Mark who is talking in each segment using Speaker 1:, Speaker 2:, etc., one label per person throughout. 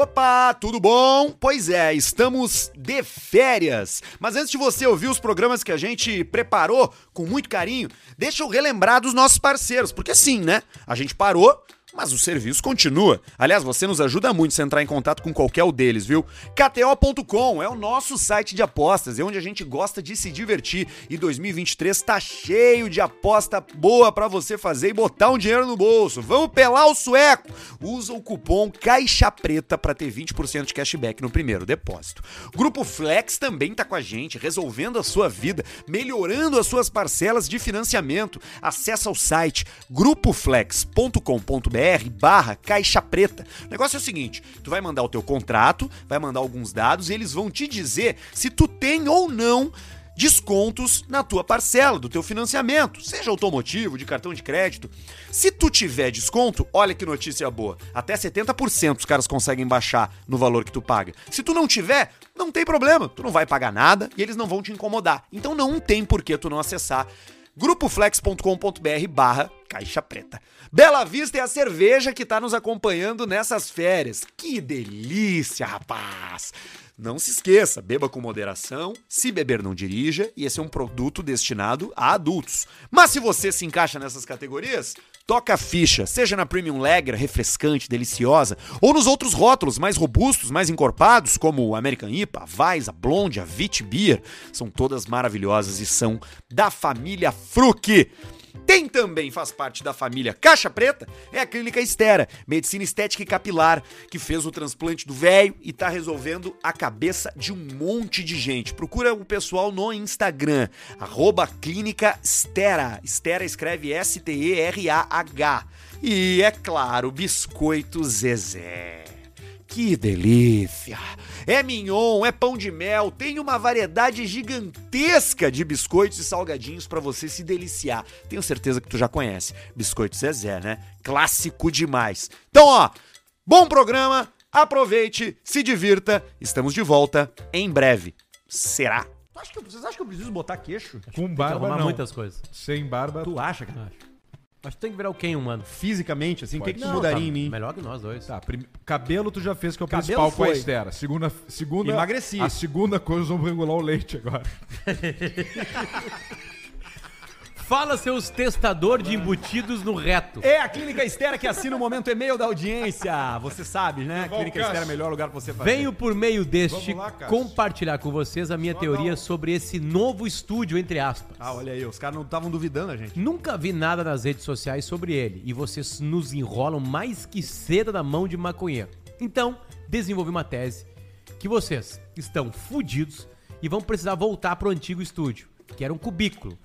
Speaker 1: Opa, tudo bom? Pois é, estamos de férias. Mas antes de você ouvir os programas que a gente preparou com muito carinho, deixa eu relembrar dos nossos parceiros, porque sim, né? A gente parou, mas o serviço continua. Aliás, você nos ajuda muito se entrar em contato com qualquer um deles, viu? KTO.com é o nosso site de apostas, é onde a gente gosta de se divertir. E 2023 tá cheio de aposta boa pra você fazer e botar um dinheiro no bolso. Vamos pelar o sueco! Usa o cupom Caixa Preta pra ter 20% de cashback no primeiro depósito. Grupo Flex também tá com a gente, resolvendo a sua vida, melhorando as suas parcelas de financiamento. Acesse o site grupoflex.com.br br barra caixa preta. O negócio é o seguinte, tu vai mandar o teu contrato, vai mandar alguns dados e eles vão te dizer se tu tem ou não descontos na tua parcela do teu financiamento, seja automotivo, de cartão de crédito. Se tu tiver desconto, olha que notícia boa, até 70% os caras conseguem baixar no valor que tu paga. Se tu não tiver, não tem problema, tu não vai pagar nada e eles não vão te incomodar. Então não tem por que tu não acessar grupoflex.com.br barra caixa preta. Bela Vista é a cerveja que está nos acompanhando nessas férias. Que delícia, rapaz! Não se esqueça, beba com moderação, se beber não dirija, e esse é um produto destinado a adultos. Mas se você se encaixa nessas categorias, toca a ficha, seja na Premium Lager, refrescante, deliciosa, ou nos outros rótulos mais robustos, mais encorpados, como a American IPA, a Weiss, a Blonde, a Vit Beer, são todas maravilhosas e são da família Fruc. Tem também, faz parte da família Caixa Preta, é a Clínica Estera, medicina estética e capilar, que fez o transplante do velho e tá resolvendo a cabeça de um monte de gente. Procura o pessoal no Instagram, arroba Clínica Estera. Estera escreve S-T-E-R-A-H. E, é claro, Biscoito Zezé. Que delícia! É mignon, é pão de mel, tem uma variedade gigantesca de biscoitos e salgadinhos para você se deliciar. Tenho certeza que tu já conhece. Biscoito Zezé, né? Clássico demais. Então, ó, bom programa, aproveite, se divirta. Estamos de volta em breve. Será?
Speaker 2: Tu acha que eu- vocês acham que eu preciso botar queixo?
Speaker 3: Com
Speaker 4: Tem que
Speaker 3: barba
Speaker 4: arrumar
Speaker 3: não.
Speaker 4: muitas coisas.
Speaker 3: Sem barba. tá.
Speaker 2: Tu acha, cara?
Speaker 4: Acho. Acho que tem que virar o Ken humano.
Speaker 3: Fisicamente, assim, o que, que tu
Speaker 4: Não,
Speaker 3: mudaria
Speaker 4: tá
Speaker 3: em mim?
Speaker 4: Melhor que nós dois.
Speaker 3: Tá, prim- cabelo tu já fez, que é o
Speaker 2: Cabelo
Speaker 3: principal com a
Speaker 2: foi.
Speaker 3: estera. Segunda, segunda,
Speaker 2: Emagreci.
Speaker 3: A segunda coisa, nós vamos regular o leite agora.
Speaker 4: Fala, seus testador de embutidos no reto.
Speaker 2: É a Clínica Estera que assina o momento e-mail da audiência. Você sabe, né?
Speaker 1: um
Speaker 3: Valcaço.
Speaker 2: Clínica Estera é o melhor lugar pra você fazer.
Speaker 4: Venho por meio deste
Speaker 3: Vamos lá, Cássio.
Speaker 4: compartilhar com vocês a minha teoria sobre esse novo estúdio, entre aspas.
Speaker 2: Ah, olha aí, os caras não estavam duvidando a gente.
Speaker 4: Nunca vi nada nas redes sociais sobre ele e vocês nos enrolam mais que seda na mão de maconheiro. Então, desenvolvi uma tese que vocês estão fudidos e vão precisar voltar pro antigo estúdio, que era um cubículo,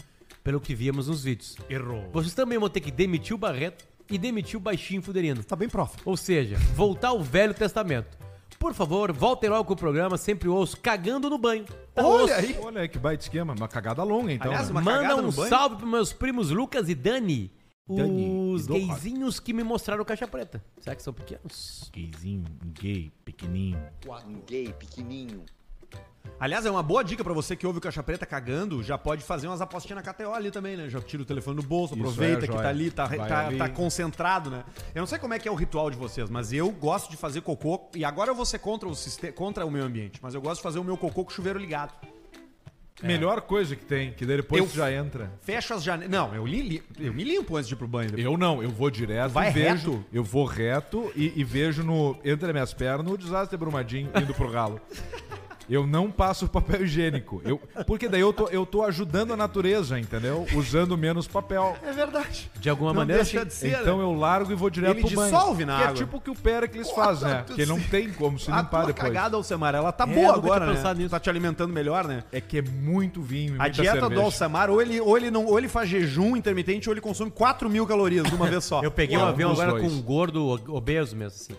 Speaker 4: pelo que víamos nos vídeos. Errou. Vocês também vão ter que demitir o Barreto e demitir o Baixinho Fuderino.
Speaker 2: Tá bem prof.
Speaker 4: Ou seja, voltar ao Velho Testamento. Por favor, voltem logo com o programa, sempre ouço, cagando no banho. Tá osso.
Speaker 3: Olha aí que baita esquema. Uma cagada longa, então.
Speaker 2: Aliás,
Speaker 3: né?
Speaker 2: uma
Speaker 4: Manda
Speaker 2: cagada
Speaker 4: um
Speaker 2: no banho?
Speaker 4: salve pros meus primos Lucas e Dani.
Speaker 3: Dani,
Speaker 4: Os
Speaker 3: e do-
Speaker 4: gayzinhos que me mostraram caixa preta. Será que são pequenos?
Speaker 5: Gayzinho, gay, pequenininho.
Speaker 6: um gay pequenininho.
Speaker 2: Aliás, é uma boa dica pra você que ouve o Caixa Preta cagando, já pode fazer umas apostinhas na KTO ali também, né? Já tira o telefone do bolso,
Speaker 3: Isso,
Speaker 2: aproveita
Speaker 3: é a
Speaker 2: que
Speaker 3: joia.
Speaker 2: tá ali tá,
Speaker 3: Vai
Speaker 2: tá,
Speaker 3: ali.
Speaker 2: tá concentrado, né? Eu não sei como é que é o ritual de vocês, mas eu gosto de fazer cocô, e agora eu vou ser contra o, siste- contra o meio ambiente, mas eu gosto de fazer o meu cocô com o chuveiro ligado.
Speaker 3: Melhor coisa que tem, que daí depois
Speaker 2: Eu-
Speaker 3: tu já entra.
Speaker 2: Fecho as janelas. Não, eu, li- li- eu me limpo antes de ir pro banho.
Speaker 3: Eu não, eu vou direto
Speaker 2: Vai
Speaker 3: e vejo.
Speaker 2: reto?
Speaker 3: Eu vou reto e, e vejo no entre minhas pernas o desastre brumadinho indo pro ralo. Eu não passo papel higiênico. Eu, porque daí eu tô, eu tô ajudando a natureza, entendeu? Usando menos papel.
Speaker 2: É verdade.
Speaker 4: De alguma
Speaker 2: Não
Speaker 4: maneira.
Speaker 2: deixa
Speaker 4: assim,
Speaker 2: de ser.
Speaker 3: Então
Speaker 2: né?
Speaker 3: eu largo e vou direto
Speaker 2: Ele
Speaker 3: pro banho.
Speaker 2: dissolve na
Speaker 3: que
Speaker 2: água.
Speaker 3: É tipo o que o Pericles faz, né?
Speaker 2: tu
Speaker 3: Que não
Speaker 2: se-
Speaker 3: tem como se
Speaker 2: A
Speaker 3: limpar
Speaker 2: tua
Speaker 3: depois.
Speaker 2: cagada, Alcemar, ela tá
Speaker 4: É,
Speaker 2: boa
Speaker 4: nunca tinha
Speaker 2: agora, né?
Speaker 4: pensado nisso.
Speaker 2: Tá te alimentando melhor, né?
Speaker 3: É que é muito vinho e
Speaker 2: A
Speaker 3: muita
Speaker 2: dieta do
Speaker 3: cerveja.
Speaker 2: Alcemar, ou ele, ou, ele não, ou ele faz jejum intermitente, ou ele consome 4 mil calorias de uma vez só.
Speaker 4: Eu peguei um
Speaker 3: Uau,
Speaker 4: avião
Speaker 3: dos
Speaker 4: agora
Speaker 3: dois.
Speaker 4: com um gordo o- obeso mesmo, assim.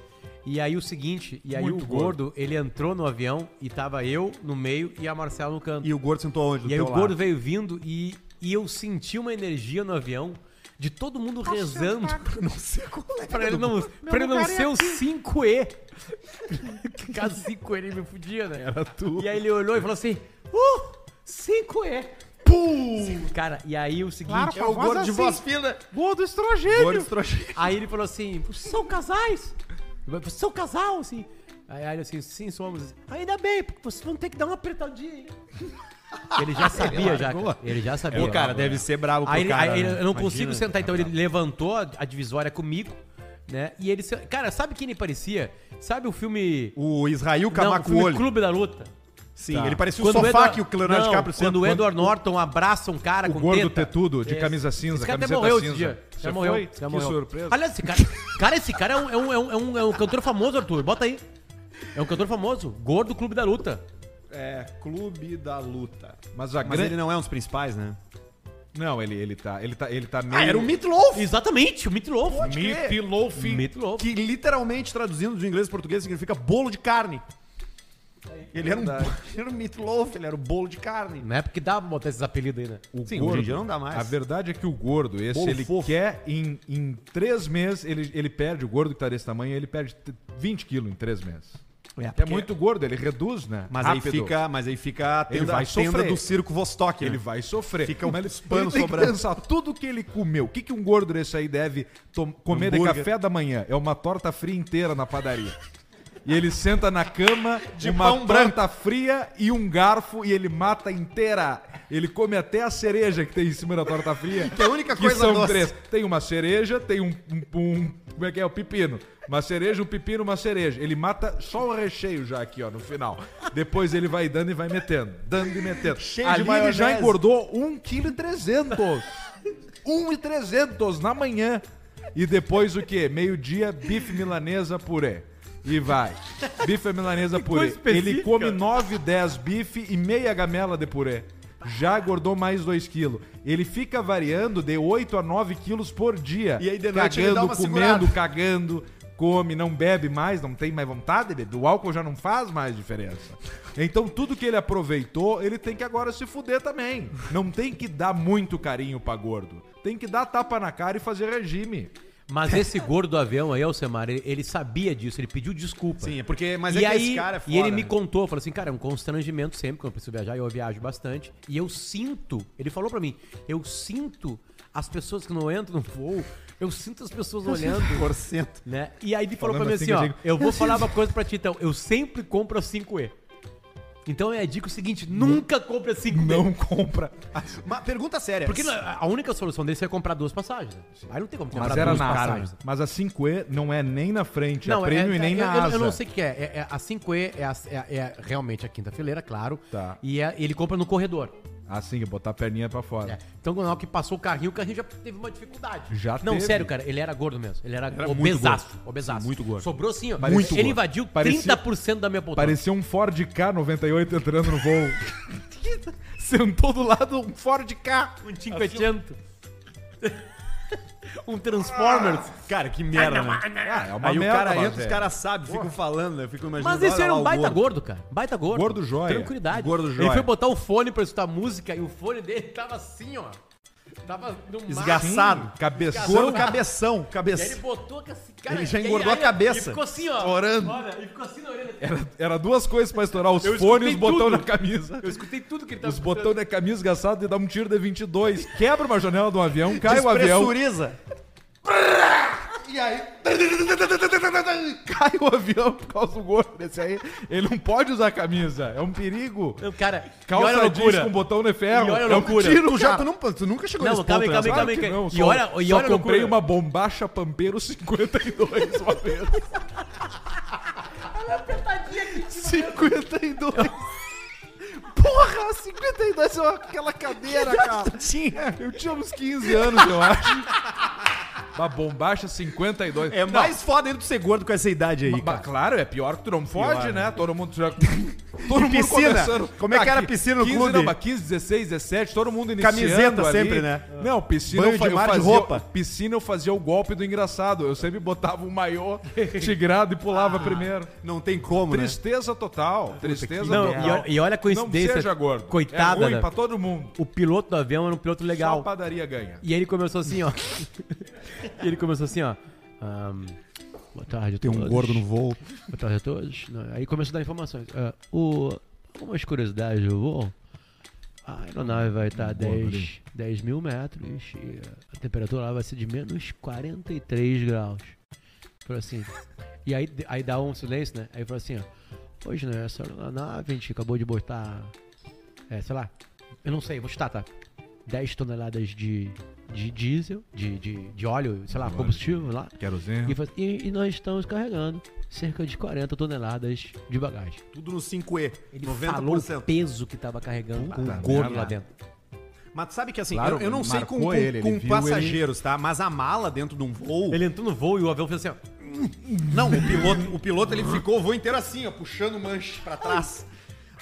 Speaker 4: E aí o seguinte, e aí
Speaker 3: Muito
Speaker 4: o gordo, ele entrou no avião e tava eu no meio e a Marcela no canto.
Speaker 2: E o gordo sentou onde? Do
Speaker 4: E aí
Speaker 2: teu
Speaker 4: o
Speaker 2: lado?
Speaker 4: gordo veio vindo e, e eu senti uma energia no avião de todo mundo rezando
Speaker 2: Não sei como é.
Speaker 4: pra ele não, pra ele não ser o 5E. Caso 5E ele me fudia, né? Era tu. E aí ele olhou e falou assim: Uh! 5E! Pum! Cara, e aí o seguinte.
Speaker 2: É o gordo de voz fina.
Speaker 4: Gordo estrogênio!
Speaker 2: estrogênio.
Speaker 4: Aí ele falou assim: Vocês são casais? Vocês são casal, assim. Aí a Alien assim, sim, somos. Ainda bem, porque vocês vão ter que dar uma apertadinha. Ele já sabia, já. cara. Ele já sabia.
Speaker 2: Pô, cara, deve ser brabo pro
Speaker 4: Aí, ele-
Speaker 2: cara.
Speaker 4: aí ele-
Speaker 2: né?
Speaker 4: eu não
Speaker 2: Imagina.
Speaker 4: consigo sentar, então ele levantou a, a divisória comigo, né? E ele. se- Cara, sabe quem ele parecia? Sabe o filme.
Speaker 2: O Israel
Speaker 4: não, o filme
Speaker 2: Camacuoli.
Speaker 4: Clube da Luta.
Speaker 2: Sim, ele
Speaker 3: um
Speaker 2: parecia o
Speaker 4: Quando
Speaker 2: sofá
Speaker 4: Edward-
Speaker 2: que o Leonardo
Speaker 4: Não,
Speaker 2: DiCaprio sempre-
Speaker 4: Quando o Edward Norton abraça um cara
Speaker 3: O
Speaker 4: com
Speaker 3: gordo
Speaker 4: teta.
Speaker 3: tetudo, de
Speaker 4: Esse-
Speaker 3: camisa cinza,
Speaker 4: esse cara até
Speaker 3: camiseta
Speaker 4: morreu
Speaker 3: cinza.
Speaker 4: Esse dia.
Speaker 3: Você
Speaker 4: Já morreu.
Speaker 3: foi?
Speaker 4: já
Speaker 3: Que
Speaker 4: morreu.
Speaker 3: surpresa.
Speaker 4: Aliás, esse cara, cara, esse cara é um, é um, é um, é um- é um cantor famoso, Arthur. Bota aí. É um cantor famoso. Gordo Clube da Luta.
Speaker 2: É, Clube da Luta.
Speaker 3: Mas a
Speaker 2: Mas
Speaker 3: grande...
Speaker 2: ele não é um dos principais, né?
Speaker 3: Não, ele, ele tá. Ele tá, ele tá meio.
Speaker 2: Ah, era o Meatloaf!
Speaker 4: Exatamente, o Meatloaf.
Speaker 3: Meatloaf.
Speaker 4: Meatloaf.
Speaker 2: Que literalmente, traduzindo do inglês para português, significa bolo de carne. Ele era, um, ele era um Meatloaf, ele era o bolo de carne.
Speaker 4: Na época que dava pra botar esses apelidos aí, né?
Speaker 3: O
Speaker 2: Sim,
Speaker 3: gordo,
Speaker 2: hoje em dia não dá mais.
Speaker 3: A verdade é que o gordo, esse,
Speaker 2: Bolo
Speaker 3: ele
Speaker 2: fofo.
Speaker 3: quer em, em três meses, ele, ele perde, o gordo que tá desse tamanho, ele perde t- 20 quilos em três meses.
Speaker 2: É,
Speaker 3: É,
Speaker 2: porque-
Speaker 3: muito gordo, ele reduz, né?
Speaker 2: Mas aí,
Speaker 3: Rápido.
Speaker 2: Ah, fica, mas aí fica a
Speaker 3: Ele
Speaker 2: tenda,
Speaker 3: vai
Speaker 2: a tenda
Speaker 3: sofrer.
Speaker 2: do circo Vostok. né?
Speaker 3: Ele vai sofrer.
Speaker 2: Fica um
Speaker 3: Mas
Speaker 2: pano
Speaker 3: ele tem
Speaker 2: sobrando.
Speaker 3: que pensar tudo que ele comeu. O que, que um gordo desse aí deve tom- comer
Speaker 2: Hambúrguer.
Speaker 3: de café da manhã? É uma torta fria inteira na padaria. E ele senta na cama,
Speaker 2: De
Speaker 3: uma
Speaker 2: pão
Speaker 3: torta fria e um garfo e ele mata inteira. Ele come até a cereja que tem em cima da torta fria.
Speaker 2: Que é a única
Speaker 3: que
Speaker 2: coisa
Speaker 3: são
Speaker 2: doce.
Speaker 3: três. Tem uma cereja, tem um, um- um- Como é que é? O pepino. Uma cereja, um pepino, uma cereja. Ele mata só o recheio já aqui, ó, no final. Depois ele vai dando e vai metendo. Dando e metendo.
Speaker 2: Cheio de
Speaker 3: Ali ele
Speaker 2: maionese.
Speaker 3: já engordou 1,3kg. 1,300 na manhã. E depois o quê? Meio-dia, bife milanesa purê. E vai. Bife milanesa purê.
Speaker 4: coisa específica.
Speaker 3: Ele come 9, 10 bife e meia gamela de purê. Já engordou mais 2 quilos. Ele fica variando de 8 a 9 quilos por dia.
Speaker 2: E aí de noite ele
Speaker 3: cagando,
Speaker 2: dá uma segurada.
Speaker 3: comendo, cagando, come, não bebe mais, não tem mais vontade de beber. O álcool já não faz mais diferença. Então tudo que ele aproveitou, ele tem que agora se fuder também. Não tem que dar muito carinho pra gordo. Tem que dar tapa na cara e fazer regime.
Speaker 4: Mas esse gordo do avião aí, Alcemar, ele, ele sabia disso, ele pediu desculpa.
Speaker 2: Sim, é porque. Mas
Speaker 4: e
Speaker 2: é que
Speaker 4: aí,
Speaker 2: esse cara é foda.
Speaker 4: e ele me
Speaker 2: né?
Speaker 4: contou, falou assim, cara, é um constrangimento sempre quando eu preciso viajar, eu viajo bastante, e eu sinto, ele falou pra mim, eu sinto as pessoas que não entram no voo, eu sinto as pessoas olhando,
Speaker 2: Por cento.
Speaker 4: né? E aí ele falou
Speaker 3: Falando
Speaker 4: pra
Speaker 3: assim,
Speaker 4: mim assim,
Speaker 3: eu
Speaker 4: ó,
Speaker 3: digo,
Speaker 4: eu vou falar uma coisa pra ti então, eu sempre compro a 5E. Então é a dica o seguinte, nunca compra 5E.
Speaker 3: Não compra.
Speaker 2: Mas pergunta séria.
Speaker 4: Porque a a única solução dele é comprar duas passagens. né? Aí não tem como comprar
Speaker 3: Mas era
Speaker 4: duas
Speaker 3: na
Speaker 2: né?
Speaker 4: passagens.
Speaker 3: asa. Mas a 5E não é nem na frente, é
Speaker 4: Não,
Speaker 3: prêmio e nem
Speaker 4: eu,
Speaker 3: na
Speaker 4: eu-
Speaker 3: asa.
Speaker 4: eu não sei o que é. É- é- A 5E é, a- é- é realmente a quinta fileira, claro.
Speaker 3: Tá.
Speaker 4: E é- ele compra no corredor.
Speaker 3: Assim, botar a perninha pra fora.
Speaker 4: né? Então, na hora que passou o carrinho, o carrinho já teve uma dificuldade.
Speaker 3: Já
Speaker 4: Não,
Speaker 3: teve.
Speaker 4: sério, cara. Ele era gordo mesmo. Ele era,
Speaker 2: muito
Speaker 4: obesaço. obesaço.
Speaker 2: Sim, muito gordo.
Speaker 4: Sobrou assim, ó.
Speaker 3: Parecia-
Speaker 4: ele
Speaker 3: gordo.
Speaker 4: invadiu
Speaker 3: Parecia-
Speaker 4: 30% da minha poltrona.
Speaker 3: Parecia um Ford K98 entrando no voo. Sentou do lado um Ford K.
Speaker 4: um 500. um Transformers.
Speaker 2: Cara, que merda, né?
Speaker 3: Ah, é uma
Speaker 2: Aí o
Speaker 3: merda,
Speaker 2: cara
Speaker 3: mas
Speaker 2: entra,
Speaker 3: é.
Speaker 2: os caras sabem, ficam falando, né? Ficam imaginando.
Speaker 4: Mas esse
Speaker 2: olha
Speaker 4: era
Speaker 2: lá
Speaker 4: um
Speaker 2: o
Speaker 4: baita gordo. cara. Baita gordo.
Speaker 3: Gordo joia.
Speaker 4: Tranquilidade.
Speaker 2: Gordo
Speaker 4: Ele
Speaker 2: joia.
Speaker 4: foi botar o fone pra escutar música e o fone dele tava assim, ó. Tava no máximo.
Speaker 2: Esgaçado.
Speaker 3: Cabeção.
Speaker 2: Gordo cabeção.
Speaker 4: E aí ele
Speaker 2: Cabeça.
Speaker 4: botou com esse cara.
Speaker 2: Ele já
Speaker 4: e aí-
Speaker 2: engordou a
Speaker 4: aí-
Speaker 2: cabeça.
Speaker 4: E ficou assim, ó.
Speaker 2: Orando.
Speaker 4: Olha, e ficou assim na orelha.
Speaker 3: Era, era duas coisas pra estourar: os
Speaker 4: Eu
Speaker 3: fones e
Speaker 4: escutei
Speaker 3: os botão
Speaker 4: tudo.
Speaker 3: na camisa.
Speaker 4: Eu escutei tudo que ele tava
Speaker 3: Os botão da camisa gastado e dá um tiro de 22. Quebra uma janela do avião, cai o avião.
Speaker 2: Despressuriza. E aí.
Speaker 3: Cai o avião por causa do gordo desse aí. Ele não pode usar camisa. É um perigo.
Speaker 4: escutando. Cara, e olha
Speaker 3: Calça
Speaker 4: a
Speaker 3: jeans
Speaker 4: loucura.
Speaker 3: com botão de ferro.
Speaker 4: E olha a
Speaker 3: é um
Speaker 4: loucura.
Speaker 3: tiro,
Speaker 2: Tu, já,
Speaker 3: cara.
Speaker 2: tu, não, tu nunca chegou
Speaker 4: Não,
Speaker 2: nesse
Speaker 4: calma aí,
Speaker 2: ponto,
Speaker 4: calma aí,
Speaker 2: né?
Speaker 4: calma aí.
Speaker 3: que não,
Speaker 4: E
Speaker 3: só-
Speaker 4: olha- e
Speaker 3: só
Speaker 4: olha a
Speaker 3: comprei
Speaker 4: loucura.
Speaker 3: uma bombacha Pampeiro 52 uma vez.
Speaker 2: 52.
Speaker 3: Porra, 52 é aquela cadeira, cara.
Speaker 2: Tinha.
Speaker 3: Eu tinha uns 15 anos, eu acho. Uma bombacha 52.
Speaker 2: É
Speaker 3: Não,
Speaker 2: mais foda ainda tu ser gordo com essa idade aí,
Speaker 3: ba-
Speaker 2: cara.
Speaker 3: claro, é pior que tu não fode,
Speaker 2: Pior,
Speaker 3: né? Todo mundo já... Todo mundo
Speaker 2: piscina? Como é que era a piscina no
Speaker 3: 15,
Speaker 2: clube?
Speaker 3: Não, mas 15, 16, 17, todo mundo iniciando
Speaker 2: Camiseta
Speaker 3: ali. É.
Speaker 2: sempre, né?
Speaker 3: Não, piscina
Speaker 2: Banho
Speaker 3: eu fa-
Speaker 2: de mar de
Speaker 3: eu fazia,
Speaker 2: roupa.
Speaker 3: Piscina eu fazia o golpe do engraçado. Eu sempre botava um maiô tigrado e pulava primeiro.
Speaker 2: Não tem como, Ah, né?
Speaker 3: Tristeza total. Tristeza
Speaker 4: Não,
Speaker 3: total.
Speaker 4: e olha- e olha a coincidência.
Speaker 3: Não seja gordo.
Speaker 4: Coitada,
Speaker 3: É ruim
Speaker 4: né?
Speaker 3: pra todo mundo.
Speaker 4: O piloto do avião era um piloto
Speaker 3: Só a
Speaker 4: legal.
Speaker 3: padaria ganha.
Speaker 4: E aí ele começou assim, ó. e ele começou assim, ó. Ahn, boa tarde, Tem um gordo no voo. Boa tarde a todos. Não, Aí começou a dar informações. Ah, o, algumas curiosidades do voo. A aeronave vai estar a 10, 10 mil metros e a temperatura lá vai ser de menos 43 graus. Falou assim. E aí, aí dá um silêncio, né? Aí fala assim, ó. Hoje, né, essa nave a gente acabou de botar, é, sei lá, eu não sei, vou chutar, tá? 10 toneladas de, de diesel, de, de, de óleo, sei lá, combustível lá.
Speaker 3: Querosene.
Speaker 4: E, fala assim, "E- e nós estamos carregando cerca de 40 toneladas de bagagem.
Speaker 2: Tudo no 5E.
Speaker 4: Ele
Speaker 2: 90%.
Speaker 4: falou o peso que tava carregando com o gordo lá dentro.
Speaker 2: Mas sabe que assim,
Speaker 3: Claro,
Speaker 2: eu, eu não sei com,
Speaker 3: marcou
Speaker 2: com-
Speaker 3: ele, ele
Speaker 2: com
Speaker 3: viu,
Speaker 2: passageiros, tá? Mas a mala dentro de um voo.
Speaker 4: Ele entrou no voo e o avião fez assim, ó.
Speaker 2: Não, o piloto, o piloto ele ficou o voo inteiro assim, ó, puxando manche pra trás.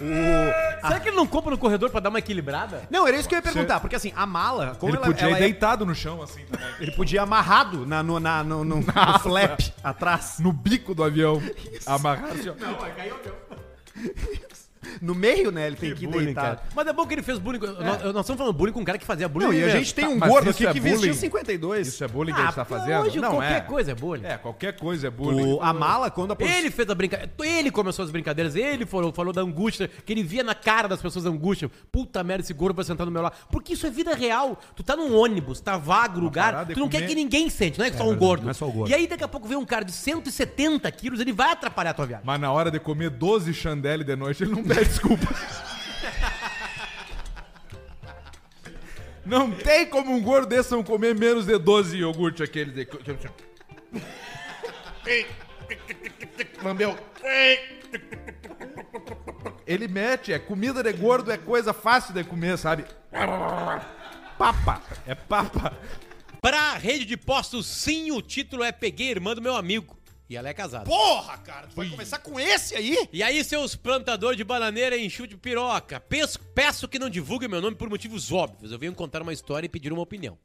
Speaker 2: O-
Speaker 4: Será que ele não compra no corredor pra dar uma equilibrada?
Speaker 2: Não, era isso que eu ia perguntar, porque assim, a mala, como
Speaker 3: Ele
Speaker 2: ela,
Speaker 3: podia
Speaker 2: ela
Speaker 3: ir
Speaker 2: é-
Speaker 3: deitado no chão, assim, também.
Speaker 2: ele podia ir amarrado na, no, na- no- no- no flap atrás.
Speaker 3: No bico do avião. Amarrado assim, ó.
Speaker 2: No meio, né? Ele tem que, ir deitado.
Speaker 4: Mas é bom que ele fez bullying. com- Nós, nós estamos falando bullying com um cara que fazia bullying.
Speaker 2: Não, e a
Speaker 4: mesmo.
Speaker 2: gente tem um
Speaker 3: mas
Speaker 2: gordo
Speaker 3: isso
Speaker 2: aqui
Speaker 3: é
Speaker 2: que vestiu
Speaker 3: bullying?
Speaker 2: 52.
Speaker 3: Isso é bullying que a gente
Speaker 2: Ah,
Speaker 3: tá
Speaker 4: Não,
Speaker 3: fazendo?
Speaker 4: Hoje
Speaker 3: não
Speaker 4: qualquer
Speaker 3: é.
Speaker 4: coisa é bullying.
Speaker 3: É, qualquer coisa é bullying.
Speaker 2: O, a mala, quando a posi-
Speaker 4: Ele fez a brincadeira. Ele começou as brincadeiras, ele falou, falou da angústia, que ele via na cara das pessoas a angústia. Puta merda, esse gordo vai sentar no meu lado. Porque isso é vida real. Tu tá num ônibus, tá vago o lugar,
Speaker 3: parada é
Speaker 4: tu não quer
Speaker 3: comer-
Speaker 4: que ninguém sente, não é, só um gordo.
Speaker 2: não é só o gordo.
Speaker 4: E aí daqui a pouco vem um cara de 170 quilos, ele vai atrapalhar a tua viagem.
Speaker 3: Mas na hora de comer 12 chandelle de noite, ele não pede desculpa. Não tem como um gordo desse não comer menos de 12 iogurte aquele de... tipo assim, Lambeu. Ele mete, é comida de gordo, é coisa fácil de comer, sabe? Papa, é papa.
Speaker 4: Pra rede de postos, sim, o título é Peguei a Irmã do Meu Amigo. E ela é casada.
Speaker 1: Porra, cara, tu vai começar com esse aí?
Speaker 4: E aí, seus plantadores de bananeira e enxute de piroca, peço, peço que não divulguem meu nome por motivos óbvios. Eu venho contar uma história e pedir uma opinião.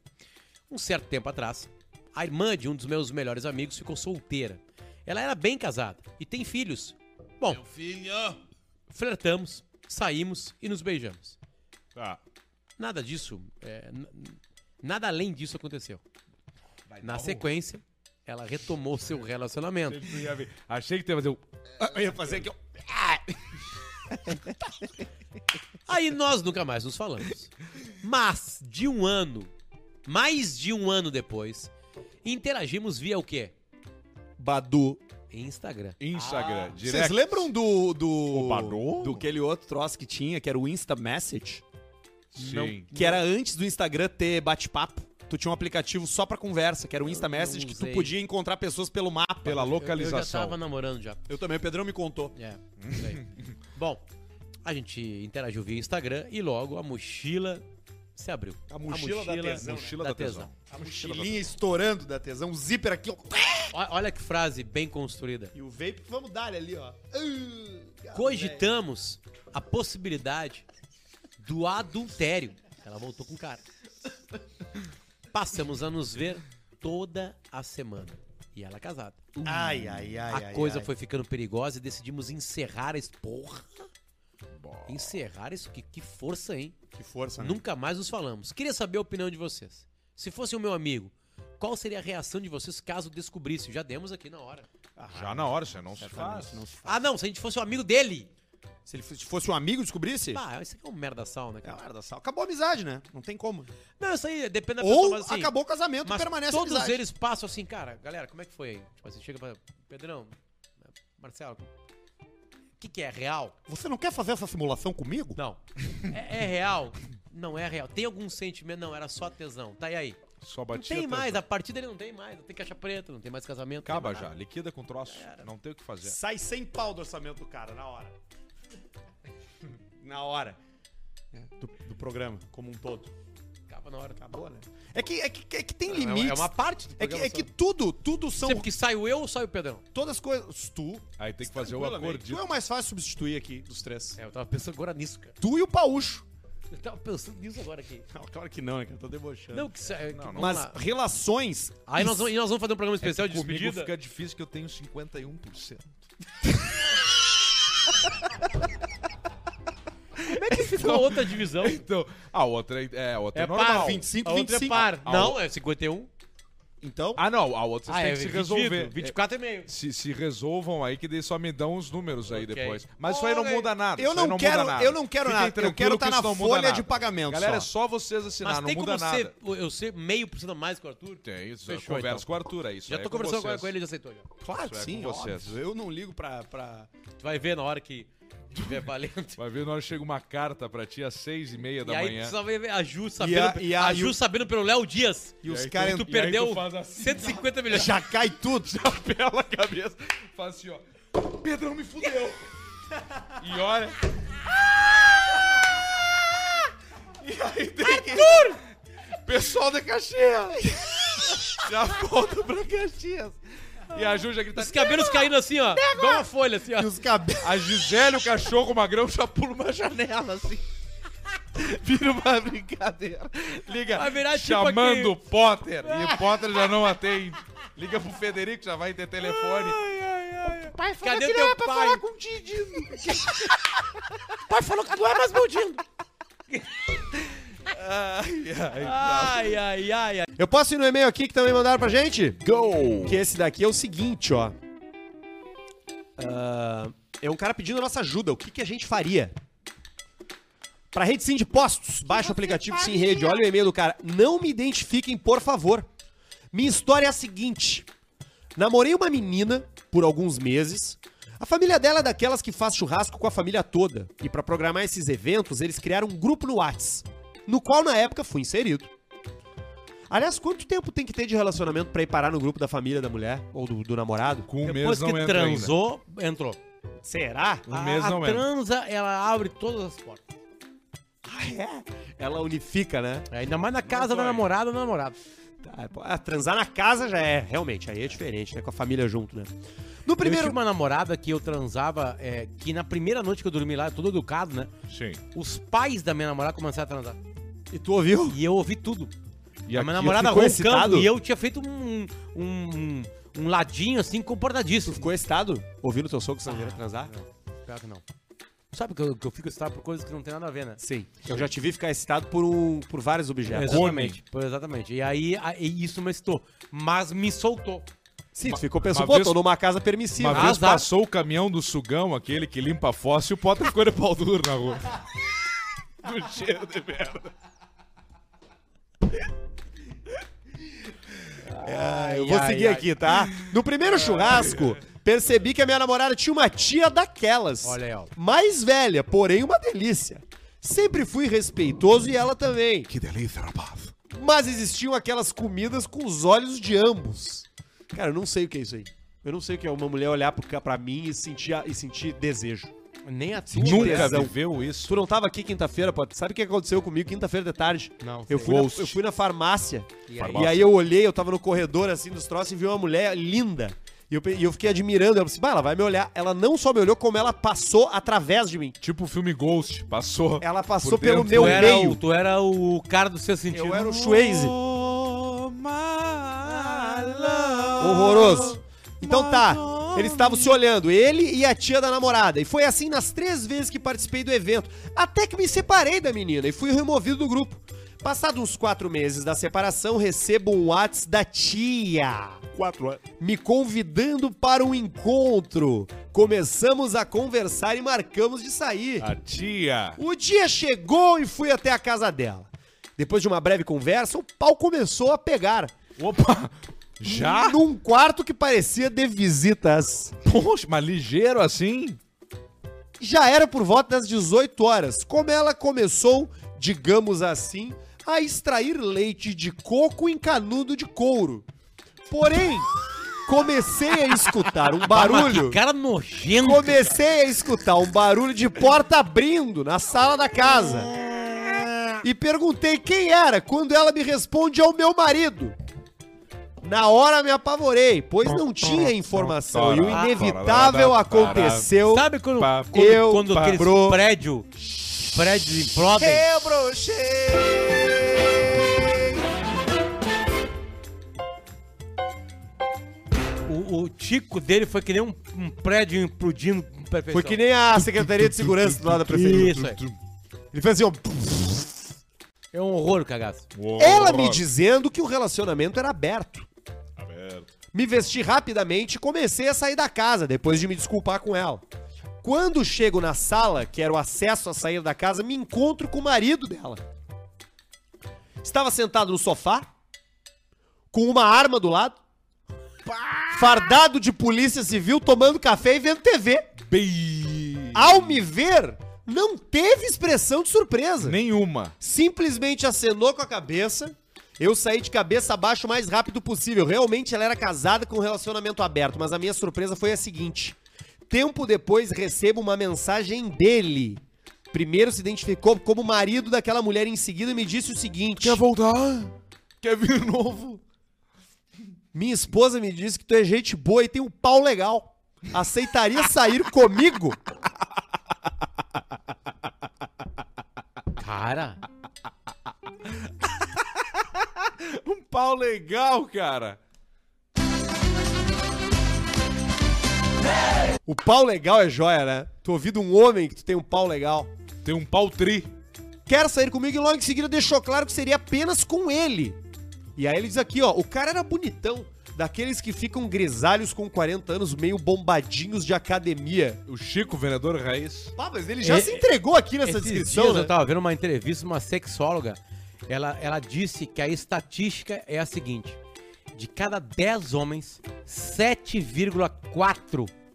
Speaker 4: Um certo tempo atrás, a irmã de um dos meus melhores amigos ficou solteira. Ela era bem casada e tem filhos. Bom, flertamos, saímos e nos beijamos.
Speaker 1: Tá.
Speaker 4: Nada disso, é, n- n- nada além disso aconteceu.
Speaker 1: um.
Speaker 4: Na sequência, ela retomou seu relacionamento.
Speaker 3: Achei que tu ia fazer o...
Speaker 1: Eu ia fazer aqui, ó.
Speaker 4: Aí nós nunca mais nos falamos. Mas, de um ano, mais de um ano depois, interagimos via o quê?
Speaker 1: Badu.
Speaker 4: Instagram.
Speaker 3: Instagram, direto.
Speaker 1: Vocês lembram do. Do,
Speaker 3: O Badu?
Speaker 1: do aquele outro troço que tinha, que era o Insta Message?
Speaker 3: Sim.
Speaker 1: Que era antes do Instagram ter bate-papo. Tu tinha um aplicativo só pra conversa, que era o Insta Message,
Speaker 4: não
Speaker 1: que tu
Speaker 4: usei.
Speaker 1: podia encontrar pessoas pelo mapa.
Speaker 3: Pela
Speaker 4: Eu já
Speaker 3: localização.
Speaker 4: tava namorando já.
Speaker 1: Eu também, o Pedrão me contou.
Speaker 4: É, isso aí. Bom, a gente interagiu via Instagram e logo a mochila se abriu.
Speaker 1: A mochila da tesão, né?
Speaker 4: mochila da tesão.
Speaker 1: A mochilinha estourando da
Speaker 2: Um
Speaker 1: tesão, o zíper aqui, ó.
Speaker 4: Ó- Olha que frase bem construída.
Speaker 1: E o vape, vamos dar ali, ó. Ah,
Speaker 4: Cogitamos a possibilidade do adultério. Ela voltou com o cara. Passamos a nos ver toda a semana. E ela é casada.
Speaker 1: Ai, ai, ai.
Speaker 4: a
Speaker 1: ai,
Speaker 4: coisa
Speaker 1: ai.
Speaker 4: foi ficando perigosa e decidimos encerrar a Porra! Encerrar isso? Que, que força, hein?
Speaker 1: Que força, né?
Speaker 4: Nunca mais nos falamos. Queria saber a opinião de vocês. Se fosse o meu amigo, qual seria a reação de vocês caso descobrisse? Já demos aqui na hora.
Speaker 3: Já na hora, você não se faz.
Speaker 4: Ah, não, se a gente fosse o amigo dele.
Speaker 1: Se ele fosse- fosse um amigo, descobrisse?
Speaker 4: Ah, isso aqui é um merda sal, né,
Speaker 1: É,
Speaker 4: cara?
Speaker 1: uma merda, sal. acabou a amizade, né? Não tem como.
Speaker 4: Não, isso aí depende da pessoa.
Speaker 1: Ou
Speaker 4: mas, assim,
Speaker 1: acabou o casamento e
Speaker 4: mas
Speaker 1: permanece a
Speaker 4: todos
Speaker 1: amizade.
Speaker 4: eles passam assim, cara, galera, como é que foi aí? Tipo assim, chega pra... Pedrão, Marcelo, o que que é real?
Speaker 1: Você não quer fazer essa simulação comigo?
Speaker 4: Não. É, é real? Não é real. Tem algum sentimento? Não, era só tesão. Tá e aí?
Speaker 3: Só
Speaker 4: Não
Speaker 3: batia.
Speaker 4: tem
Speaker 3: tesão.
Speaker 4: mais, a partida ele não tem mais. Não tem caixa preta, não tem mais casamento. não
Speaker 3: Acaba
Speaker 4: tem mais
Speaker 3: já,
Speaker 4: nada.
Speaker 3: liquida com troço. Não tem o que fazer.
Speaker 1: Sai sem pau do orçamento do cara, na hora. na hora. Do, do programa, como um todo.
Speaker 4: Acaba na hora.
Speaker 1: Acabou, né? É que, é que, é que tem
Speaker 4: É uma-
Speaker 1: limites.
Speaker 4: É uma parte do
Speaker 1: É que,
Speaker 4: programa
Speaker 1: é que
Speaker 4: só.
Speaker 1: tudo, tudo são
Speaker 4: Sempre que saiu eu ou sai o Pedrão?
Speaker 1: todas coisas. Tu.
Speaker 3: Aí tem que fazer o
Speaker 1: Tu é
Speaker 3: acordito.
Speaker 4: um
Speaker 1: o mais fácil substituir aqui dos três.
Speaker 4: É, eu tava pensando agora nisso, cara.
Speaker 1: Tu e o Paúcho.
Speaker 4: Eu tava pensando nisso agora aqui.
Speaker 1: Claro que não, né, cara? Tô debochando.
Speaker 4: Não, que... sa- é que vamos
Speaker 1: Mas
Speaker 4: lá.
Speaker 1: relações.
Speaker 4: Aí nós vamos, e nós vamos fazer
Speaker 3: É
Speaker 4: um programa especial de
Speaker 3: Comigo
Speaker 4: despedida.
Speaker 3: fica difícil que eu tenho 51%.
Speaker 4: Ficou outra divisão.
Speaker 3: Então, a outra é, é, a outra é,
Speaker 4: É
Speaker 3: normal.
Speaker 4: par.
Speaker 1: 25,
Speaker 4: a outra
Speaker 1: 25.
Speaker 4: é par.
Speaker 3: A
Speaker 4: Não, é 51.
Speaker 1: Então,
Speaker 3: Ah, não. A outra um. vocês
Speaker 4: Ah,
Speaker 3: têm
Speaker 4: é,
Speaker 3: que se
Speaker 4: 22,
Speaker 3: resolver.
Speaker 4: 24 e meio.
Speaker 3: É, Se, se resolvam aí, que daí só me dão os números aí
Speaker 4: Ok.
Speaker 3: depois. Mas isso aí não
Speaker 1: Olha,
Speaker 3: muda nada.
Speaker 1: eu
Speaker 3: isso aí
Speaker 1: não
Speaker 3: muda
Speaker 1: quero-
Speaker 3: nada.
Speaker 1: eu não quero
Speaker 3: Fiquem
Speaker 1: nada, eu
Speaker 3: tranquilos
Speaker 1: quero
Speaker 3: que
Speaker 1: tá
Speaker 3: isso
Speaker 1: na
Speaker 3: não muda
Speaker 1: folha de
Speaker 3: nada.
Speaker 1: pagamento
Speaker 3: Galera,
Speaker 1: só.
Speaker 3: é só vocês assinar,
Speaker 4: Mas
Speaker 3: não
Speaker 4: tem
Speaker 3: muda
Speaker 4: como
Speaker 3: nada.
Speaker 4: ser, eu ser meio por cento a mais que o Arthur?
Speaker 3: Tem isso, eu
Speaker 4: Fechou,
Speaker 3: converso
Speaker 4: então.
Speaker 3: com o Arthur aí. Isso
Speaker 4: Já
Speaker 3: aí é
Speaker 4: tô
Speaker 3: com
Speaker 4: conversando
Speaker 3: vocês.
Speaker 4: com ele, já aceitou já.
Speaker 1: Claro,
Speaker 3: Isso é
Speaker 1: sim,
Speaker 3: com vocês.
Speaker 1: óbvio. Eu não ligo pra... pra...
Speaker 4: Tu vai ver na hora que tiver valendo.
Speaker 3: Vai ver na hora que chega uma carta pra ti às seis e meia
Speaker 4: E
Speaker 3: da
Speaker 4: aí
Speaker 3: manhã.
Speaker 4: tu só vai ver a Ju sabendo,
Speaker 1: E a- e a-
Speaker 4: a Ju
Speaker 1: e o-
Speaker 4: sabendo pelo Léo Dias.
Speaker 1: E os
Speaker 3: aí
Speaker 1: caras...
Speaker 4: tu
Speaker 3: tu
Speaker 4: perdeu
Speaker 3: faz assim.
Speaker 4: 150 milhões.
Speaker 1: Já cai tudo.
Speaker 3: Pela cabeça. Faz assim, ó. Pedrão me fudeu. e olha.
Speaker 1: Pessoal da caixinha.
Speaker 3: Já volta pra Caxias. E a Ju já grita.
Speaker 4: Os cabelos caindo assim, ó. Igual uma folha, assim, ó.
Speaker 1: E os cabelos...
Speaker 3: A Gisele, o cachorro magrão, já pula uma janela assim.
Speaker 1: Vira uma brincadeira.
Speaker 3: Liga,
Speaker 4: Vai virar tipo
Speaker 3: chamando
Speaker 4: aquele-
Speaker 3: o Potter. E o Potter já não atende. Liga pro Federico, já vai ter telefone.
Speaker 4: Cadê o teu pai? é Ai, ai, ai, ai.
Speaker 1: Eu posso ir no e-mail aqui que também mandaram pra gente? Go! Que esse daqui é o seguinte, ó. Ah, é um cara pedindo a nossa ajuda. O que, que a gente faria? Pra rede sim de postos, baixa o aplicativo sim rede. Olha o e-mail do cara. Não me identifiquem, por favor. Minha história é a seguinte. Namorei uma menina por alguns meses. A família dela é daquelas que faz churrasco com a família toda. E pra programar esses eventos, eles criaram um grupo no Whats, no qual na época fui inserido. Aliás, quanto tempo tem que ter de relacionamento pra ir parar no grupo da família da mulher ou do, do namorado?
Speaker 7: Com um mês
Speaker 4: Depois
Speaker 7: não
Speaker 4: que
Speaker 7: entra ainda.
Speaker 4: transou, entrou.
Speaker 1: Será?
Speaker 7: Um mês
Speaker 4: a
Speaker 7: não entra.
Speaker 4: transa, ela abre todas as portas.
Speaker 1: Ah, é? Ela unifica, né?
Speaker 4: Ainda mais na casa da namorada do namorado.
Speaker 1: Tá, pô, ah, transar na casa já é, realmente, aí é diferente, né? Com a família junto, né? No primeiro.
Speaker 4: Primeiro... Eu tive uma namorada que eu transava, é, que na primeira noite que eu dormi lá, todo educado, né?
Speaker 7: Sim.
Speaker 4: Os pais da minha namorada começaram a transar.
Speaker 1: E tu ouviu?
Speaker 4: E eu ouvi tudo.
Speaker 7: E
Speaker 4: a
Speaker 7: aqui
Speaker 4: minha namorada
Speaker 1: ficou
Speaker 4: roncando
Speaker 1: excitado?
Speaker 4: e eu tinha feito um, um, um ladinho assim comportadíssimo.
Speaker 1: Ficou excitado ouvindo teu soco estrangeiro transar?
Speaker 4: Pior que não. Sabe que eu, que eu fico excitado por coisas que não tem nada a ver, né?
Speaker 1: Sim. Eu já te vi ficar excitado por, um, por vários objetos.
Speaker 4: exatamente. Pois, exatamente. E aí a- e isso me excitou. Mas me soltou.
Speaker 1: Sim, tu ficou pensando,
Speaker 3: uma
Speaker 1: pô,
Speaker 3: vez-
Speaker 1: tô numa casa permissiva.
Speaker 3: Uma
Speaker 4: Ah,
Speaker 3: vez
Speaker 4: azar.
Speaker 3: passou o caminhão do sugão, aquele que limpa a fossa, e o Potter ficou de pau duro na rua. Do cheiro de merda.
Speaker 1: Ah, eu vou seguir aqui, tá? No primeiro churrasco, percebi que a minha namorada tinha uma tia daquelas.
Speaker 4: Olha aí, ó.
Speaker 1: Mais velha, porém uma delícia. Sempre fui respeitoso e ela também.
Speaker 3: Que delícia, rapaz.
Speaker 1: Mas existiam aquelas comidas com os olhos de ambos. Cara, eu não sei o que é isso aí. Eu não sei o que é uma mulher olhar pro ca- pra mim e sentir, a- e sentir desejo.
Speaker 4: Nem a tua. né?
Speaker 1: Nunca tesão.
Speaker 3: viveu isso?
Speaker 1: Tu não tava aqui quinta-feira, pô. Sabe o que aconteceu comigo quinta-feira de tarde?
Speaker 4: Não,
Speaker 1: Eu
Speaker 4: sei.
Speaker 1: fui, na,
Speaker 3: Ghost.
Speaker 1: eu fui na farmácia e aí,
Speaker 3: Farmácia.
Speaker 1: eu olhei, eu tava no corredor assim dos troços e vi uma mulher linda. E eu, pe- e eu fiquei admirando. Ela disse, bah, ela vai me olhar. Ela não só me olhou, como ela passou através de mim.
Speaker 3: Tipo o filme Ghost, passou.
Speaker 4: É.
Speaker 1: Ela passou
Speaker 3: Por
Speaker 1: pelo
Speaker 3: dentro.
Speaker 1: meu
Speaker 4: tu, era
Speaker 1: meio.
Speaker 4: o, tu era o cara do seu sentido.
Speaker 1: Eu era o Schwaze. Horroroso. Então tá, eles estavam se olhando, ele e a tia da namorada. E foi assim nas três vezes que participei do evento. Até que me separei da menina e fui removido do grupo. Passados uns quatro meses da separação, recebo um WhatsApp da tia. Me convidando para um encontro. Começamos a conversar e marcamos de sair.
Speaker 3: A tia.
Speaker 1: O dia chegou e fui até a casa dela. Depois de uma breve conversa, o pau começou a pegar.
Speaker 3: Opa! Já?
Speaker 4: Hum.
Speaker 1: Num quarto que parecia de visitas.
Speaker 3: Poxa, mas ligeiro assim?
Speaker 1: Já era por volta das 18 horas, como ela começou, digamos assim, a extrair leite de coco em canudo de couro. Porém, comecei a escutar um barulho.
Speaker 4: Que cara nojento.
Speaker 1: Comecei a escutar um barulho de porta abrindo na sala da casa. E perguntei quem era quando ela me responde ao meu marido. Na hora me apavorei, pois não tinha informação e o inevitável aconteceu.
Speaker 4: Sabe quando,
Speaker 3: Pá,
Speaker 4: quando,
Speaker 1: eu
Speaker 4: quando aqueles
Speaker 1: bro-
Speaker 4: prédio, prédios implodem? O, o tico dele foi que nem um, um prédio implodindo com perfeição.
Speaker 1: Foi que nem a Secretaria de Segurança do lado da prefeitura.
Speaker 4: Isso aí.
Speaker 1: Ele fez assim, ó.
Speaker 4: É um horror, cagaço.
Speaker 1: Ela me dizendo que o relacionamento era aberto.
Speaker 8: Me vesti rapidamente e comecei a sair da casa, depois de me desculpar com ela. Quando chego na sala, que era o acesso a sair da casa, me encontro com o marido dela. Estava sentado no sofá, com uma arma do lado, fardado de polícia civil, tomando café e vendo TV. Ao me ver, não teve expressão de surpresa
Speaker 3: Nenhuma.
Speaker 8: simplesmente acenou com a cabeça. Eu saí de cabeça abaixo o mais rápido possível. Realmente ela era casada com um relacionamento aberto, mas a minha surpresa foi a seguinte: tempo depois recebo uma mensagem dele. Primeiro se identificou como marido daquela mulher em seguida me disse o seguinte:
Speaker 3: voltar? Quer vir novo?
Speaker 8: Minha esposa me disse que tu é gente boa e tem um pau legal. Aceitaria sair comigo?
Speaker 4: Cara,
Speaker 3: Um pau legal, cara.
Speaker 8: O pau legal é joia, né? Tu ouvido um homem que tu tem um pau legal.
Speaker 3: Tem um pau tri.
Speaker 8: quer sair comigo e logo em seguida deixou claro que seria apenas com ele. E aí ele diz aqui, ó, o cara era bonitão, daqueles que ficam grisalhos com 40 anos, meio bombadinhos de academia.
Speaker 3: O Chico, vereador raiz.
Speaker 8: Pá, mas ele já
Speaker 4: É,
Speaker 8: se entregou aqui nessa
Speaker 4: esses
Speaker 8: descrição,
Speaker 4: dias
Speaker 8: né?
Speaker 4: eu tava vendo uma entrevista de uma sexóloga. Ela, ela disse que a estatística é a seguinte: de cada 10 homens, 7,4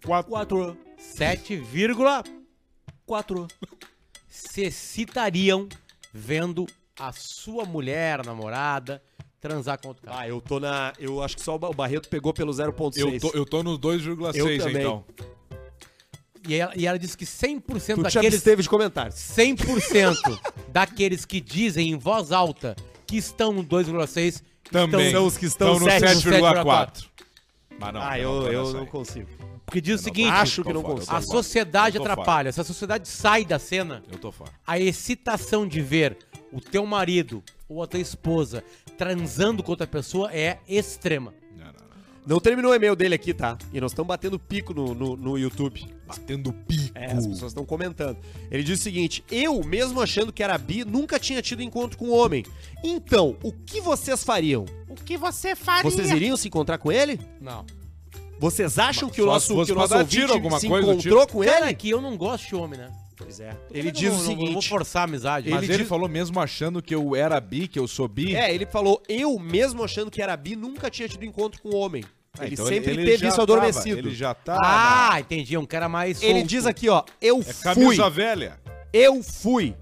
Speaker 3: Quatro.
Speaker 4: 7,4 se excitariam vendo a sua mulher, a namorada, transar com outro cara.
Speaker 8: Ah, eu tô na... Eu acho que só o Ba- o Barreto pegou pelo 0.6.
Speaker 3: Eu tô, eu tô no 2,6
Speaker 8: Eu também.
Speaker 3: então.
Speaker 4: E ela, e ela disse que 100%
Speaker 8: Tu te
Speaker 4: daqueles
Speaker 8: absteve de comentários.
Speaker 4: 100% daqueles que dizem em voz alta que estão no 2,6
Speaker 3: Também. Então
Speaker 4: estão
Speaker 8: Então são os que estão
Speaker 3: no
Speaker 4: no
Speaker 3: 7,4. Mas não,
Speaker 8: ah,
Speaker 3: eu não tô
Speaker 8: eu, eu
Speaker 3: nessa
Speaker 8: não
Speaker 3: aí.
Speaker 8: consigo.
Speaker 4: porque diz o seguinte,
Speaker 8: Acho que
Speaker 3: tô
Speaker 8: não
Speaker 3: fora,
Speaker 8: consigo.
Speaker 3: eu
Speaker 4: a
Speaker 3: tô fora.
Speaker 4: sociedade
Speaker 3: é Eu tô fora.
Speaker 4: atrapalha, se a sociedade sai da cena,
Speaker 3: Eu tô fora.
Speaker 4: a excitação de ver o teu marido ou a tua esposa transando com outra pessoa é extrema.
Speaker 3: Não, não, não.
Speaker 8: Não terminou o e-mail dele aqui, tá? E nós estamos batendo pico no, no, no YouTube.
Speaker 3: Batendo pico.
Speaker 8: É, as pessoas estão comentando. Ele diz o seguinte: eu, mesmo achando que era bi, nunca tinha tido encontro com um homem. Então, o que vocês fariam?
Speaker 4: O que você faria?
Speaker 8: Vocês iriam se encontrar com ele?
Speaker 4: Não.
Speaker 8: Vocês acham que o
Speaker 3: Só
Speaker 8: nosso,
Speaker 3: se fosse
Speaker 8: que o
Speaker 3: pra
Speaker 8: nosso
Speaker 3: dar
Speaker 8: ouvinte
Speaker 3: tiro, alguma
Speaker 8: se
Speaker 3: coisa do tipo.
Speaker 8: encontrou com
Speaker 4: Cara,
Speaker 8: ele?
Speaker 4: é que eu não gosto de homem, né?
Speaker 8: Pois é. Ele
Speaker 4: Eu
Speaker 8: diz
Speaker 4: não-
Speaker 8: o
Speaker 4: não- Não vou
Speaker 8: seguinte.
Speaker 4: forçar a amizade.
Speaker 3: Mas ele,
Speaker 8: diz-
Speaker 3: falou mesmo achando que eu era bi, que eu sou bi.
Speaker 8: É, ele falou: eu, mesmo achando que era bi, nunca tinha tido encontro com um homem.
Speaker 3: Ah,
Speaker 8: ele
Speaker 3: então
Speaker 8: sempre
Speaker 3: ele
Speaker 8: teve
Speaker 3: já
Speaker 8: isso
Speaker 3: tava,
Speaker 8: adormecido.
Speaker 3: ele já tá.
Speaker 4: Ah, entendi. É um cara mais.
Speaker 8: Ele
Speaker 4: solto.
Speaker 8: diz aqui, ó, eu
Speaker 3: É
Speaker 8: fui.
Speaker 3: camisa velha.
Speaker 8: Eu fui.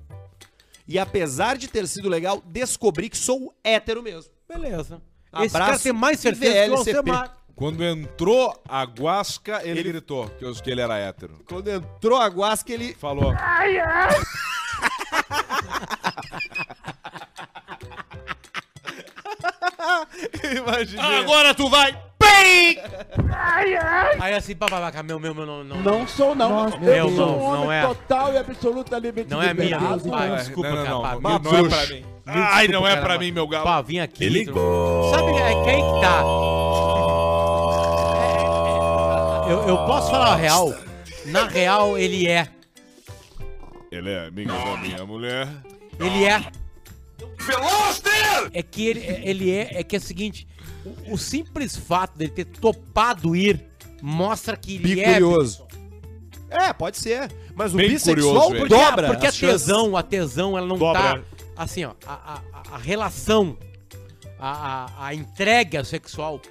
Speaker 8: E apesar de ter sido legal, descobri que sou hétero mesmo.
Speaker 4: Beleza. Esse
Speaker 8: Abraço
Speaker 4: cara tem mais certeza que o
Speaker 8: IVLCP.
Speaker 4: Alcemar.
Speaker 3: Quando entrou a guasca, ele, gritou que, eu- que ele era hétero.
Speaker 8: Quando entrou a guasca, ele
Speaker 3: Falou. Imaginei.
Speaker 8: Agora tu vai. Bem!
Speaker 4: Aí assim, papavaca, meu, meu, meu, não, não.
Speaker 9: Não sou, não.
Speaker 4: Meu
Speaker 9: eu sou
Speaker 4: não,
Speaker 9: um homem
Speaker 4: não é.
Speaker 9: total e absoluta liberdade.
Speaker 4: Não é minha,
Speaker 9: Deus,
Speaker 4: pai.
Speaker 9: então.
Speaker 4: desculpa,
Speaker 3: não,
Speaker 4: cara,
Speaker 3: não,
Speaker 4: pá,
Speaker 3: não,
Speaker 4: me
Speaker 3: não, é pra mim. Ai, não é pra mim, meu galo.
Speaker 4: Pá, vim aqui. Ele Sabe é, quem que tá? É, é, eu, eu posso falar a real? Na real, ele é.
Speaker 3: Ele é amigo da minha mulher.
Speaker 4: Ele é. É que ele, ele é. É que é o seguinte: o, o simples fato dele ter topado ir mostra que ele é.
Speaker 8: Bicurioso. É, pode ser. Mas o
Speaker 3: Bem
Speaker 8: bissexual
Speaker 3: curioso ele.
Speaker 4: Porque, a-
Speaker 8: dobra.
Speaker 4: porque a
Speaker 8: as chances.
Speaker 4: tesão, a tesão, ela não
Speaker 3: Dobra.
Speaker 4: tá. Assim, ó, a, a- a- a relação, a, a- a entrega sexual,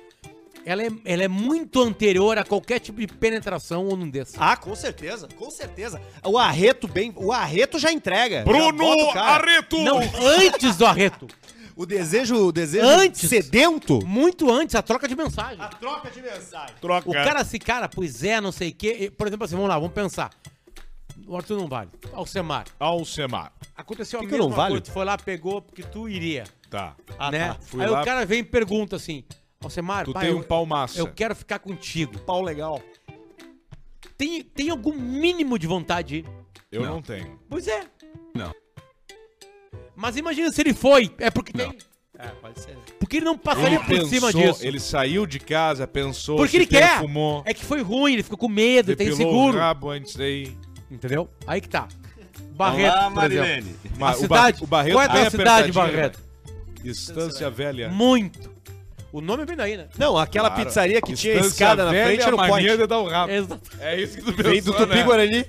Speaker 4: ela é, ela é muito anterior a qualquer tipo de penetração ou nudez.
Speaker 8: Ah, com certeza, com certeza. O arreto bem, o arreto já
Speaker 3: É
Speaker 8: entrega. Já bota
Speaker 3: Bruno
Speaker 8: o cara.
Speaker 3: Arreto!
Speaker 4: Não, antes do arreto.
Speaker 8: O desejo, o desejo
Speaker 4: Antes.
Speaker 8: sedento.
Speaker 4: Muito antes, a troca de mensagem.
Speaker 8: troca de mensagem.
Speaker 3: Troca.
Speaker 4: O cara, se cara, pois é, não sei o quê. e, Por exemplo, assim, vamos lá, vamos pensar. O Arthur não vale. Alcemar.
Speaker 3: Alcemar.
Speaker 4: Aconteceu a
Speaker 8: Que que eu
Speaker 4: mesma
Speaker 8: não valho?
Speaker 4: coisa. Tu foi lá, pegou, porque tu iria.
Speaker 3: Tá.
Speaker 4: né?
Speaker 3: Fui
Speaker 4: Aí
Speaker 3: lá-
Speaker 4: o cara vem e pergunta assim: Alcemar,
Speaker 3: Tu
Speaker 4: pai,
Speaker 3: tem
Speaker 4: eu-
Speaker 3: um pau massa.
Speaker 4: Eu quero ficar contigo.
Speaker 8: Pau legal.
Speaker 4: Tem, tem algum mínimo de vontade?
Speaker 3: Eu não tenho.
Speaker 4: Pois é.
Speaker 3: Não.
Speaker 4: Mas imagina se ele foi. É porque tem.
Speaker 8: É, pode ser.
Speaker 4: Porque ele não
Speaker 3: Ele
Speaker 4: passaria por
Speaker 3: pensou,
Speaker 4: cima disso.
Speaker 3: ele saiu de casa, pensou,
Speaker 4: Porque
Speaker 3: se
Speaker 4: ele quer.
Speaker 3: perfumou,
Speaker 4: É que foi ruim, ele ficou com medo, tá
Speaker 3: depilou o
Speaker 4: inseguro.
Speaker 3: rabo antes aí.
Speaker 4: Entendeu? Aí que tá. Barreto, por exemplo.
Speaker 3: Mas
Speaker 4: cidade?
Speaker 3: o Barreto
Speaker 4: Qual é a
Speaker 3: bem
Speaker 4: tua cidade, Hum,
Speaker 3: apertadinho, né?
Speaker 4: Barreto?
Speaker 3: Estância Velha.
Speaker 4: Muito. O nome vem daí, né?
Speaker 8: Não, aquela
Speaker 3: Claro.
Speaker 8: pizzaria que tinha
Speaker 3: Distância
Speaker 8: escada na
Speaker 3: velha,
Speaker 8: frente era o
Speaker 3: mania
Speaker 8: point.
Speaker 3: de dar o rabo.
Speaker 4: Exato.
Speaker 3: É isso que tu pensou,
Speaker 8: Vem do Tupi
Speaker 3: né?
Speaker 8: Guarani.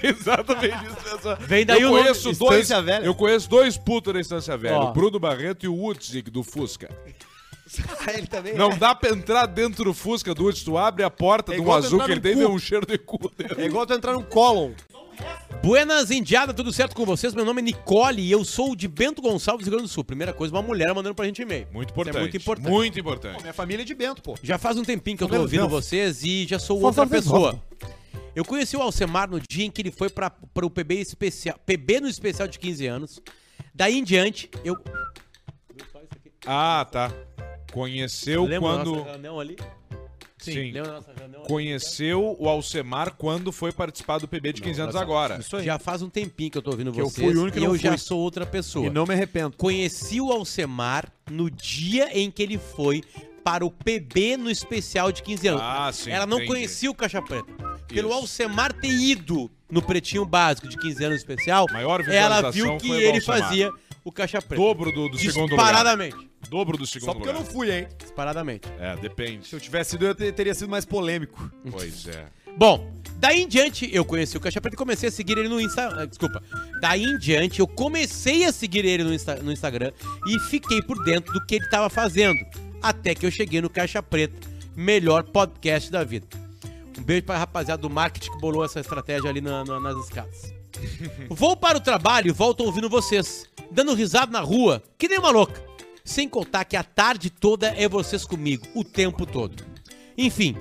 Speaker 3: Exatamente isso, pessoal.
Speaker 4: Vem daí
Speaker 3: eu
Speaker 4: o nome.
Speaker 3: conheço dois,
Speaker 8: Estância Velha.
Speaker 3: Eu conheço dois putos da Estância Velha.
Speaker 4: Ó.
Speaker 3: O Bruno Barreto e o Utzik do Fusca.
Speaker 8: Ele também.
Speaker 3: Não dá pra entrar dentro do Fusca do Utzik. Tu abre a porta
Speaker 8: É
Speaker 3: de um
Speaker 8: igual
Speaker 3: azul
Speaker 8: entrar
Speaker 3: que ele
Speaker 8: num
Speaker 3: tem e
Speaker 8: cu.
Speaker 3: vê um cheiro de cu dentro.
Speaker 8: É igual tu entrar num colon.
Speaker 4: Buenas Indiada, tudo certo com vocês? Meu nome é Nicole e eu sou de Bento Gonçalves, Rio Grande do Sul. Primeira coisa, uma mulher mandando pra gente e-mail.
Speaker 3: Muito
Speaker 4: Isso
Speaker 3: importante.
Speaker 4: É muito importante.
Speaker 3: Muito importante.
Speaker 8: Minha família é de Bento, pô.
Speaker 4: Já faz um tempinho que eu tô
Speaker 2: Meu
Speaker 4: ouvindo
Speaker 2: Deus.
Speaker 4: vocês e já sou outra
Speaker 2: Deus.
Speaker 4: pessoa. Eu conheci o Alcemar no dia em que ele foi para o PB especial, PB no especial de 15 anos. Daí em diante, eu
Speaker 3: Ah, tá. Conheceu
Speaker 4: lembra da
Speaker 3: quando...
Speaker 4: nossa reunião ali? Sim,
Speaker 3: Sim.
Speaker 4: lembra da nossa reunião ali?
Speaker 3: Conheceu o Alcemar quando foi participar do PB de 15 anos agora.
Speaker 4: Já faz um tempinho que eu tô ouvindo
Speaker 8: eu
Speaker 4: vocês
Speaker 8: fui o único que
Speaker 4: e
Speaker 8: não
Speaker 4: eu já
Speaker 8: fui.
Speaker 4: sou outra pessoa.
Speaker 8: E não me arrependo.
Speaker 4: Conheci o Alcemar no dia em que ele foi para o PB no especial de 15 anos.
Speaker 3: Ah, sim,
Speaker 4: Ela não
Speaker 3: entendi.
Speaker 4: conhecia o Caixa Preta. Pelo
Speaker 3: Isso.
Speaker 4: Alcemar ter ido no Pretinho Básico de 15 anos especial,
Speaker 3: Maior visualização
Speaker 4: ela viu que
Speaker 3: foi a do
Speaker 4: ele
Speaker 3: Alcemar.
Speaker 4: fazia o Caixa Preta.
Speaker 3: Dobro do, do segundo lugar.
Speaker 4: disparadamente.
Speaker 3: Dobro do segundo
Speaker 8: Só porque eu
Speaker 3: lugar.
Speaker 8: não fui, hein?
Speaker 4: Disparadamente.
Speaker 3: É, depende.
Speaker 8: Se eu tivesse ido, eu te- teria sido mais polêmico.
Speaker 3: Pois é.
Speaker 4: Bom, daí em diante eu conheci o Caixa Preta e comecei a seguir ele no Instagram. Desculpa. Daí em diante eu comecei a seguir ele no, Insta- no Instagram e fiquei por dentro do que ele estava fazendo. Até que eu cheguei no Caixa Preta, melhor podcast da vida. Um beijo pra rapaziada do marketing que bolou essa estratégia ali na- na- nas escadas. Vou para o trabalho e volto ouvindo vocês, dando risada na rua, que nem uma louca. Sem contar que a tarde toda é vocês comigo, o tempo todo. Enfim,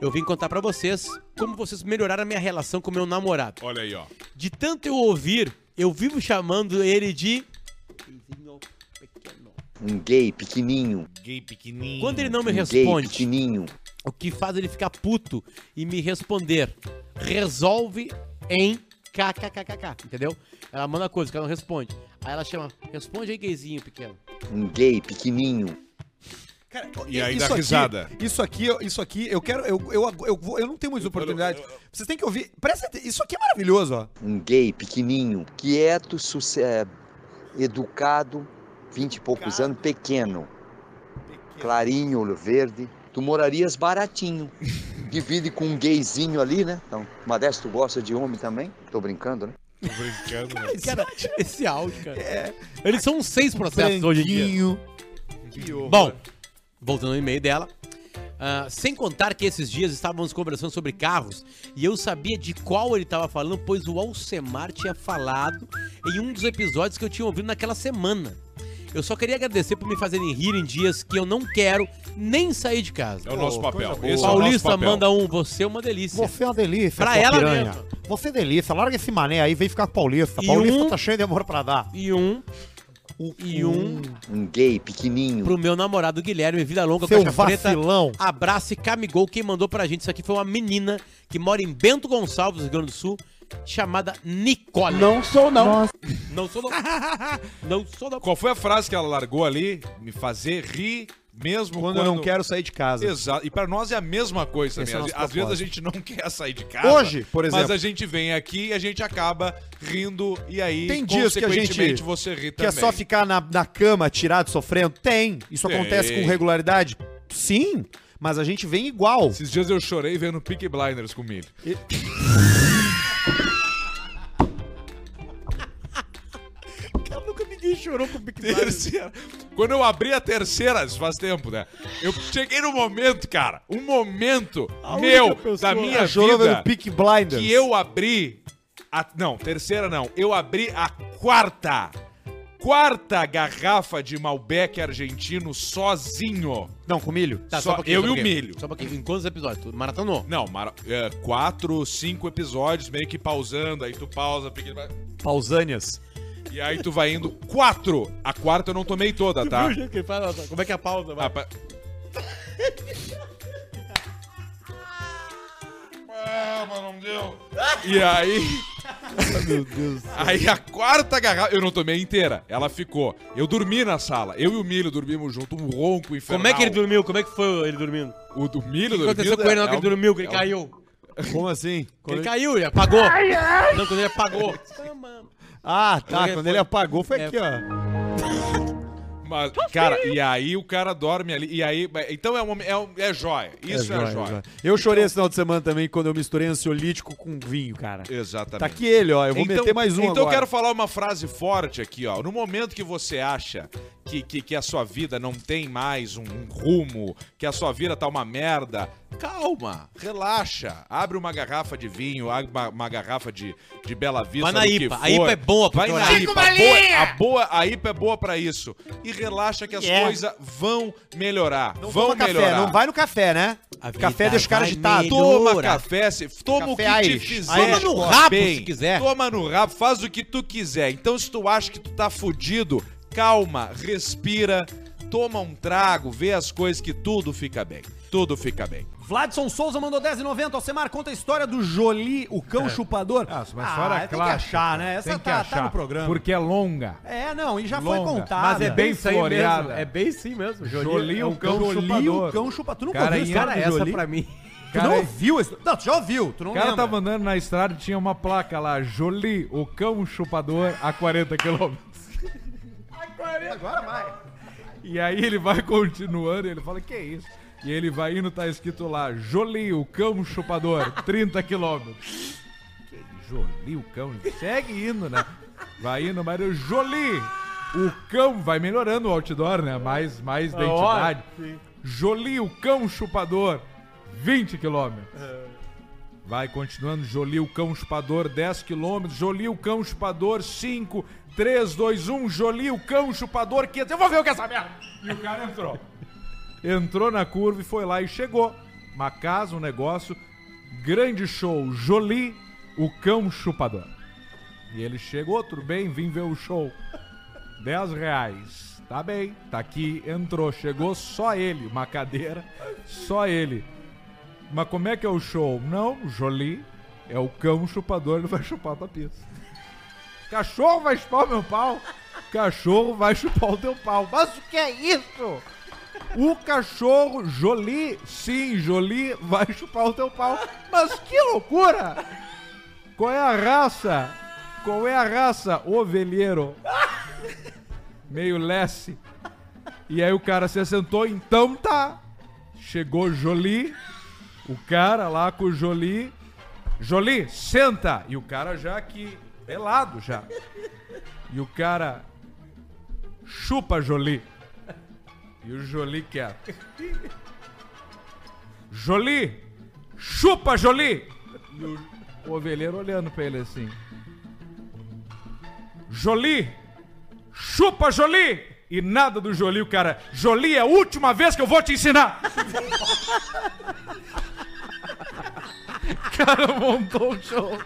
Speaker 4: eu vim contar pra vocês como vocês melhoraram a minha relação com meu namorado.
Speaker 3: Olha aí, ó.
Speaker 4: De tanto eu ouvir, eu vivo chamando ele de.
Speaker 10: Um gay pequenininho.
Speaker 2: Gay pequenininho.
Speaker 4: Quando ele não me
Speaker 10: um gay
Speaker 4: responde,
Speaker 10: pequenininho.
Speaker 4: o que faz ele ficar puto e me responder. Resolve em kkkk, entendeu? Ela manda coisa que ela não responde. Aí ela chama, responde aí, gayzinho pequeno.
Speaker 10: Um gay pequenininho.
Speaker 8: Cara,
Speaker 3: E aí dá
Speaker 8: aqui-
Speaker 3: risada.
Speaker 8: isso aqui, isso aqui, eu quero, eu, eu, eu, vou- eu não tenho muitas oportunidades. Vocês têm que ouvir. Presta atenção, isso aqui é maravilhoso, ó.
Speaker 10: Um gay pequenininho. Quieto, suce- eh, educado, vinte e poucos anos, pequeno. Clarinho, olho verde. Tu morarias baratinho. Divide com um gayzinho ali, né? Então, Modesto gosta de homem também. Tô brincando, né?
Speaker 3: Tô brincando. né?
Speaker 4: Cara, esse áudio, cara.
Speaker 2: É.
Speaker 4: Eles são uns
Speaker 2: Um
Speaker 4: seis processos hoje em dia.
Speaker 8: Branquinho.
Speaker 4: Bom, voltando ao e-mail dela. ah, sem contar que esses dias estávamos conversando sobre carros e eu sabia de qual ele estava falando, pois o Alcemar tinha falado em um dos episódios que eu tinha ouvido naquela semana. Eu só queria agradecer por me fazerem rir em dias que eu não quero nem sair de casa.
Speaker 3: É o nosso papel.
Speaker 8: coisa boa.
Speaker 3: Esse
Speaker 4: Paulista
Speaker 3: é o nosso papel.
Speaker 4: manda um, você é uma delícia.
Speaker 2: Você é uma delícia,
Speaker 4: Pra
Speaker 2: sua
Speaker 4: ela
Speaker 2: piranha.
Speaker 4: mesmo.
Speaker 2: Você é delícia, larga esse mané aí, vem ficar com paulista.
Speaker 4: E
Speaker 2: paulista
Speaker 4: um-
Speaker 2: tá cheio de amor pra dar.
Speaker 4: E um. E um
Speaker 10: Um gay pequenininho.
Speaker 4: pro meu namorado Guilherme, vida longa,
Speaker 2: Seu
Speaker 4: caixa preta.
Speaker 2: vacilão.
Speaker 4: Abraço e camigol quem mandou pra gente. Isso aqui foi uma menina que mora em Bento Gonçalves, Rio Grande do Sul, chamada Nicole. Não sou não. Não sou não. não sou não.
Speaker 3: Qual foi a frase que ela largou ali? Me fazer rir mesmo
Speaker 8: Quando, eu não quero sair de casa.
Speaker 3: Exato. E pra nós é a mesma coisa
Speaker 8: Esse
Speaker 3: também.
Speaker 8: é o
Speaker 3: Às-
Speaker 8: nosso
Speaker 3: Às vezes a
Speaker 8: propósito.
Speaker 3: gente não quer sair de casa.
Speaker 8: Hoje, por exemplo.
Speaker 3: Mas a gente vem aqui e a gente acaba rindo e aí,
Speaker 8: Tem dias que a gente-
Speaker 3: consequentemente, você ri
Speaker 8: Que é
Speaker 3: também.
Speaker 8: só ficar na, na cama, tirado, sofrendo? Tem. Isso
Speaker 3: Tem.
Speaker 8: acontece com regularidade? Sim. Mas a gente vem igual.
Speaker 3: Esses dias eu chorei vendo Peaky Blinders com milho.
Speaker 4: Cara, nunca ninguém chorou com o Big
Speaker 3: Terceira. Quando eu abri a terceira, isso faz tempo, né? Eu cheguei no momento, cara, um momento meu, da
Speaker 4: Tá
Speaker 3: minha
Speaker 8: Chorou
Speaker 3: vida,
Speaker 8: vendo Peak Blinders.
Speaker 3: que eu abri. a- não, terceira não. Eu abri a quarta. Quarta garrafa de Malbec argentino sozinho.
Speaker 8: Não, com milho.
Speaker 3: Tá,
Speaker 4: Tá,
Speaker 3: Só um eu e o milho.
Speaker 4: um Só pra quem, em quantos episódios? Tu Maratonou.
Speaker 3: Não, mara- é, quatro, cinco episódios, meio que pausando, aí tu pausa, Peaky Blinders,
Speaker 8: Pausânias.
Speaker 3: e aí tu vai indo quatro. A quarta eu não tomei toda, tá?
Speaker 4: Como é que é a pausa?
Speaker 3: Ah, pa- Ah, mas não deu. E aí.
Speaker 1: Ah,
Speaker 3: Aí a quarta garrafa. Eu não tomei inteira. Ela ficou. Eu dormi na sala. Eu e o milho dormimos junto, um ronco infernal.
Speaker 4: Como é que ele dormiu? Como é que foi ele dormindo? O
Speaker 3: O do milho
Speaker 4: que
Speaker 3: dormindo
Speaker 4: aconteceu com ele na hora
Speaker 3: é
Speaker 4: que ele
Speaker 3: um-
Speaker 4: dormiu, que ele
Speaker 3: é um-
Speaker 4: caiu?
Speaker 8: Como assim?
Speaker 4: Que ele caiu, ele apagou. Não, quando ele apagou.
Speaker 8: Ah, tá.
Speaker 4: Quando
Speaker 8: Quando
Speaker 4: ele
Speaker 8: ele
Speaker 4: foi-
Speaker 8: apagou foi
Speaker 4: É.
Speaker 8: aqui, ó.
Speaker 1: Mas, cara, e aí o cara dorme ali. E aí. Então é uma. É, um- é joia. Isso é,
Speaker 11: joia,
Speaker 1: joia.
Speaker 11: joia. Eu chorei esse final de semana também quando eu misturei ansiolítico com vinho, cara.
Speaker 1: Exatamente.
Speaker 11: Tá aqui ele, ó. Eu vou meter mais um
Speaker 1: Então eu
Speaker 11: agora.
Speaker 1: quero falar uma frase forte aqui, ó. No momento que você acha que, que, que a sua vida não tem mais um rumo, que a sua vida tá uma merda, calma, relaxa. Abre uma garrafa de vinho, abre uma, uma garrafa de, de Bela Vista,
Speaker 4: Vai na
Speaker 1: do que
Speaker 4: IPA.
Speaker 1: for.
Speaker 4: A IPA é boa pra
Speaker 1: Vai na
Speaker 4: piorar.
Speaker 1: IPA. A boa, a boa, a IPA é boa pra isso. E relaxa que as
Speaker 11: Yeah.
Speaker 1: coisas vão melhorar.
Speaker 11: É. Não
Speaker 1: vão
Speaker 11: toma café,
Speaker 1: melhorar.
Speaker 11: não vai no café, né?
Speaker 4: A
Speaker 11: Café
Speaker 4: vida
Speaker 11: deixa o cara
Speaker 4: vai
Speaker 11: agitado.
Speaker 4: melhor.
Speaker 1: Toma
Speaker 4: Melhora.
Speaker 1: café, é se, toma
Speaker 11: Café
Speaker 1: o que te
Speaker 11: Irish.
Speaker 1: fizer.
Speaker 4: Toma no rabo,
Speaker 1: bem.
Speaker 4: se quiser.
Speaker 1: Toma no rabo, faz o que tu quiser. Então, se tu acha que tu tá fudido, calma, respira, toma um trago, vê as coisas que tudo fica bem. Tudo fica bem.
Speaker 2: Vladson Souza mandou 10,90. Alcemar, conta a história do Jolie, o cão chupador.
Speaker 3: Ah, mas fora
Speaker 2: tem
Speaker 3: clássica.
Speaker 2: que achar, né? Essa
Speaker 3: Tem que
Speaker 2: tá,
Speaker 3: achar,
Speaker 2: tá no programa.
Speaker 3: Porque é longa.
Speaker 2: É, não, e já foi
Speaker 3: Longa.
Speaker 2: contada.
Speaker 3: Mas é bem
Speaker 12: isso aí mesmo,
Speaker 3: floreada.
Speaker 12: É bem sim mesmo.
Speaker 3: Jolie,
Speaker 12: é um
Speaker 3: o cão
Speaker 12: cão
Speaker 2: Jolie,
Speaker 3: chupador.
Speaker 2: o cão chupador. Tu nunca
Speaker 3: Cara, e
Speaker 2: ouviu a história
Speaker 12: Cara,
Speaker 2: do
Speaker 12: essa
Speaker 2: Jolie?
Speaker 12: pra mim.
Speaker 2: Tu
Speaker 3: Cara,
Speaker 2: não ouviu a história? Não, tu já ouviu, tu não
Speaker 3: O cara
Speaker 2: lembra.
Speaker 3: tava andando na estrada e tinha uma placa lá, Jolie, o cão chupador a 40 km.
Speaker 2: Agora vai.
Speaker 3: E aí ele vai continuando e ele fala, que isso? E ele vai indo, tá escrito lá, Jolie, o cão chupador, 30 quilômetros. Que Jolie, o cão, segue indo, né? Vai indo, mas o Jolie, o cão, vai melhorando o outdoor, né? Mais, mais
Speaker 2: É
Speaker 3: identidade. Jolie, o cão chupador, 20 quilômetros. Vai continuando, Jolie, o cão chupador, 10 quilômetros, Jolie, o cão chupador, 5, 3, 2, 1, Jolie, o cão chupador, 500, eu vou ver o que é essa merda. E o cara entrou. Entrou na curva e foi lá e chegou. Uma casa, um negócio, grande show, Jolie, o cão chupador. E ele chegou, tudo bem, vim ver o show. 10 reais. Tá bem, tá aqui, entrou, chegou só ele, uma cadeira, só ele. Mas como é que é o show? Não, Jolie é o cão chupador, ele vai chupar a tua pizza. Cachorro vai chupar o meu pau? Cachorro vai chupar o teu pau. Mas o que é isso? O cachorro Jolie, sim, Jolie vai chupar o teu pau. Mas que loucura! Qual é a raça? Qual é a raça? Ovelheiro. Meio lesse. E aí o cara se assentou, então tá. Chegou Jolie. O cara lá com o Jolie. Jolie, senta! E o cara já aqui, pelado já. E o cara. Chupa Jolie. E o Jolie quieto. Jolie! Chupa Jolie! E o, o ovelheiro olhando pra ele assim. Jolie! Chupa Jolie! E nada do Jolie, o cara. Jolie é a última vez que eu vou te ensinar! cara montou um show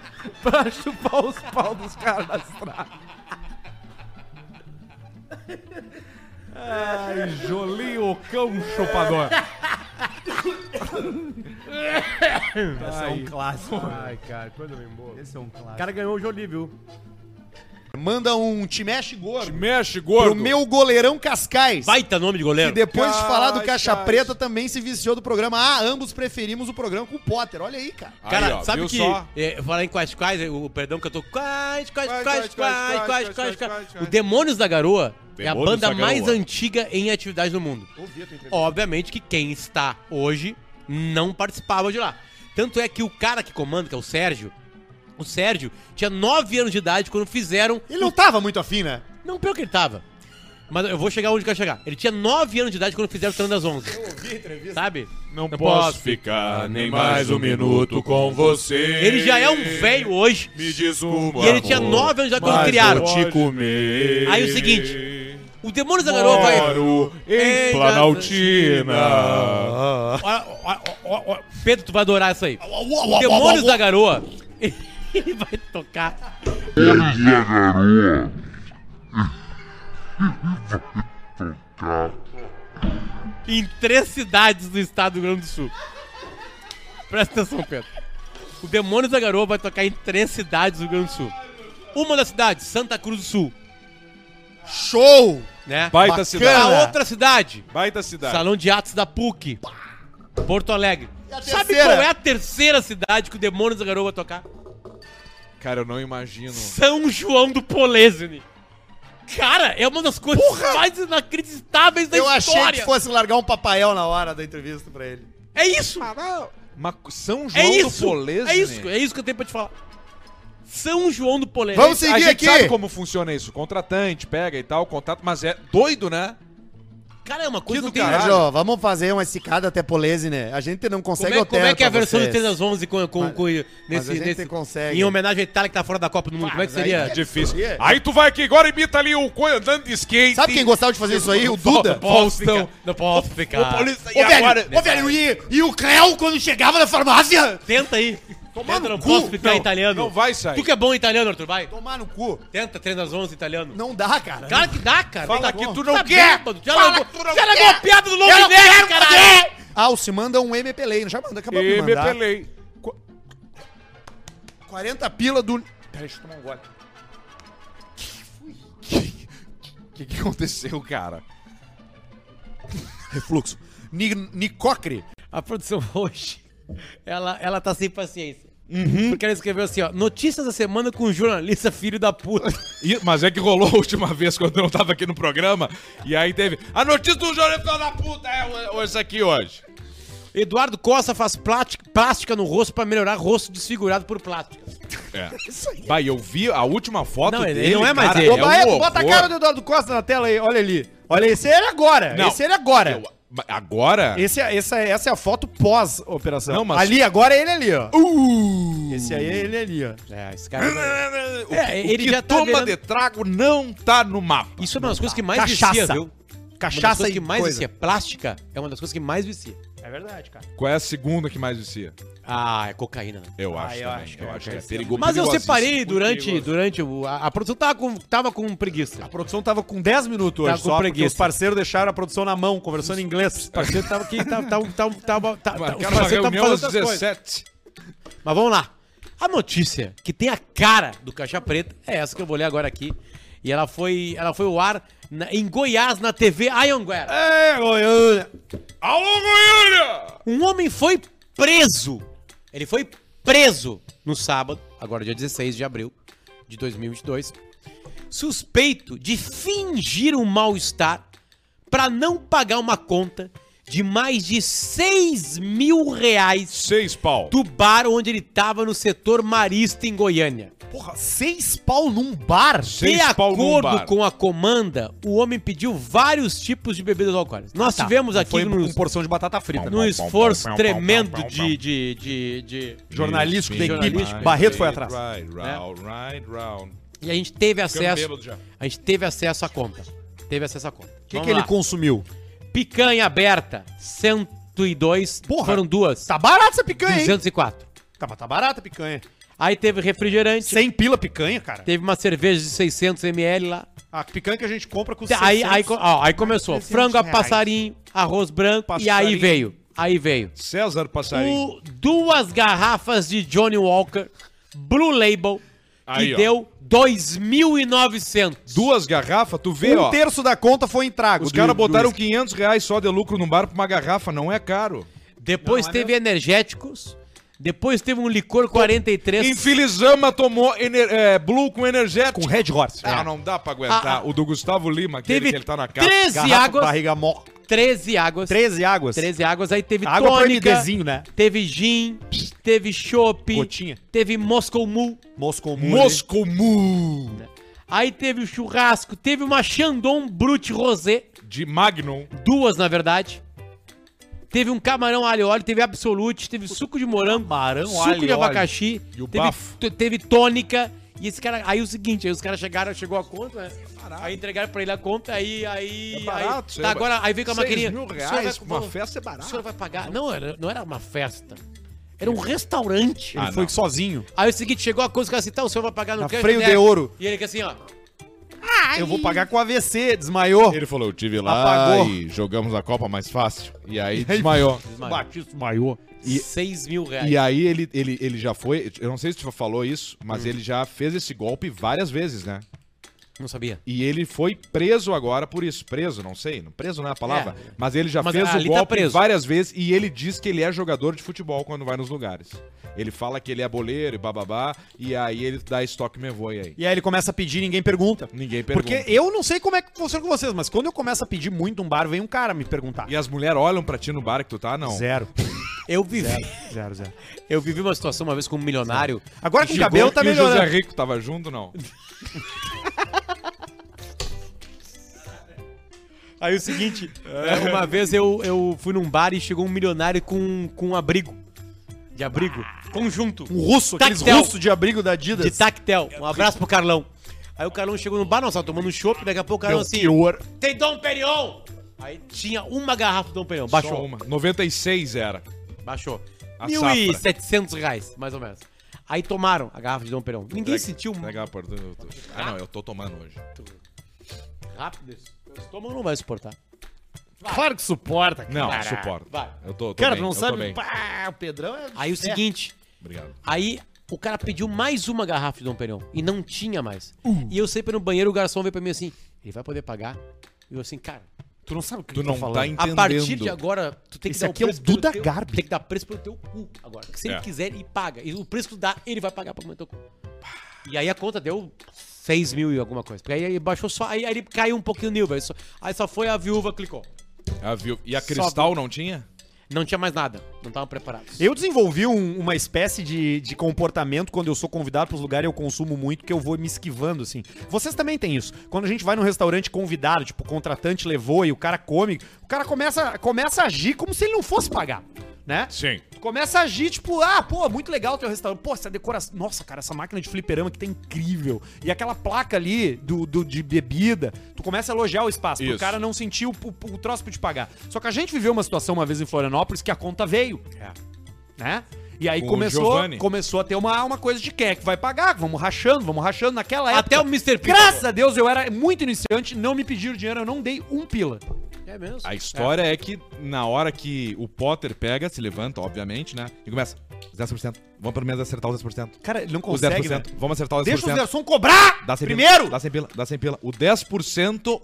Speaker 3: pra chupar os pau dos caras na estrada. Ai, Jolie, o cão chupador.
Speaker 2: Essa é um clássico.
Speaker 12: Ai, cara, coisa bem boa.
Speaker 2: Esse é um clássico.
Speaker 12: O cara ganhou o Jolie, viu?
Speaker 8: Manda um te mexe gordo
Speaker 1: Mexe,
Speaker 8: pro
Speaker 1: gordo.
Speaker 8: meu goleirão Cascais.
Speaker 4: Baita nome de
Speaker 8: Que
Speaker 4: goleiro.
Speaker 8: depois de falar do
Speaker 1: Cascais.
Speaker 8: Caixa Preta também se viciou do programa. Ah, ambos preferimos o programa com o Potter. Olha aí, cara.
Speaker 1: Aí,
Speaker 4: Cara,
Speaker 1: ó,
Speaker 4: sabe
Speaker 1: viu
Speaker 4: que.
Speaker 1: só?
Speaker 4: É, falar em quais quais, é, o perdão que eu tô. Quais, quais,
Speaker 1: Quais, quais, quais,
Speaker 4: quais, quais, quais, quais,
Speaker 1: quais,
Speaker 4: quais,
Speaker 1: quais, quais.
Speaker 4: O Demônios da Garoa é a
Speaker 1: Demônios da
Speaker 4: banda
Speaker 1: Garoa.
Speaker 4: mais antiga em atividade no mundo. Obviamente que quem está hoje não participava de lá. Tanto é que o cara que comanda, que é o Sérgio, o Sérgio tinha 9 anos de idade quando fizeram.
Speaker 8: Ele não tava muito afim, né?
Speaker 4: Não, pior que ele tava. Mas eu vou chegar onde eu quero chegar. Ele tinha 9 anos de idade quando fizeram o Treino das 11. Eu ouvi a entrevista. Sabe?
Speaker 1: Não
Speaker 4: posso
Speaker 1: ficar nem mais um minuto com você.
Speaker 4: Ele já é um velho hoje.
Speaker 1: Me desculpa. um
Speaker 4: E ele tinha 9 anos de idade quando criaram.
Speaker 1: te comer.
Speaker 4: Aí o seguinte, O Demônios da Garoa vai. em
Speaker 1: Planaltina.
Speaker 4: Olha, olha, olha, olha, Pedro, tu vai adorar isso aí. O Demônios da Garoa. Ele vai tocar. Em três cidades do estado do Rio Grande do Sul. Presta atenção, Pedro. O Demônios da Garoa vai tocar em três cidades do Rio Grande do Sul. Uma das cidades, Santa Cruz do Sul,
Speaker 8: Show!
Speaker 4: né?
Speaker 1: Baita cidade.
Speaker 4: A outra cidade,
Speaker 1: Baita cidade.
Speaker 4: Salão de Atos da PUC. Porto Alegre.
Speaker 8: a
Speaker 4: Sabe
Speaker 8: terceira?
Speaker 4: qual é a terceira cidade que o Demônios da Garoa vai tocar?
Speaker 1: Cara, eu não imagino.
Speaker 4: São João do Polesine. cara é uma das coisas mais inacreditáveis da
Speaker 2: Eu
Speaker 4: história.
Speaker 2: achei que fosse largar um papaiel na hora da entrevista pra ele.
Speaker 4: É isso!
Speaker 3: Mas São João
Speaker 4: É
Speaker 3: do né?
Speaker 4: isso!
Speaker 3: Polesne.
Speaker 4: É isso, é isso que eu tenho pra te falar. São João do Polesne.
Speaker 2: Vamos
Speaker 3: A
Speaker 2: seguir
Speaker 3: gente
Speaker 2: aqui.
Speaker 3: sabe como funciona isso. Contratante, pega e tal, contato, mas é doido, né?
Speaker 4: Cara, é uma coisa
Speaker 3: Que
Speaker 4: que
Speaker 3: do
Speaker 4: não tem...
Speaker 3: caralho.
Speaker 2: Sérgio, vamos fazer uma esticada até Polese, né? A gente não
Speaker 4: Como é,
Speaker 2: consegue
Speaker 4: como
Speaker 2: hotel
Speaker 4: é que é a
Speaker 2: pra
Speaker 4: versão do
Speaker 2: vocês.
Speaker 4: 3 às 11 com, com, com- nesse,
Speaker 2: a gente
Speaker 4: nesse-
Speaker 2: consegue.
Speaker 4: Em homenagem à Itália que tá fora da Copa do Mundo. como é que seria?
Speaker 2: aí-
Speaker 3: Difícil.
Speaker 2: Seria?
Speaker 3: Aí tu vai aqui agora imita ali o coi andando de skate.
Speaker 2: Sabe quem gostava de fazer isso aí? O Duda.
Speaker 4: Faustão. Não posso ficar.
Speaker 3: Paulista,
Speaker 2: Ô, velho, ô, velho, e, e o Creu quando chegava na farmácia?
Speaker 4: Tenta aí. Tenta, não
Speaker 2: cu.
Speaker 4: posso ficar
Speaker 2: Não,
Speaker 4: em italiano.
Speaker 3: Não vai sair.
Speaker 4: Tu que é bom em italiano, Arthur, vai.
Speaker 2: Tomar no cu.
Speaker 4: Tenta 3 às 11 em italiano.
Speaker 2: Não dá, cara.
Speaker 4: Cara, que dá, cara.
Speaker 3: Fala
Speaker 4: Tá
Speaker 3: que
Speaker 4: bom.
Speaker 3: tu não
Speaker 4: Tá
Speaker 3: quer.
Speaker 4: bêbado. Já
Speaker 3: Fala
Speaker 4: largou,
Speaker 3: que tu não
Speaker 4: já
Speaker 3: quer.
Speaker 4: largou a piada do Long Neck, caralho.
Speaker 2: Alce, manda um MPLay. Não já manda, acabou de
Speaker 3: E me
Speaker 2: mandar.
Speaker 3: pelei.
Speaker 2: 40 pila do...
Speaker 3: O que, que aconteceu, cara?
Speaker 2: Refluxo. Ni- Nicocre.
Speaker 4: A produção hoje, ela, ela tá sem paciência. Porque ela escreveu assim, ó. Notícias da semana com jornalista filho da puta.
Speaker 3: Ih, mas é que rolou a última vez quando eu não tava aqui no programa. E aí teve. A notícia do jornal da puta é o- esse aqui hoje.
Speaker 4: Eduardo Costa faz plati- plástica no rosto pra melhorar rosto desfigurado por plástica.
Speaker 3: É. Vai, eu vi a última foto
Speaker 4: Não, ele
Speaker 3: dele.
Speaker 4: não é mais
Speaker 3: cara,
Speaker 4: ele.
Speaker 3: É
Speaker 2: Ô,
Speaker 3: um
Speaker 2: Baeto, bota a
Speaker 3: horror.
Speaker 2: cara do Eduardo Costa na tela aí. Olha ali. Olha, esse é ele agora.
Speaker 3: Não.
Speaker 2: Esse é ele agora.
Speaker 3: Eu- ma- Agora?
Speaker 2: Esse é- essa, é- essa é a foto pós-operação.
Speaker 3: Não, mas-
Speaker 2: Ali, agora é ele ali, ó. Esse aí é ele ali, ó.
Speaker 4: É, esse cara...
Speaker 3: O,
Speaker 4: É,
Speaker 3: que- o
Speaker 4: ele
Speaker 3: que
Speaker 4: já tá
Speaker 3: toma
Speaker 4: virando-
Speaker 3: de trago não tá no mapa.
Speaker 4: Isso é uma das coisas que mais
Speaker 2: Cachaça.
Speaker 4: vicia, viu? Uma das
Speaker 2: Cachaça
Speaker 4: coisas
Speaker 2: e
Speaker 4: que mais
Speaker 2: coisa.
Speaker 4: vicia. Plástica é uma das coisas que mais vicia.
Speaker 2: É verdade, cara.
Speaker 3: Qual é a segunda que mais vicia?
Speaker 4: Ah, é cocaína, né?
Speaker 3: Eu acho,
Speaker 2: eu
Speaker 3: também,
Speaker 2: acho que
Speaker 3: eu
Speaker 2: é
Speaker 3: acho que é
Speaker 2: cocaína.
Speaker 3: perigo-
Speaker 4: Mas eu
Speaker 3: perigosíssimo.
Speaker 4: separei
Speaker 3: Muito
Speaker 4: durante,
Speaker 3: perigoso.
Speaker 4: durante o- a, a produção tava com, tava com preguiça.
Speaker 2: A produção tava com 10 minutos hoje
Speaker 4: Tava com
Speaker 2: só, porque
Speaker 4: preguiça.
Speaker 2: os parceiros deixaram a produção na mão, conversando em inglês.
Speaker 4: Você tava que tava tava tava tava tá- tá- os
Speaker 3: Marcaram uma
Speaker 4: parceiros
Speaker 3: reunião
Speaker 4: tavam
Speaker 3: às
Speaker 4: fazendo outras
Speaker 3: 17.
Speaker 4: coisas. Mas vamos lá. A notícia que tem a cara do Caixa Preta é essa que eu vou ler agora aqui. E ela foi, ela foi ao ar na- em Goiás na TV Anhanguera.
Speaker 2: É, Goiânia.
Speaker 3: Alô, Goiânia!
Speaker 4: Um homem foi preso. Ele foi preso no sábado, agora dia 16 de abril de 2022, suspeito de fingir um mal-estar para não pagar uma conta de mais de 6 mil reais
Speaker 3: Seis pau.
Speaker 4: do bar onde ele estava no setor marista em Goiânia.
Speaker 2: Porra, seis pau num bar?
Speaker 4: De
Speaker 3: Seis pau num
Speaker 4: acordo
Speaker 3: bar.
Speaker 4: com a comanda, o homem pediu vários tipos de bebidas alcoólicas. Nós tivemos aqui
Speaker 2: Ah, Tá, Foi
Speaker 4: no,
Speaker 2: com porção de batata frita.
Speaker 4: no esforço tremendo de, de, de, de-
Speaker 2: Jornalístico da equipe.
Speaker 4: Jornalístico.
Speaker 2: Barreto foi atrás.
Speaker 3: Right, round, right, round.
Speaker 4: E a gente teve
Speaker 3: Ficando
Speaker 4: acesso.
Speaker 3: bêbado já.
Speaker 4: A gente teve acesso à conta. Teve acesso à conta.
Speaker 2: O que, que ele consumiu?
Speaker 4: Picanha aberta, 102.
Speaker 2: Porra.
Speaker 4: Foram duas.
Speaker 2: Tá barata essa picanha, hein?
Speaker 4: 204.
Speaker 2: Tá, mas tá barata a picanha.
Speaker 4: Aí teve refrigerante.
Speaker 2: 100 pila picanha, cara.
Speaker 4: Teve uma cerveja de 600 ml lá.
Speaker 2: A picanha que a gente compra com
Speaker 4: Aí, aí,
Speaker 2: 600.
Speaker 4: ó, aí começou.
Speaker 2: 300
Speaker 4: Frango a
Speaker 2: reais.
Speaker 4: passarinho, arroz branco. E aí
Speaker 2: Passarinho.
Speaker 4: veio. Aí veio.
Speaker 3: César Passarinho.
Speaker 4: o- duas garrafas de Johnny Walker Blue Label
Speaker 3: Aí,
Speaker 4: que
Speaker 3: ó.
Speaker 4: deu 2.900.
Speaker 3: Duas garrafas, tu vê,
Speaker 2: Um
Speaker 3: ó.
Speaker 2: terço da conta foi em trago.
Speaker 3: Os
Speaker 2: de-
Speaker 3: caras
Speaker 2: do
Speaker 3: botaram
Speaker 2: uísque.
Speaker 3: 500 reais só de lucro num bar pra uma garrafa, não é caro.
Speaker 4: Depois teve energéticos. Depois teve um licor 43.
Speaker 3: Infelizama tomou ener- é, Blue com energético.
Speaker 2: Com Red Horse. É.
Speaker 3: Ah, não dá pra aguentar.
Speaker 4: Ah, ah.
Speaker 3: O do Gustavo Lima, aquele
Speaker 4: Teve
Speaker 3: que ele tá na capa.
Speaker 4: 13
Speaker 2: Garrafa,
Speaker 4: águas.
Speaker 2: Barriga mo...
Speaker 4: 13 águas.
Speaker 2: 13 águas.
Speaker 4: 13 águas. Aí teve
Speaker 2: Água pro
Speaker 4: tônica.
Speaker 2: MDzinho, né?
Speaker 4: Teve gin. Teve chopp.
Speaker 2: Gotinha.
Speaker 4: Teve Moscow Mule.
Speaker 2: Moscou
Speaker 3: Moscou Mu
Speaker 4: Aí teve o churrasco. Teve uma Chandon Brut Rosé.
Speaker 3: de Magnum.
Speaker 4: Duas, na verdade. Teve um camarão alho e óleo, teve absolute, teve suco de morango, suco
Speaker 2: alho e
Speaker 4: de
Speaker 2: óleo.
Speaker 4: abacaxi,
Speaker 3: E o
Speaker 4: teve,
Speaker 3: bafo.
Speaker 4: t- teve tônica. E esse cara, aí o seguinte, aí os caras chegaram, chegou a conta, né? Aí entregaram pra ele a conta, aí, aí,
Speaker 3: É barato,
Speaker 4: aí,
Speaker 3: isso
Speaker 4: tá,
Speaker 3: aí,
Speaker 4: agora, aí veio com a
Speaker 3: Seis
Speaker 4: maquininha.
Speaker 3: mil
Speaker 4: "O senhor
Speaker 3: reais
Speaker 4: vai-
Speaker 3: pra uma
Speaker 4: vou-
Speaker 3: festa é
Speaker 4: O
Speaker 3: barato.
Speaker 4: senhor vai pagar? Não, era, não era uma festa. Era um restaurante.
Speaker 3: Ah,
Speaker 2: Ele foi
Speaker 3: não.
Speaker 2: sozinho.
Speaker 4: Aí o seguinte, chegou a coisa, o cara assim, tá, o senhor vai pagar no
Speaker 2: Na
Speaker 4: crédito,
Speaker 2: freio
Speaker 4: né?"
Speaker 2: de ouro.
Speaker 4: E ele que assim, ó,
Speaker 2: Eu vou pagar com AVC, desmaiou.
Speaker 3: Ele falou, eu tive
Speaker 2: Apagou.
Speaker 3: e jogamos a Copa mais fácil. E aí desmaiou.
Speaker 2: Batista desmaiou.
Speaker 3: E-
Speaker 4: 6 mil reais.
Speaker 3: E aí ele, ele,
Speaker 4: Hum.
Speaker 3: ele já foi, eu não sei se tu falou isso, mas ele já fez esse golpe várias vezes, né?
Speaker 4: Não sabia.
Speaker 3: E ele foi preso agora por isso. Preso, não sei. não- Preso não é a palavra. Mas ele já
Speaker 4: Mas
Speaker 3: fez o
Speaker 4: ali tá
Speaker 3: golpe
Speaker 4: preso.
Speaker 3: várias vezes e ele diz que ele é jogador de futebol quando vai nos lugares. Ele fala que ele é boleiro e bababá. E aí ele dá estoque me voe aí.
Speaker 2: E aí ele começa a pedir e ninguém pergunta.
Speaker 3: Ninguém pergunta.
Speaker 2: Porque eu não sei como é que funciona com vocês, mas quando eu começo a pedir muito um bar, vem um cara me perguntar.
Speaker 3: E as mulheres olham pra ti no bar que tu tá, não.
Speaker 2: Zero.
Speaker 4: Eu vivi,
Speaker 2: Zero, zero.
Speaker 4: eu vivi uma situação uma vez com um milionário.
Speaker 2: Agora com o
Speaker 3: Chegou
Speaker 2: cabelo tá
Speaker 3: e o José
Speaker 2: melhorando.
Speaker 3: Rico tava junto, não.
Speaker 4: Aí o seguinte, é, uma vez eu, eu fui num bar e chegou um milionário com, com um abrigo. De abrigo. Conjunto.
Speaker 2: Um russo, aqueles
Speaker 4: Tactel.
Speaker 2: russos de abrigo da Adidas.
Speaker 4: De tactel. Um abraço pro Carlão. Aí o Carlão chegou no bar, nós tava tomando um chopp, daqui a pouco o
Speaker 2: é
Speaker 4: Carlão assim,
Speaker 2: Belchior.
Speaker 4: tem Dom Perignon! Aí tinha uma garrafa do Dom Perignon,
Speaker 3: Só
Speaker 4: baixou.
Speaker 3: uma. 96 era.
Speaker 4: Baixou.
Speaker 3: A
Speaker 4: 1.700 reais, mais ou menos. Aí tomaram a garrafa de Dom Perignon. Ninguém sentiu
Speaker 3: Pega a porta. eu tô- Ah, não, eu tô tomando hoje.
Speaker 4: rápido isso. O estômago não vai suportar.
Speaker 2: Claro Tá que suporta, cara.
Speaker 3: Não, suporto.
Speaker 4: vai.
Speaker 3: Eu tô, tô
Speaker 2: Cara,
Speaker 3: bem,
Speaker 2: tu não
Speaker 3: eu tô
Speaker 2: sabe.
Speaker 3: bem.
Speaker 2: Pá, o Pedrão é.
Speaker 4: Aí o seguinte,
Speaker 3: Obrigado.
Speaker 4: aí o cara pediu mais uma garrafa de Dom Perignon e não tinha mais.
Speaker 2: Uh.
Speaker 4: E eu sei pelo banheiro, o garçom veio pra mim assim, ele vai poder pagar? E eu assim, cara,
Speaker 2: Tu não sabe o que
Speaker 3: Tu
Speaker 2: tá
Speaker 3: não tá
Speaker 2: falando.
Speaker 3: entendendo.
Speaker 4: a partir de agora, tu tem que
Speaker 2: Esse
Speaker 4: dar um
Speaker 2: aqui é o
Speaker 4: pelo
Speaker 2: Duda
Speaker 4: teu-
Speaker 2: Garbi.
Speaker 4: Tem que dar preço pelo teu cu agora. Se
Speaker 3: É.
Speaker 4: ele quiser, ele paga. E o preço que tu dá, ele vai pagar pra comer teu cu. E aí a conta deu 6 mil e alguma coisa. Porque aí, aí baixou só, aí, aí ele caiu um pouquinho o nível. Aí só, aí só foi a viúva, clicou.
Speaker 3: A Ah, viu- E a Cristal não tinha?
Speaker 4: Não tinha mais nada. Não estavam preparados.
Speaker 2: Eu desenvolvi um- uma espécie de, de comportamento quando eu sou convidado pros lugares e eu consumo muito, que eu vou me esquivando, assim. Vocês também têm isso. Quando a gente vai num restaurante convidado, tipo, o contratante levou e o cara come, o cara começa, começa a agir como se ele não fosse pagar, né?
Speaker 3: Sim.
Speaker 2: Tu começa a agir, tipo, ah, pô, muito legal o teu restaurante. Pô, essa decoração. Nossa, cara, essa máquina de fliperama que tá incrível. E aquela placa ali do, do- de bebida. Tu começa a elogiar o espaço.
Speaker 3: Isso.
Speaker 2: O cara não sentiu o, o, o troço pra te pagar. Só que a gente viveu uma situação uma vez em Florianópolis que a conta veio. Né? E aí
Speaker 3: É. O
Speaker 2: começou,
Speaker 3: Giovanni.
Speaker 2: começou a ter uma, uma coisa de quer que vai pagar, vamos rachando, vamos rachando naquela época.
Speaker 4: Até o Mr. P
Speaker 2: Graças a Deus, eu era muito iniciante, não me pediram dinheiro, eu não dei um pila.
Speaker 4: É mesmo?
Speaker 3: A história é. que na hora que o Potter pega, se levanta, obviamente, né? E começa. 10%. Vamos pelo menos acertar os 10%.
Speaker 2: Cara, ele não
Speaker 3: Os
Speaker 2: consegue,
Speaker 3: 10%.
Speaker 2: né?
Speaker 3: Vamos acertar os 10%.
Speaker 2: Deixa o Gerson cobrar!
Speaker 3: Dá sem pila,
Speaker 2: primeiro!
Speaker 3: Dá sem pila, dá sem pila. O 10%.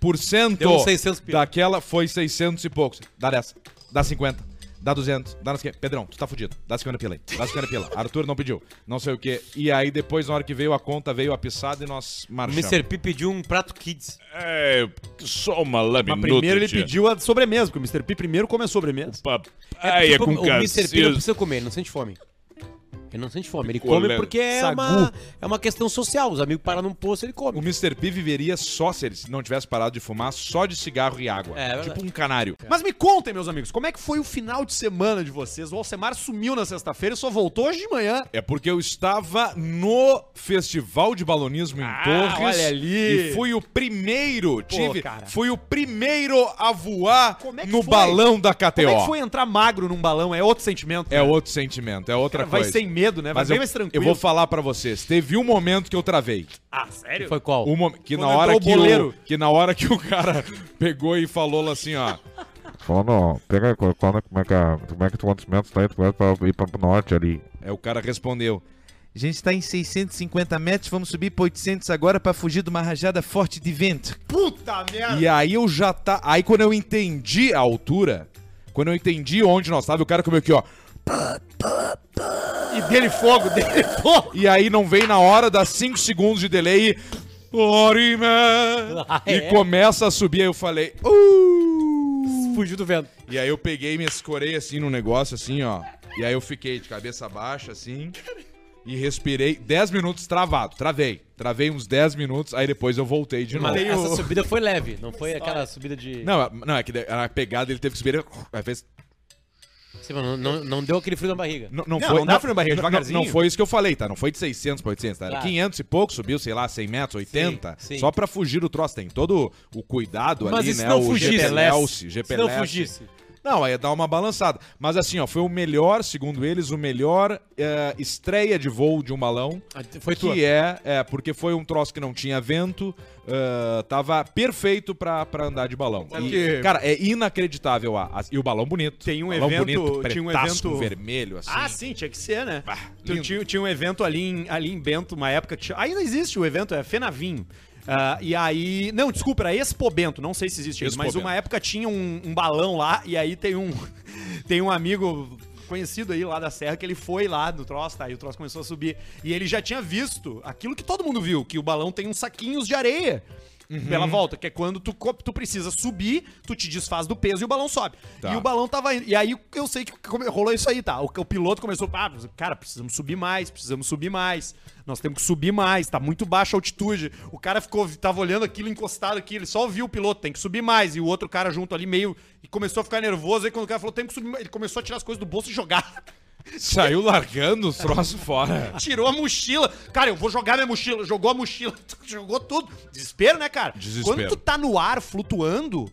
Speaker 3: 10%
Speaker 4: Deu uns 600 pila.
Speaker 3: daquela foi 600 e poucos. Dá 10. Dá 50. Dá 200. Dá não sei o quê. Pedrão, tu tá fudido. Dá 50 pila aí. Dá 50 pila. Arthur não pediu. Não sei o quê. E aí depois, na hora que veio a conta, veio a pisada e nós
Speaker 4: O
Speaker 3: marchamos.
Speaker 4: Mr. P pediu um prato kids.
Speaker 3: É, só uma lâmina.
Speaker 2: Mas primeiro ele pediu a sobremesa, porque o Mr. P primeiro comeu a sobremesa.
Speaker 4: É, porque
Speaker 3: tipo,
Speaker 4: o, o Mr. P não precisa comer, ele não sente fome. Ele não sente fome. Ele come
Speaker 3: Picolé.
Speaker 4: porque é
Speaker 2: Sagu.
Speaker 4: uma, é uma questão social. Os amigos param num poço, ele
Speaker 3: O
Speaker 4: come.
Speaker 3: Mr. P viveria só se ele não tivesse parado de fumar, só de cigarro e água.
Speaker 4: É, é verdade.
Speaker 3: tipo um canário.
Speaker 2: Mas me contem, meus amigos, como é que foi o final de semana de vocês? O Alcemar sumiu na sexta-feira e só voltou hoje de manhã.
Speaker 3: É porque eu estava no Festival de Balonismo em Torres.
Speaker 2: Ah, olha ali.
Speaker 3: E fui o primeiro, tive,
Speaker 2: cara.
Speaker 3: fui o primeiro a voar
Speaker 2: Como é que
Speaker 3: no
Speaker 2: foi?
Speaker 3: balão da KTO.
Speaker 2: Como é que foi entrar magro num balão? É outro sentimento.
Speaker 3: É outro sentimento, é outra
Speaker 2: Cara, vai
Speaker 3: coisa.
Speaker 2: sem medo, né? Vai
Speaker 3: Mas
Speaker 2: bem
Speaker 3: eu,
Speaker 2: mais
Speaker 3: eu
Speaker 2: tranquilo.
Speaker 3: vou falar pra vocês. Teve um momento que eu travei.
Speaker 2: Ah, sério?
Speaker 4: Foi qual?
Speaker 3: O mom- que na
Speaker 2: Quando
Speaker 3: hora
Speaker 2: entrou o
Speaker 3: que o
Speaker 2: boleiro.
Speaker 3: que na hora que o cara pegou e falou assim, ó.
Speaker 13: Falando, pega aí, qual- qual- como é que, é- como é que tu quantos metros tá aí, tu vai pra, ir pra, pro norte ali.
Speaker 3: É o cara respondeu.
Speaker 14: A gente está em 650 metros, vamos subir para 800 agora para fugir de uma rajada forte de vento.
Speaker 2: Puta merda!
Speaker 3: E aí eu já tá. Aí quando eu entendi a altura, quando eu entendi onde nós tava, o cara comeu aqui, ó.
Speaker 2: E dele fogo, dele fogo!
Speaker 3: E aí não vem na hora, dá 5 segundos de delay e. Orime! E começa a subir, aí eu falei. "Uh!"
Speaker 4: Fugiu do vento.
Speaker 3: E aí eu peguei e me escorei assim no negócio, assim, ó. E aí eu fiquei de cabeça baixa, assim. E respirei 10 minutos travado. Travei. Travei uns 10 minutos, aí depois eu voltei de
Speaker 4: Mas
Speaker 3: novo.
Speaker 4: essa subida foi leve, não foi aquela subida de.
Speaker 3: Não, não, é que era a pegada, ele teve que subir. ele- Aí fez.
Speaker 4: Sim, mas Não, não, não deu aquele frio na barriga.
Speaker 3: Não, não,
Speaker 2: Não,
Speaker 3: foi,
Speaker 2: não dá frio na barriga,
Speaker 3: não-
Speaker 2: devagarzinho.
Speaker 3: Não, foi isso que eu falei, tá? Não foi de 600 pra 800, tá? Era
Speaker 4: Claro.
Speaker 3: 500 e pouco, subiu, sei lá, 100 metros, 80.
Speaker 4: sim.
Speaker 3: Só pra fugir do troço. Tem todo o cuidado
Speaker 4: Mas
Speaker 3: ali,
Speaker 4: e se
Speaker 3: né?
Speaker 4: não
Speaker 3: o
Speaker 4: fugisse?
Speaker 3: GPLS,
Speaker 4: Se não fugisse?
Speaker 3: Não, aí dá uma balançada. Mas assim, ó, foi o melhor, segundo eles, o melhor eh, estreia de voo de um balão.
Speaker 2: Ah,
Speaker 4: Foi tua.
Speaker 3: Que é, é, porque foi um troço que não tinha vento, ah, tava perfeito pra, pra andar de balão.
Speaker 2: Sabe
Speaker 3: E,
Speaker 2: que-
Speaker 3: Cara, é inacreditável. A, a- e o balão bonito.
Speaker 2: Tem um
Speaker 3: balão
Speaker 2: evento-
Speaker 3: pretaço,
Speaker 2: tinha um
Speaker 3: com
Speaker 2: evento-
Speaker 3: vermelho, assim.
Speaker 2: Ah, sim, tinha que ser, né?
Speaker 3: Bah,
Speaker 2: Tu
Speaker 3: lindo.
Speaker 2: tinha, tinha um evento ali em, ali em Bento, uma época que. tinha- Ainda existe o evento, é Fenavinho. Ah, e aí. Não, desculpa, era Expo Bento, não sei se existe ainda,
Speaker 3: Expo
Speaker 2: mas
Speaker 3: Bento.
Speaker 2: uma época tinha um, um balão lá, e aí tem um, tem um amigo conhecido aí lá da Serra que ele foi lá do troço, tá? E o troço começou a subir. E ele já tinha visto aquilo que todo mundo viu, que o balão tem uns saquinhos de areia.
Speaker 3: Uhum.
Speaker 2: Pela volta, que é quando tu, co- tu precisa subir, tu te desfaz do peso e o balão sobe.
Speaker 3: Tá.
Speaker 2: E o balão tava indo. E aí eu sei que come- rolou isso aí, tá? O, o piloto começou, ah, cara, precisamos subir mais, precisamos subir mais. Nós temos que subir mais, tá muito baixa a altitude. O cara ficou, tava olhando aquilo encostado aqui, ele só ouviu o piloto, tem que subir mais. E o outro cara junto ali meio. E começou a ficar nervoso. Aí quando o cara falou, tem que subir mais, ele começou a tirar as coisas do bolso e jogar.
Speaker 3: Saiu largando os troços fora.
Speaker 2: Tirou a mochila. Cara, eu vou jogar minha mochila. Jogou a mochila, jogou tudo. Desespero, né, cara?
Speaker 3: Desespero.
Speaker 2: Quando tu tá no ar flutuando,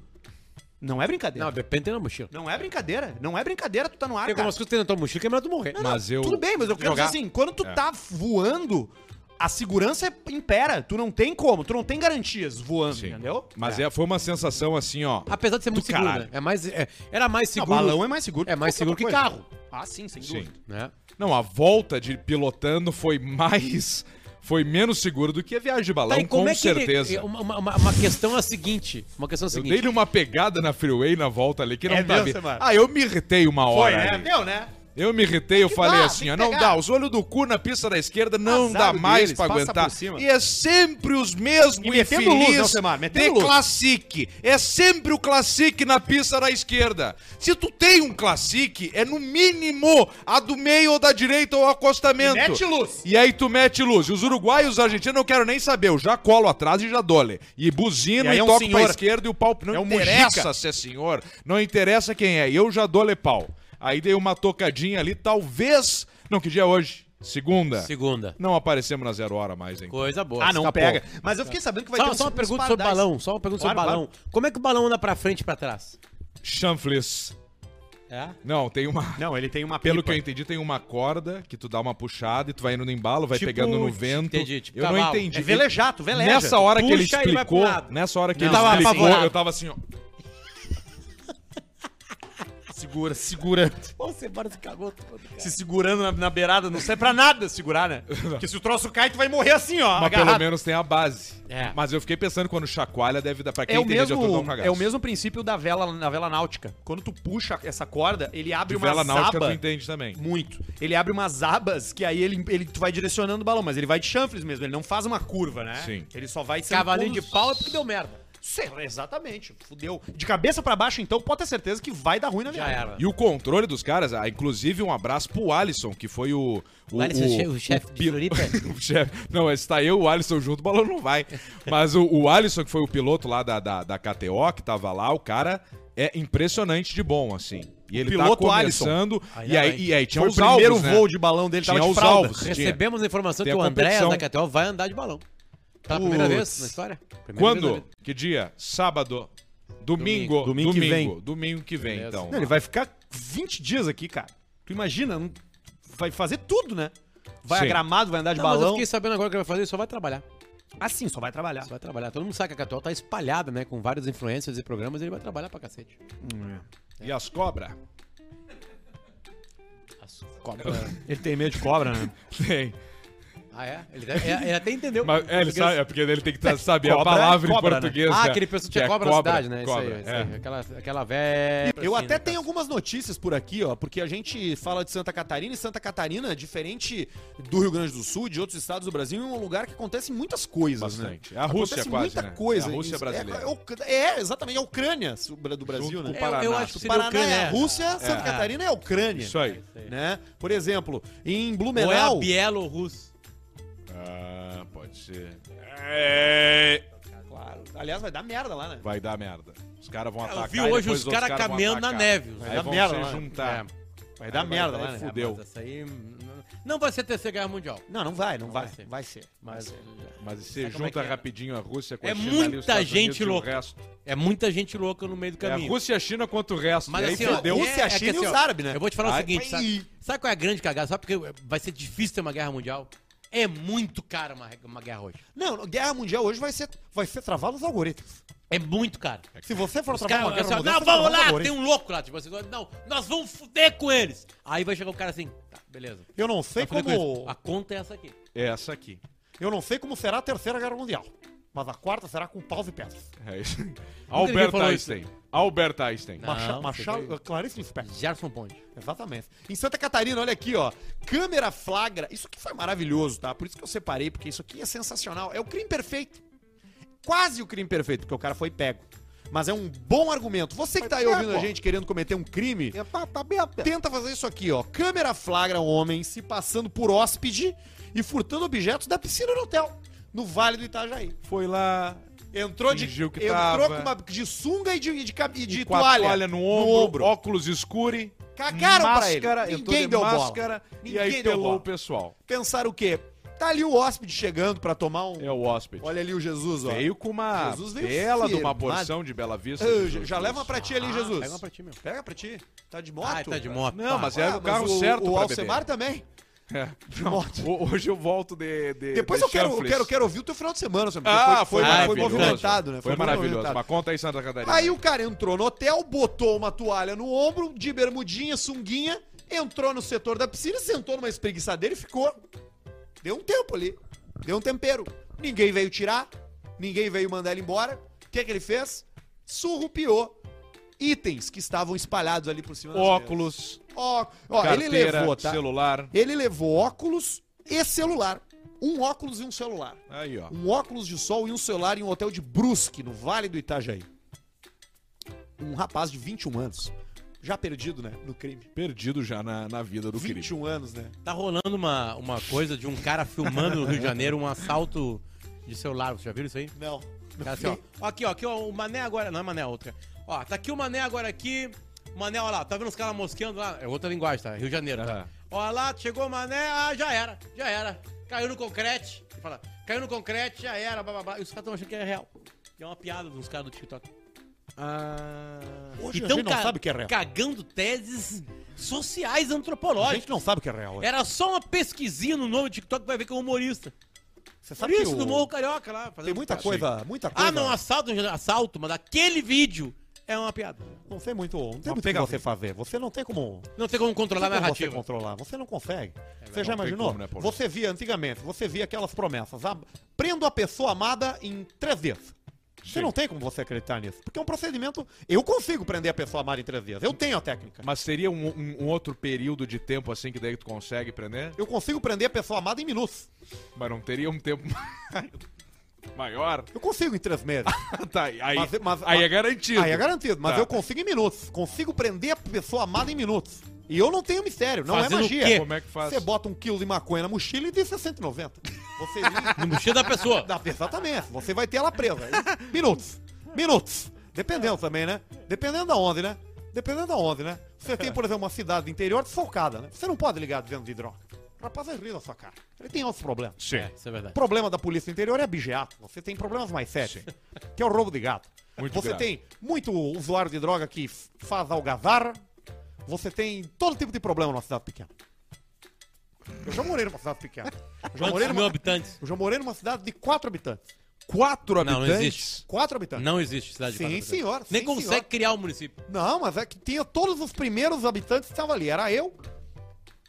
Speaker 2: não é brincadeira.
Speaker 4: Não, depende da mochila.
Speaker 2: Não é brincadeira. Não é brincadeira tu tá no ar,
Speaker 4: Tem
Speaker 2: cara.
Speaker 4: algumas coisas que tem na tua mochila que é melhor tu morrer.
Speaker 3: Mas eu.
Speaker 2: Tudo bem, mas eu quero
Speaker 3: jogar-
Speaker 2: dizer assim, quando
Speaker 4: É.
Speaker 2: tu tá voando, a segurança impera. Tu não tem como, tu não tem garantias voando,
Speaker 3: Sim.
Speaker 2: entendeu?
Speaker 3: Mas é, foi uma sensação assim, ó.
Speaker 4: Apesar de ser muito seguro,
Speaker 3: caralho.
Speaker 4: né? É mais, é- era mais
Speaker 2: Não,
Speaker 4: seguro.
Speaker 2: balão é mais seguro.
Speaker 4: É mais seguro que
Speaker 2: qualquer
Speaker 4: carro,
Speaker 2: Ah, sim, sem
Speaker 3: Sim.
Speaker 2: dúvida.
Speaker 4: né?
Speaker 3: Não, a volta de pilotando foi mais. Foi menos seguro do que a viagem de balão,
Speaker 4: Tá, e
Speaker 3: com
Speaker 4: como é que ele-
Speaker 3: certeza.
Speaker 4: uma, uma- uma- uma questão é a seguinte, uma questão é a
Speaker 3: Eu dei
Speaker 4: seguinte.
Speaker 3: ele uma pegada na freeway na volta ali que não
Speaker 2: É
Speaker 3: tá
Speaker 2: mesmo,
Speaker 3: bem.
Speaker 2: Samara?
Speaker 3: Ah, eu me irritei uma
Speaker 2: Foi,
Speaker 3: hora.
Speaker 2: né?
Speaker 3: ali.
Speaker 2: Deu, né?
Speaker 3: Eu me irritei, eu falei
Speaker 2: dá,
Speaker 3: assim,
Speaker 2: tem
Speaker 3: ó,
Speaker 2: que
Speaker 3: não
Speaker 2: pegar.
Speaker 3: dá, os olhos do cu na pista da esquerda não
Speaker 2: Azar
Speaker 3: dá
Speaker 2: deles,
Speaker 3: mais pra
Speaker 2: passa
Speaker 3: aguentar.
Speaker 2: por cima.
Speaker 3: E é sempre os mesmos
Speaker 2: E metendo luz, né,
Speaker 3: infelizes
Speaker 2: Alcemar?
Speaker 3: de
Speaker 2: Metendo luz.
Speaker 3: classique. É sempre o classique na pista da esquerda. Se tu tem um classique, é no mínimo a do meio ou da direita ou acostamento.
Speaker 2: Mete luz.
Speaker 3: E aí tu mete luz. E os uruguaios, os argentinos, eu não quero nem saber. Eu já colo atrás e já dole. E buzino
Speaker 2: E aí
Speaker 3: e,
Speaker 2: é um
Speaker 3: toco pra
Speaker 2: senhor.
Speaker 3: esquerda e o pau. Não
Speaker 2: É um
Speaker 3: interessa
Speaker 2: Mujica.
Speaker 3: se é senhor. Não interessa quem é. Eu já dole pau. Aí dei uma tocadinha ali, talvez. Não, que dia é hoje? Segunda.
Speaker 4: Segunda.
Speaker 3: Não aparecemos na zero hora mais, hein?
Speaker 4: Coisa boa.
Speaker 2: Ah, não
Speaker 4: escapou.
Speaker 2: pega. Mas eu fiquei sabendo que vai
Speaker 4: Só,
Speaker 2: ter um
Speaker 4: só uma
Speaker 2: uns
Speaker 4: pergunta sobre
Speaker 2: pardais.
Speaker 4: balão. Só uma pergunta sobre
Speaker 2: Claro,
Speaker 4: balão. Como é que o balão anda pra frente e pra trás?
Speaker 3: Chanfles.
Speaker 4: É?
Speaker 3: Não, tem uma.
Speaker 2: Não, ele tem uma
Speaker 3: Pelo que
Speaker 2: pipa.
Speaker 3: eu entendi, tem uma corda que tu dá uma puxada e tu vai indo no embalo, vai
Speaker 4: Tipo,
Speaker 3: pegando no
Speaker 4: tipo,
Speaker 3: vento.
Speaker 4: entendi, tipo
Speaker 3: eu não
Speaker 4: cavalo.
Speaker 3: entendi.
Speaker 2: É velejar, tu veleja.
Speaker 3: Nessa hora que ele
Speaker 4: puxa e vai pro
Speaker 3: explicou,
Speaker 4: lado.
Speaker 3: nessa hora que
Speaker 4: Não,
Speaker 3: ele
Speaker 4: tava
Speaker 3: explicou,
Speaker 4: apavorado.
Speaker 3: eu tava assim, ó.
Speaker 2: Segura, segura.
Speaker 4: Você bora se cagou todo, cara.
Speaker 2: Se segurando na, na beirada, não serve pra nada segurar, né? Porque se o troço cai, tu vai morrer assim, ó.
Speaker 3: Mas
Speaker 2: agarrado.
Speaker 3: pelo menos tem a base.
Speaker 4: É.
Speaker 3: Mas eu fiquei pensando quando chacoalha deve dar pra quem
Speaker 2: É o,
Speaker 3: entende de altura, dá um
Speaker 2: mesmo, é
Speaker 3: cagaço.
Speaker 2: o mesmo princípio da vela, na vela náutica. Quando tu puxa essa corda, ele abre
Speaker 3: De
Speaker 2: uma
Speaker 3: vela náutica tu
Speaker 2: aba.
Speaker 3: entende também.
Speaker 2: Muito. Ele abre umas abas que aí ele, ele tu vai direcionando o balão, mas ele vai de chanfles mesmo, ele não faz uma curva, né?
Speaker 3: Sim.
Speaker 2: Ele só vai sendo
Speaker 4: Cavalinho de
Speaker 2: conduzido.
Speaker 4: pau é porque deu merda.
Speaker 2: Sei, exatamente. Fudeu. De cabeça pra baixo, então, pode ter certeza que vai dar ruim na
Speaker 4: Já
Speaker 2: viagem.
Speaker 4: era.
Speaker 3: E o controle dos caras, ah, inclusive um abraço pro Alisson, que foi o.
Speaker 4: O Alisson, o che- o chefe de
Speaker 3: pil-
Speaker 4: Floripa?
Speaker 3: o chefe. Não, está eu e o Alisson junto, o balão não vai. Mas o, o Alisson, que foi o piloto lá da, da, da KTO, que tava lá, o cara é impressionante de bom, assim. E ele
Speaker 2: piloto
Speaker 3: tá
Speaker 2: Alisson.
Speaker 3: começando.
Speaker 4: Aí
Speaker 3: E aí,
Speaker 4: vai.
Speaker 3: e aí tinha
Speaker 2: Foi
Speaker 3: os
Speaker 2: o primeiro
Speaker 3: alvos, né?
Speaker 2: voo de balão dele,
Speaker 3: Tinha
Speaker 2: tava de
Speaker 3: os
Speaker 2: fralda.
Speaker 3: alvos.
Speaker 4: Recebemos a informação
Speaker 3: Tem
Speaker 4: que o
Speaker 3: a
Speaker 4: André
Speaker 3: competição.
Speaker 4: da KTO vai andar de balão. Pela primeira
Speaker 2: Putz.
Speaker 4: vez na história. Primeira vez na
Speaker 3: Quando?
Speaker 4: vida.
Speaker 3: Que dia? Sábado. Domingo.
Speaker 2: Domingo que vem.
Speaker 3: Domingo que vem,
Speaker 4: Beleza.
Speaker 3: então.
Speaker 2: Não, ele vai ficar 20 dias aqui, cara. Tu imagina, não- vai fazer tudo, né? Vai
Speaker 3: Sim.
Speaker 2: a gramado, vai andar de
Speaker 4: Não, mas eu
Speaker 2: balão.
Speaker 4: fiquei sabendo agora que ele vai fazer, ele só vai trabalhar.
Speaker 2: Assim, só vai trabalhar.
Speaker 4: Só vai trabalhar. Todo mundo sabe que a KTO tá espalhada, né? Com vários influencers e programas, ele vai trabalhar pra cacete. Tá.
Speaker 3: E as cobras?
Speaker 2: Ele tem medo de cobra, né?
Speaker 3: Tem.
Speaker 4: Ah, é? Ele, deve- é- ele até entendeu.
Speaker 3: Mas é, ele sabe, é porque ele tem que tra- saber a
Speaker 2: Cobra é
Speaker 3: palavra
Speaker 2: cobra,
Speaker 3: em
Speaker 2: né?
Speaker 3: português.
Speaker 4: Ah,
Speaker 3: né?
Speaker 4: aquele pessoal
Speaker 3: Que
Speaker 4: tinha
Speaker 3: é
Speaker 4: cobra, na cidade, né?
Speaker 3: Cobra,
Speaker 4: isso aí,
Speaker 3: é.
Speaker 4: isso aí. Aquela, aquela velha. assim, né?
Speaker 2: Eu
Speaker 3: né,
Speaker 2: até tenho algumas notícias por aqui, ó, porque a gente fala de Santa Catarina e Santa Catarina, diferente do Rio Grande do Sul, de outros estados do Brasil, é um lugar que acontece muitas coisas,
Speaker 3: Bastante.
Speaker 2: né?
Speaker 3: É a Rússia
Speaker 2: acontece
Speaker 3: quase,
Speaker 2: muita
Speaker 3: né?
Speaker 2: coisa.
Speaker 3: É a Rússia
Speaker 2: Isso.
Speaker 3: brasileira.
Speaker 2: É, é o- é, exatamente, é a Ucrânia su- do Brasil,
Speaker 3: Junto
Speaker 2: né?
Speaker 3: com o
Speaker 4: Eu- eu
Speaker 3: Paraná.
Speaker 4: acho que seria
Speaker 2: Paraná é
Speaker 4: Ucrânia.
Speaker 2: a Rússia, Santa Catarina é a Ucrânia.
Speaker 3: Isso aí.
Speaker 2: Né? Por exemplo, em
Speaker 4: Ou é a
Speaker 2: Blumenau.
Speaker 4: Bielorrusso.
Speaker 3: Ah, pode ser. É.
Speaker 2: Claro. Aliás, vai dar merda lá, né?
Speaker 3: Vai dar merda. Os caras vão
Speaker 4: Eu
Speaker 3: atacar.
Speaker 4: vi
Speaker 3: e
Speaker 4: hoje
Speaker 3: depois
Speaker 4: os caras
Speaker 3: vão
Speaker 4: caminhando na
Speaker 3: atacar.
Speaker 4: neve.
Speaker 3: Aí
Speaker 2: Vai dar
Speaker 3: vão
Speaker 2: merda,
Speaker 3: se
Speaker 2: né?
Speaker 3: juntar.
Speaker 4: É.
Speaker 2: Vai dar merda lá, né?
Speaker 4: Fudeu.
Speaker 3: Fudeu.
Speaker 4: Essa aí. hum, Não vai ser a terceira guerra mundial.
Speaker 2: Não, não vai, não, vai.
Speaker 4: vai ser.
Speaker 2: Vai ser. Mas,
Speaker 3: Mas você
Speaker 4: como é
Speaker 3: junta
Speaker 4: que é?
Speaker 3: rapidinho a Rússia com
Speaker 4: É
Speaker 3: a China ali, os
Speaker 4: muita
Speaker 3: Estados
Speaker 4: gente
Speaker 3: Unidos e o
Speaker 4: louca.
Speaker 3: resto.
Speaker 4: É muita gente louca no meio do
Speaker 3: É a
Speaker 4: caminho.
Speaker 3: Rússia e a China contra o resto.
Speaker 4: Mas
Speaker 3: e aí
Speaker 4: assim,
Speaker 3: perdeu.
Speaker 4: ó,
Speaker 2: Rússia, a China e
Speaker 4: ó,
Speaker 2: os árabes, né?
Speaker 4: Eu vou te falar
Speaker 3: Ai,
Speaker 4: o seguinte, sabe, sabe qual é a grande cagada? Sabe porque vai ser difícil ter uma guerra mundial? É muito caro uma, uma guerra hoje.
Speaker 2: Não, guerra mundial hoje vai ser, vai ser travada nos algoritmos.
Speaker 4: É muito caro.
Speaker 2: Se você for
Speaker 4: Os
Speaker 2: travar
Speaker 4: caras,
Speaker 2: uma guerra
Speaker 4: assim, ó,
Speaker 2: mundial,
Speaker 4: não,
Speaker 2: você vai
Speaker 4: vamos
Speaker 2: travar nos
Speaker 4: lá, tem
Speaker 2: algoritmos.
Speaker 4: um louco lá. Tipo assim, não, nós vamos fuder com eles. Aí vai chegar o cara assim, tá, beleza.
Speaker 2: Eu não sei
Speaker 4: Vai fuder com
Speaker 2: como.
Speaker 4: eles. A conta é essa aqui.
Speaker 3: É essa aqui.
Speaker 2: Eu não sei como será a terceira guerra mundial. Mas a quarta será com paus e pedras.
Speaker 3: É isso.
Speaker 4: ninguém
Speaker 3: Albert
Speaker 4: falou isso.
Speaker 3: Einstein. Albert Einstein.
Speaker 4: Não,
Speaker 2: Macha-
Speaker 4: você
Speaker 2: Machado,
Speaker 4: veio.
Speaker 2: Clarice Lispector.
Speaker 4: Gerson Ponte.
Speaker 2: Exatamente. Em Santa Catarina, olha aqui, ó. Câmera flagra. Isso aqui foi maravilhoso, tá? Por isso que eu separei, porque isso aqui é sensacional. É o crime perfeito. Quase o crime perfeito, porque o cara foi pego. Mas é um bom argumento. Você que tá aí ouvindo a gente querendo cometer um crime,
Speaker 1: É,
Speaker 2: tenta fazer isso aqui, ó. Câmera flagra um homem se passando por hóspede e furtando objetos da piscina do hotel, no Vale do Itajaí.
Speaker 3: Foi lá.
Speaker 2: Entrou de,
Speaker 3: Fingiu que
Speaker 2: entrou
Speaker 3: tava.
Speaker 2: com uma, de sunga e de, e de, cab- e de
Speaker 3: com a
Speaker 2: toalha.
Speaker 3: toalha no ombro, óculos escure,
Speaker 2: Cagaram
Speaker 3: máscara,
Speaker 2: pra ele.
Speaker 3: entrou
Speaker 2: Ninguém
Speaker 3: de
Speaker 2: deu bola.
Speaker 3: máscara e
Speaker 2: Ninguém
Speaker 3: aí
Speaker 2: deu
Speaker 3: pelou
Speaker 2: bola.
Speaker 3: o pessoal.
Speaker 2: Pensaram o quê? Tá ali o hóspede chegando pra tomar um.
Speaker 3: É o hóspede.
Speaker 2: Olha ali o Jesus, ó.
Speaker 3: veio com uma
Speaker 2: Jesus veio
Speaker 3: bela de uma
Speaker 2: firmado.
Speaker 3: porção de Bela Vista.
Speaker 2: Ah,
Speaker 3: Jesus.
Speaker 2: já Ah, leva uma pra ti ali, Jesus.
Speaker 4: Pega uma pra ti, meu.
Speaker 2: Pega pra ti. Tá de moto?
Speaker 4: Ah, tá de moto.
Speaker 3: Não, mas
Speaker 2: Ah,
Speaker 3: era o carro
Speaker 2: o,
Speaker 3: certo
Speaker 2: O
Speaker 3: pra
Speaker 2: Alcemar também.
Speaker 3: beber.
Speaker 2: De moto.
Speaker 3: Ho- Hoje eu volto de. de-
Speaker 2: Depois
Speaker 3: de
Speaker 2: eu quero, eu
Speaker 3: chanfles.
Speaker 2: quero, quero ouvir o teu final de semana, Samir, porque
Speaker 3: Ah, foi,
Speaker 2: foi, foi, foi
Speaker 3: maravilhoso.
Speaker 2: movimentado, né?
Speaker 3: Foi,
Speaker 2: muito
Speaker 3: maravilhoso.
Speaker 2: movimentado.
Speaker 3: Mas conta aí, Santa Catarina.
Speaker 2: Aí o cara entrou no hotel, botou uma toalha no ombro, de bermudinha, sunguinha, entrou no setor da piscina, sentou numa espreguiçadeira e ficou. Deu um tempo ali. Deu um tempero. Ninguém veio tirar, ninguém veio mandar ele embora. O que, que ele fez? Surrupiou itens que estavam espalhados ali por cima das
Speaker 3: Óculos,
Speaker 2: mesas. Ó, ó, ele
Speaker 3: carteira,
Speaker 2: levou, tá?
Speaker 3: celular.
Speaker 2: Ele levou óculos e celular. Um óculos e um celular.
Speaker 3: Aí, ó.
Speaker 2: Um óculos de sol e um celular em um hotel de Brusque, no Vale do Itajaí. Um rapaz de 21 anos. Já perdido, né? No crime.
Speaker 3: Perdido já na, na vida do querido.
Speaker 2: 21 anos, né?
Speaker 4: Tá rolando uma, uma coisa de um cara filmando no Rio de Janeiro um assalto de celular. Vocês já viram isso aí?
Speaker 2: Não.
Speaker 4: Cara, assim, ó. Ó, Aqui, ó, aqui, ó, o Mané agora. Não é Mané, é outro. cara. Ó, tá aqui o Mané agora aqui. O Mané, ó lá, tá vendo os caras mosqueando lá? É outra linguagem, tá? Rio de Janeiro, tá?
Speaker 3: Aham.
Speaker 4: Ó lá, chegou o Mané, ah, já era, já era. Caiu no concrete. Ele Fala, caiu no concrete, já era, blá blá blá. E os caras tão achando que é real. E é uma piada dos caras do TikTok. Ah.
Speaker 2: Hoje a gente não
Speaker 4: Então ca-
Speaker 2: sabe o que é real.
Speaker 4: cagando teses sociais
Speaker 2: A
Speaker 4: antropológicas.
Speaker 2: gente não sabe o que é real. hoje.
Speaker 4: Era só uma pesquisinha no nome do TikTok vai ver que é humorista.
Speaker 2: Você sabe que
Speaker 4: Humorista
Speaker 2: o...
Speaker 4: do Morro Carioca lá. fazendo
Speaker 2: tem muita
Speaker 4: piada.
Speaker 2: coisa, muita coisa.
Speaker 4: Ah, não, assalto, assalto, mas aquele vídeo é uma piada.
Speaker 2: Não tem muito, não tem muito o que você fazer. Você não tem como...
Speaker 4: Não tem como
Speaker 2: Não
Speaker 4: controlar a
Speaker 2: tem como você
Speaker 4: narrativa.
Speaker 2: controlar, você não consegue. você já
Speaker 3: não tem
Speaker 2: imaginou?
Speaker 3: como, né, Paulo?
Speaker 2: você via antigamente, você via aquelas promessas. Ah, prendo a pessoa amada em três vezes. Você não tem como você acreditar nisso. Porque é um procedimento. Eu consigo prender a pessoa amada em três vezes. Eu tenho a técnica.
Speaker 3: Mas seria um, um- um outro período de tempo assim que daí tu consegue prender?
Speaker 2: Eu consigo prender a pessoa amada em minutos.
Speaker 3: Mas não teria um tempo maior?
Speaker 2: Eu consigo em três meses.
Speaker 3: tá, aí,
Speaker 2: Mas- mas-
Speaker 3: aí é garantido.
Speaker 2: Aí é garantido, mas
Speaker 3: Tá.
Speaker 2: eu consigo em minutos. Consigo prender a pessoa amada em minutos. E eu não tenho mistério, não
Speaker 4: Fazendo
Speaker 2: é
Speaker 4: o
Speaker 2: magia.
Speaker 4: quê?
Speaker 3: Como é que faz?
Speaker 2: Você bota um quilo de maconha na mochila e diz 190. Você diz.
Speaker 4: No mochila da pessoa.
Speaker 2: Dá, exatamente. Você vai ter ela presa. Minutos. Minutos. Dependendo também, né? Dependendo da onde, né? Dependendo da onde, né? Você tem, por exemplo, uma cidade do interior desfalcada, né? Você não pode ligar dizendo de droga. O rapaz vai rir na sua cara. Ele tem outros problemas.
Speaker 4: É, isso é
Speaker 2: O
Speaker 4: verdade.
Speaker 2: problema da polícia do interior é abigeato. Você tem problemas mais sérios, que é o roubo de gato.
Speaker 3: Muito
Speaker 2: Você
Speaker 3: grave.
Speaker 2: tem muito usuário de droga que f- faz algazarra. Você tem todo tipo de problema numa cidade pequena. Eu já morei numa cidade pequena. Eu já morei
Speaker 4: Quantos
Speaker 2: numa
Speaker 4: mil habitantes?
Speaker 2: eu já morei numa cidade de quatro habitantes.
Speaker 3: Quatro
Speaker 4: Não, não
Speaker 3: habitantes?
Speaker 4: existe.
Speaker 2: Quatro habitantes.
Speaker 4: Não existe cidade
Speaker 2: Sim,
Speaker 4: quatro
Speaker 2: senhor,
Speaker 4: habitantes. Nem
Speaker 2: sim,
Speaker 4: consegue
Speaker 2: senhor.
Speaker 4: criar o município.
Speaker 2: Não, mas é que tinha todos os primeiros habitantes que estavam ali. Era eu.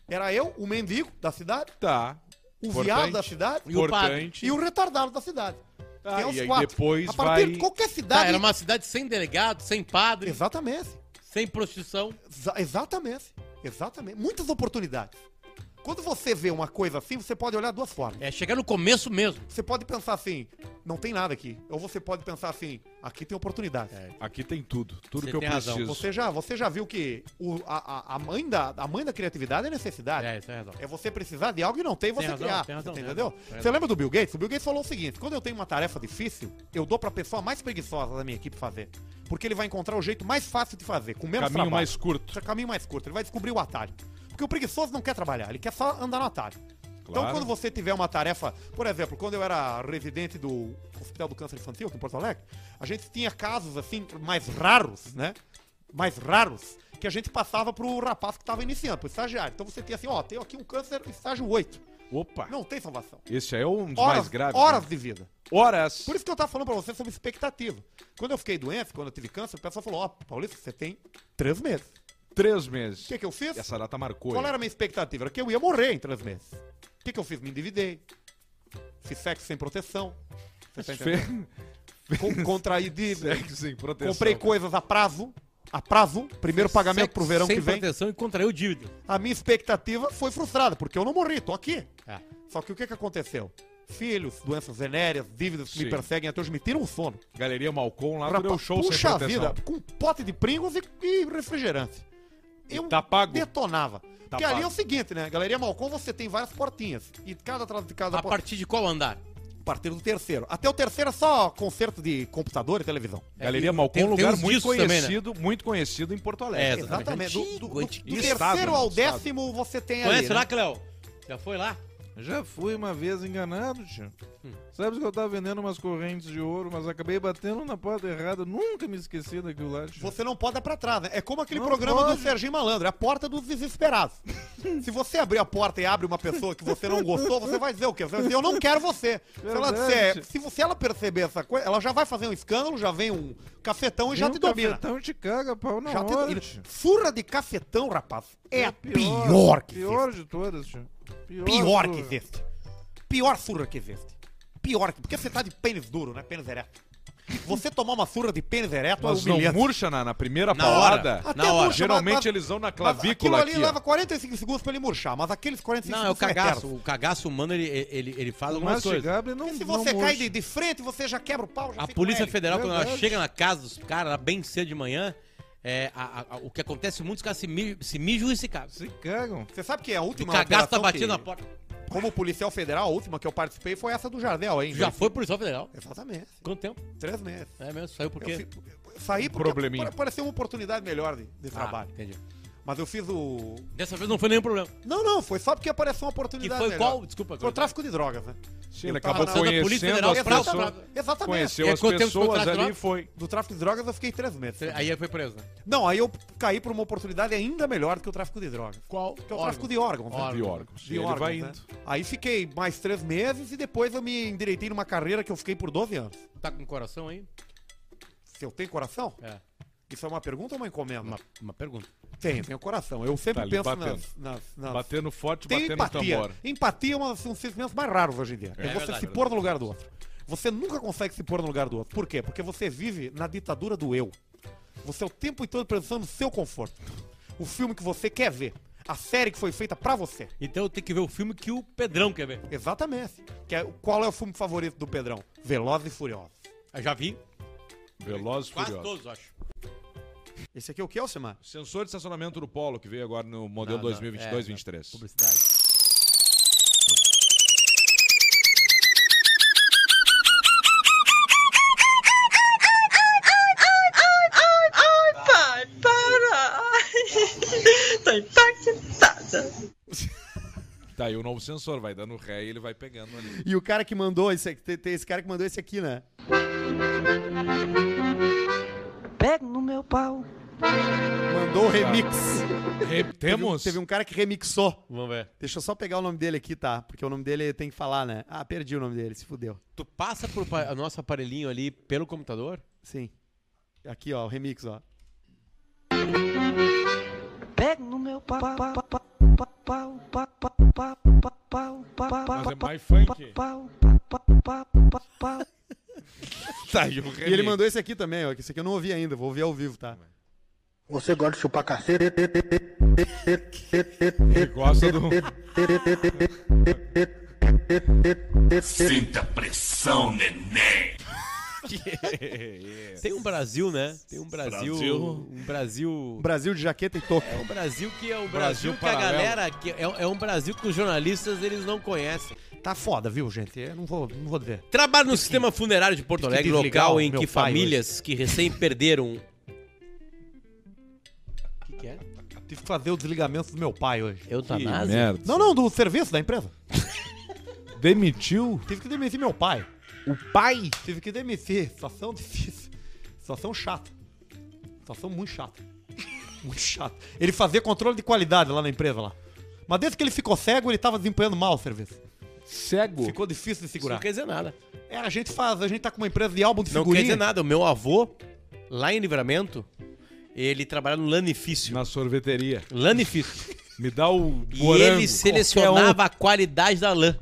Speaker 2: Era eu, o mendigo da cidade,
Speaker 3: Tá.
Speaker 2: o
Speaker 3: Importante.
Speaker 2: viado da cidade
Speaker 4: E o Ah, padre.
Speaker 3: Importante.
Speaker 2: e o retardado da cidade.
Speaker 3: Tá,
Speaker 2: Tem os
Speaker 3: e aí
Speaker 2: quatro.
Speaker 3: depois
Speaker 2: A partir
Speaker 3: vai-
Speaker 2: de qualquer cidade.
Speaker 4: Tá, era uma cidade sem delegado, sem padre,
Speaker 2: Exatamente.
Speaker 4: sem prostituição.
Speaker 2: Exa- exatamente. Exatamente. Muitas oportunidades. Quando você vê uma coisa assim, você pode olhar duas formas.
Speaker 4: É chegar no começo mesmo.
Speaker 2: Você pode pensar assim, não tem nada aqui. Ou você pode pensar assim, aqui tem oportunidade.
Speaker 4: É,
Speaker 3: Aqui tem tudo. Tudo
Speaker 4: Você
Speaker 3: que eu
Speaker 4: tem razão.
Speaker 3: preciso.
Speaker 8: é
Speaker 2: Você já, você já viu que o- a, a- a mãe da, a mãe da criatividade é necessidade.
Speaker 4: É, isso é razão.
Speaker 2: É você precisar de algo e não tem, você
Speaker 4: Tem razão,
Speaker 2: criar.
Speaker 4: tem razão,
Speaker 2: você
Speaker 4: tem
Speaker 2: entendeu?
Speaker 4: razão, tem
Speaker 2: Você
Speaker 4: razão.
Speaker 2: lembra do Bill Gates? O Bill Gates falou o seguinte: quando eu tenho uma tarefa difícil, eu dou pra pessoa mais preguiçosa da minha equipe fazer. Porque ele vai encontrar o jeito mais fácil de fazer, com menos
Speaker 3: Caminho
Speaker 2: trabalho.
Speaker 3: mais curto.
Speaker 2: Isso é o caminho mais curto, ele vai descobrir o atalho. Porque
Speaker 8: Porque o preguiçoso não quer trabalhar, ele quer só andar no atalho. Então,
Speaker 3: Claro.
Speaker 8: quando você tiver uma tarefa, por exemplo, quando eu era residente do Hospital do Câncer Infantil, aqui em Porto Alegre, a gente tinha casos assim, mais raros, né? Mais raros, que a gente passava pro rapaz que estava iniciando, pro estagiário. Então você tinha assim, ó, tenho aqui um câncer estágio 8.
Speaker 4: Ah.
Speaker 3: Opa!
Speaker 8: Não tem salvação.
Speaker 3: Esse aí é um dos mais
Speaker 8: Horas,
Speaker 3: graves. né?
Speaker 8: horas de vida.
Speaker 3: Horas.
Speaker 8: Por isso que eu tava falando pra você sobre expectativa. Quando eu fiquei doente, quando eu tive câncer, o pessoal falou, ó, Paulista, você tem três meses.
Speaker 3: Três
Speaker 8: O
Speaker 3: meses.
Speaker 8: que que eu fiz?
Speaker 3: Essa data marcou.
Speaker 8: Qual
Speaker 3: hein?
Speaker 8: era a minha expectativa? Era que eu ia morrer em três meses. O que, que eu fiz? Me endividei. Fiz sexo sem proteção. Você tá entendendo? Con- contraí dívida.
Speaker 3: Segue sem proteção.
Speaker 8: Comprei coisas a prazo. A prazo. Primeiro pagamento pro verão
Speaker 4: Sem
Speaker 8: que vem.
Speaker 4: proteção e contraiu dívida.
Speaker 8: A minha expectativa foi frustrada, porque eu não morri, tô aqui.
Speaker 3: É.
Speaker 8: Só que o que, que aconteceu? Filhos, doenças venéreas, dívidas que
Speaker 3: Sim.
Speaker 8: me perseguem até hoje, me tiram o sono.
Speaker 3: Galeria Malcom lá
Speaker 8: Rapaz,
Speaker 3: deu show sem
Speaker 8: puxa
Speaker 3: proteção.
Speaker 8: vida, com um pote de Pringles e, e refrigerante. Eu
Speaker 3: tá pago. Tá
Speaker 8: detonava. Porque ali
Speaker 3: pago.
Speaker 8: é o seguinte, né? Galeria Malcom, você tem várias portinhas. E cada atrás de cada
Speaker 4: A
Speaker 8: porta.
Speaker 4: partir de qual andar?
Speaker 8: Partir do terceiro. Até o terceiro é só concerto de computador e televisão.
Speaker 3: Galeria Malcom é
Speaker 4: tem-
Speaker 3: um
Speaker 4: tem
Speaker 3: lugar
Speaker 4: uns
Speaker 3: muito
Speaker 4: discos também, né?
Speaker 3: conhecido, muito conhecido em Porto Alegre.
Speaker 4: Exatamente.
Speaker 8: Do,
Speaker 4: Antigo,
Speaker 8: do- do- do
Speaker 4: antigo.
Speaker 8: terceiro
Speaker 3: é Estado,
Speaker 8: ao
Speaker 3: estado.
Speaker 8: décimo você tem ali.
Speaker 4: Conhece
Speaker 8: né?
Speaker 4: lá, Cléo? Já foi lá?
Speaker 15: Já fui uma vez enganado, tio. Sabe que eu tava vendendo umas correntes de ouro, mas acabei batendo na porta errada. Nunca me esqueci daquilo lá, tio.
Speaker 8: Você não pode dar pra trás, né? É como aquele
Speaker 15: Não
Speaker 8: programa
Speaker 15: pode.
Speaker 8: do Serginho Malandro, é a porta dos desesperados. Se você abrir a porta e abre uma pessoa que você não gostou, você vai dizer o quê? Você vai dizer, eu não quero você. Se ela,
Speaker 15: Verdade.
Speaker 8: disser, se você, ela perceber essa coisa, ela já vai fazer um escândalo, já vem um cafetão e já
Speaker 15: Vem
Speaker 8: te
Speaker 15: um
Speaker 8: domina.
Speaker 15: cafetão te caga, pau na
Speaker 8: Já te
Speaker 15: hora,
Speaker 8: domina.
Speaker 15: tio.
Speaker 8: Surra de cafetão, rapaz, é, a pior, que existe.
Speaker 15: Pior de todas, tio.
Speaker 8: Pior
Speaker 15: de
Speaker 8: que
Speaker 15: todas.
Speaker 8: existe. Pior surra que existe. Pior que. Porque você tá de pênis duro, né? Pênis ereto. Você tomar uma surra de pênis ereto
Speaker 3: Mas
Speaker 8: é
Speaker 3: não
Speaker 8: humilhante.
Speaker 3: murcha na, na primeira
Speaker 4: Na
Speaker 3: paulada.
Speaker 4: hora. Na hora.
Speaker 8: murcha,
Speaker 3: Geralmente
Speaker 8: mas-
Speaker 3: eles vão na
Speaker 8: Mas aquilo
Speaker 3: clavícula
Speaker 8: ali
Speaker 3: aqui. ó.
Speaker 8: leva 45 segundos pra ele murchar, mas aqueles 45
Speaker 4: Não, é o
Speaker 8: segundos
Speaker 4: cagaço.
Speaker 8: eternos.
Speaker 4: O cagaço humano, ele, ele, ele faz algumas coisas.
Speaker 15: Mastigável não
Speaker 8: Porque se
Speaker 15: não
Speaker 8: você cai
Speaker 15: murcha.
Speaker 8: de, de frente, você já quebra o pau, já
Speaker 4: A
Speaker 8: fica
Speaker 4: Polícia
Speaker 8: com hérnia.
Speaker 4: Federal, quando ela
Speaker 15: Verdade.
Speaker 4: chega na casa dos caras, lá bem cedo de manhã, é, a- a- a- o que acontece muito, os caras se, mi- se mijam e se cagam.
Speaker 15: Se cagam.
Speaker 8: Você sabe que é a
Speaker 4: O
Speaker 8: última
Speaker 4: cagaço tá
Speaker 8: operação
Speaker 4: batendo na
Speaker 8: que-
Speaker 4: porta.
Speaker 8: Como policial federal, a última que eu participei foi essa do Jardel, hein?
Speaker 4: Já foi policial federal.
Speaker 8: Exatamente.
Speaker 4: Quanto tempo?
Speaker 8: Três meses.
Speaker 4: É mesmo, saiu
Speaker 8: Eu
Speaker 4: porque...
Speaker 8: fi- eu saí porque
Speaker 3: probleminha.
Speaker 8: pare- pareceu uma oportunidade melhor de, de
Speaker 4: Ah,
Speaker 8: trabalho.
Speaker 4: entendi.
Speaker 8: Mas eu fiz o...
Speaker 4: Dessa vez não foi nenhum problema.
Speaker 8: Não, não, foi só porque apareceu uma
Speaker 4: Que
Speaker 8: oportunidade
Speaker 4: foi
Speaker 8: melhor.
Speaker 4: qual? Desculpa.
Speaker 8: Foi o tráfico de drogas, né?
Speaker 3: Sim, ele
Speaker 8: Eu tava
Speaker 3: acabou
Speaker 8: na-
Speaker 4: da Polícia
Speaker 3: conhecendo
Speaker 8: é
Speaker 4: Federal
Speaker 3: as
Speaker 4: pra-
Speaker 3: pessoas.
Speaker 4: pra-
Speaker 8: Exatamente.
Speaker 3: Conheceu
Speaker 4: E
Speaker 3: as
Speaker 4: quanto tempo ficou
Speaker 3: pessoas
Speaker 4: atrás de
Speaker 3: ali e
Speaker 4: droga?
Speaker 3: foi.
Speaker 8: Do tráfico de drogas eu fiquei três meses.
Speaker 4: Aí ele foi preso, né?
Speaker 8: Não, aí eu caí pra uma oportunidade ainda melhor do que o tráfico de drogas.
Speaker 4: Qual?
Speaker 8: Que é o tráfico de órgãos. né?
Speaker 3: De órgãos.
Speaker 8: De
Speaker 3: E ele
Speaker 8: órgãos,
Speaker 3: vai
Speaker 8: né?
Speaker 3: indo.
Speaker 8: Aí fiquei mais três meses e depois eu me endireitei numa carreira que eu fiquei por 12 anos.
Speaker 4: Tá com coração aí?
Speaker 8: Se eu tenho coração?
Speaker 4: É.
Speaker 8: Isso é uma pergunta ou uma encomenda?
Speaker 4: Uma, uma pergunta.
Speaker 8: Tenho, tenho coração. Eu
Speaker 3: Tá
Speaker 8: sempre
Speaker 3: ali
Speaker 8: penso
Speaker 3: batendo.
Speaker 8: nas, nas, nas...
Speaker 3: Batendo forte,
Speaker 8: Tenho
Speaker 3: batendo no tambor.
Speaker 8: empatia. Empatia é um dos sentimentos mais raros hoje em dia. É,
Speaker 4: É
Speaker 8: você
Speaker 4: verdade,
Speaker 8: se pôr no lugar do outro. Você nunca consegue se pôr no lugar do outro. Por quê? Porque você vive na ditadura do eu. Você é o tempo todo pensando no seu conforto. O filme que você quer ver. A série que foi feita pra você.
Speaker 4: Então eu tenho que ver o filme que o Pedrão quer ver.
Speaker 8: Exatamente. Que é- qual é o filme favorito do Pedrão? Velozes e Furiosos.
Speaker 4: Eu já vi.
Speaker 3: Veloz e
Speaker 4: Quase
Speaker 3: furioso.
Speaker 4: todos, eu acho.
Speaker 8: Esse aqui é o que, Alcimar?
Speaker 3: Sensor de estacionamento do Polo, que veio agora no modelo
Speaker 4: Não, não,
Speaker 3: 2022
Speaker 4: é,
Speaker 3: 23
Speaker 4: Publicidade.
Speaker 16: Pai, para! Tô impactada.
Speaker 3: Tá aí o novo sensor, vai dando ré e ele vai pegando ali.
Speaker 8: E o cara que mandou esse aqui, tem- tem esse cara que mandou esse aqui, né?
Speaker 16: Pega no meu pau.
Speaker 8: Mandou o remix.
Speaker 3: Re- Temos?
Speaker 8: Teve um cara que remixou.
Speaker 4: Vamos ver.
Speaker 8: Deixa eu só pegar o nome dele aqui, tá? Porque o nome dele tem que falar, né? Ah, perdi o nome dele, se fudeu.
Speaker 4: Tu passa pro pa- nosso aparelhinho ali pelo computador?
Speaker 8: Sim. Aqui, ó, o remix, ó.
Speaker 16: Pega no meu pau. Pau, pau, pau, pau, pau, pau, pau, pau, pau, pau,
Speaker 3: Mas é
Speaker 16: pau,
Speaker 3: mais funk.
Speaker 16: pau, pau, pau, pau, pau.
Speaker 3: Tá aí o remix.
Speaker 8: E ele mandou esse aqui também, ó. que Esse aqui eu não ouvi ainda, vou ouvir ao vivo, tá?
Speaker 17: Você gosta de chupar cacete?
Speaker 3: Ele gosta do...
Speaker 4: Tem um Brasil, né? Tem um Brasil. Um Brasil.
Speaker 8: Brasil de jaqueta e touca.
Speaker 4: É um Brasil que é o
Speaker 3: Brasil
Speaker 4: Brasil, que a
Speaker 3: paralelo.
Speaker 4: galera. Que é, é um Brasil que os jornalistas eles não conhecem.
Speaker 8: Tá foda, viu, gente? Eu não vou, não vou dizer.
Speaker 4: Trabalho no sistema funerário de Porto
Speaker 8: que
Speaker 4: Alegre,
Speaker 8: desligar
Speaker 4: local
Speaker 8: o
Speaker 4: em
Speaker 8: meu
Speaker 4: que
Speaker 8: pai
Speaker 4: famílias que recém perderam. O que, que é?
Speaker 8: Tive que fazer o desligamento do meu pai hoje. Eu
Speaker 4: tá
Speaker 3: merda.
Speaker 8: Não, não, do serviço da empresa.
Speaker 3: Demitiu?
Speaker 8: Tive que demitir meu pai.
Speaker 3: O pai?
Speaker 8: Tive que demitir. Situação difícil. Situação chata. Situação muito chata. Muito chata. Ele fazia controle de qualidade lá na empresa lá. Mas desde que ele ficou cego, ele tava desempenhando mal o serviço.
Speaker 3: Cego?
Speaker 8: Ficou difícil de segurar.
Speaker 4: Não quer dizer nada.
Speaker 8: É, a gente faz, a gente tá com uma empresa de álbum de
Speaker 4: Não quer
Speaker 8: figurinha.
Speaker 4: dizer nada. O meu avô, lá em Livramento, ele trabalha no lanifício.
Speaker 3: Na sorveteria.
Speaker 4: Lanifício.
Speaker 3: Me dá o
Speaker 4: E
Speaker 3: morango. um.
Speaker 4: ele selecionava a qualidade da lã.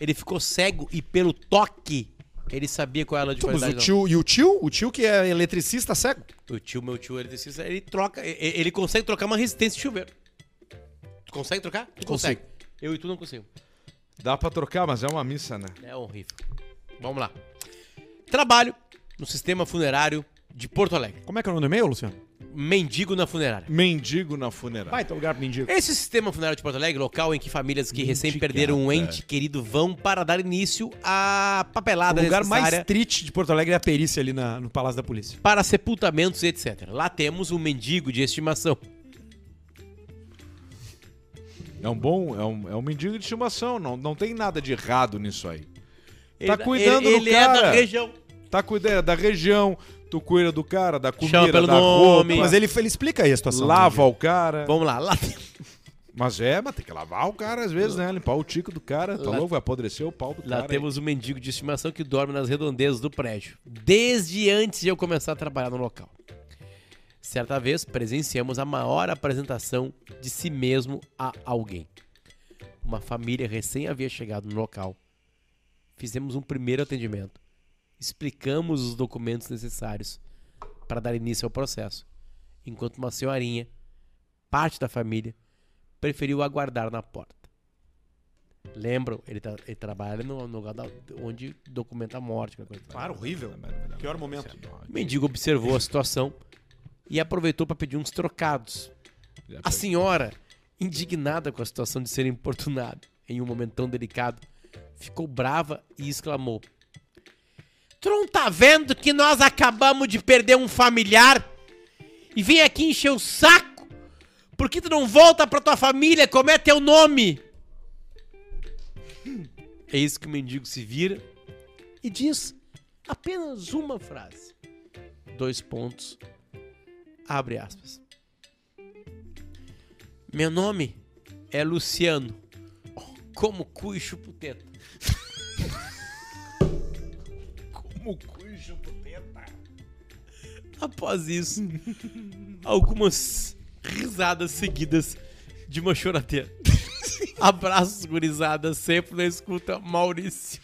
Speaker 4: Ele ficou cego e pelo toque ele sabia qual era a lã de
Speaker 8: Mas
Speaker 4: qualidade. da
Speaker 8: o
Speaker 4: lã.
Speaker 8: tio, e o tio? O tio que é eletricista cego?
Speaker 4: O tio, meu tio, ele precisa, ele troca, e- e- ele consegue trocar uma resistência de chuveiro. Tu consegue trocar? Tu consegue. Eu e tu não consigo.
Speaker 3: Dá pra trocar, mas é uma missa, né?
Speaker 4: É horrível. Vamos lá. Trabalho no sistema funerário de Porto Alegre.
Speaker 8: Como é que é o nome do e-mail, Luciano?
Speaker 4: Mendigo na funerária.
Speaker 3: Mendigo na funerária.
Speaker 8: Vai ter lugar pro mendigo.
Speaker 4: Esse sistema funerário de Porto Alegre, local em que famílias que recém perderam um ente querido vão para dar início à papelada
Speaker 3: Um
Speaker 8: O lugar
Speaker 4: necessária
Speaker 8: mais triste de Porto Alegre é a perícia ali na- no Palácio da Polícia.
Speaker 4: para sepultamentos e etc. Lá temos um mendigo de estimação.
Speaker 3: Tá É um bom, é um, é um mendigo de estimação, não, não tem nada de errado nisso aí.
Speaker 4: Ele- é-
Speaker 3: Tá cuidando
Speaker 4: ele,
Speaker 3: do
Speaker 4: ele
Speaker 3: cara.
Speaker 4: é da região.
Speaker 3: Tá cuidando da região, tu cuida do cara, da comida,
Speaker 4: Chama pelo
Speaker 3: da
Speaker 4: nome.
Speaker 3: roupa,
Speaker 8: Mas ele, ele explica aí a situação.
Speaker 3: lava o cara.
Speaker 4: Vamos lá, lá tem-
Speaker 3: Mas é, mas tem que lavar o cara às vezes, né? Limpar o tico do cara, tá
Speaker 4: Lá-
Speaker 3: louco? Vai apodrecer o pau do
Speaker 4: Lá
Speaker 3: cara.
Speaker 4: temos um mendigo de estimação que dorme nas redondezas do prédio, desde antes de eu começar a trabalhar no local. Certa vez, presenciamos a maior apresentação de si mesmo a alguém. Uma família recém havia chegado no local. Fizemos um primeiro atendimento. Explicamos os documentos necessários para dar início ao processo. Enquanto uma senhorinha, parte da família, preferiu aguardar na porta. Lembram? Ele, tá- ele trabalha no, no lugar da- onde documenta a morte. aquela Coisa.
Speaker 8: Claro, horrível. Pior momento.
Speaker 4: é O mendigo observou a situação e aproveitou para pedir uns trocados. A
Speaker 3: Assim,
Speaker 4: senhora, indignada com a situação de ser importunada em um momento tão delicado, ficou brava e exclamou: Tu não tá vendo que nós acabamos de perder um familiar? E vem aqui encher o saco? Por que tu não volta pra tua família? Como é teu nome? É isso que o mendigo se vira e diz apenas uma frase. Dois pontos. Abre aspas. Meu nome é Luciano. Como cu e chupo teta.
Speaker 3: Como cujo puteta.
Speaker 4: Após isso, algumas risadas seguidas de uma choradeira. Abraços, gurizada, sempre na escuta, Maurício.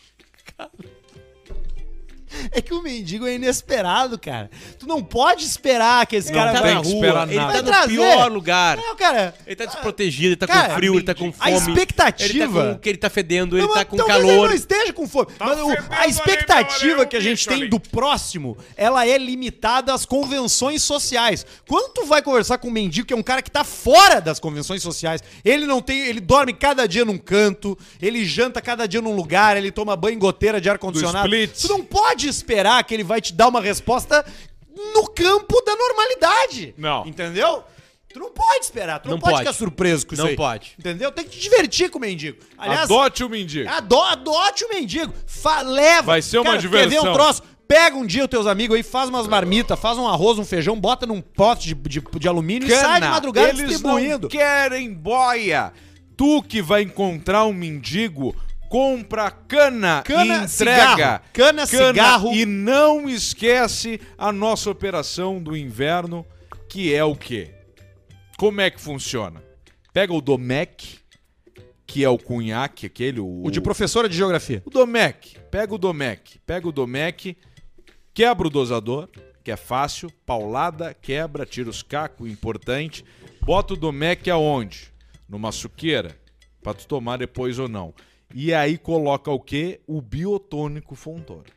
Speaker 8: É que o mendigo é inesperado, cara. Tu não pode esperar que esse cara
Speaker 4: tá
Speaker 8: vai
Speaker 4: na
Speaker 8: na rua.
Speaker 4: rua, ele
Speaker 8: nada.
Speaker 4: tá no
Speaker 8: Vai trazer.
Speaker 4: pior lugar.
Speaker 8: Não, cara.
Speaker 4: Ele tá desprotegido, ele tá
Speaker 8: Cara,
Speaker 4: com frio, ele tá com
Speaker 8: a
Speaker 4: fome. Ele tá,
Speaker 8: expectativa-
Speaker 4: com, que ele tá fedendo, ele
Speaker 8: Não,
Speaker 4: tá
Speaker 8: mas
Speaker 4: com
Speaker 8: talvez
Speaker 4: calor. Tá
Speaker 8: Ele não esteja com fome. mas o- a expectativa que a gente tem do próximo, ela é limitada às convenções sociais. Quando tu vai conversar com um mendigo, que é um cara que tá fora das convenções sociais, ele não tem. Ele dorme cada dia num canto, ele janta cada dia num lugar, ele toma banho em goteira de ar-condicionado.
Speaker 3: Do split.
Speaker 8: Tu não pode esperar que ele vai te dar uma resposta no campo da normalidade.
Speaker 3: Não.
Speaker 8: Entendeu? Tu não pode esperar, tu não,
Speaker 4: Não
Speaker 8: pode,
Speaker 4: pode.
Speaker 8: ficar surpreso com isso
Speaker 4: Não
Speaker 8: aí.
Speaker 4: pode.
Speaker 8: Entendeu? Tem que te divertir com o mendigo.
Speaker 3: Adote o mendigo.
Speaker 8: Ado- adote o mendigo. Fa- leva.
Speaker 3: Vai ser uma
Speaker 8: Quer ver
Speaker 3: diversão.
Speaker 8: um troço? Pega um dia os teus amigos aí, faz umas marmitas, faz um arroz, um feijão, bota num pote de, de, de alumínio e sai de madrugada
Speaker 3: Eles não
Speaker 8: distribuindo.
Speaker 3: querem boia. Tu que vai encontrar um mendigo, compra cana,
Speaker 8: Cana,
Speaker 3: e entrega.
Speaker 8: cigarro. Cana, cigarro.
Speaker 3: E não esquece a nossa operação do inverno, que é o quê? Como é que funciona? Pega o Domec, que é o cunhaque, aquele...
Speaker 8: O de professora de geografia.
Speaker 3: O Domec, pega o Domec, pega o Domec, quebra o dosador, que é fácil, paulada, quebra, tira os cacos, importante. Bota o Domec aonde? Numa suqueira, pra tu tomar depois ou não. E aí coloca o quê? O biotônico Fontoura.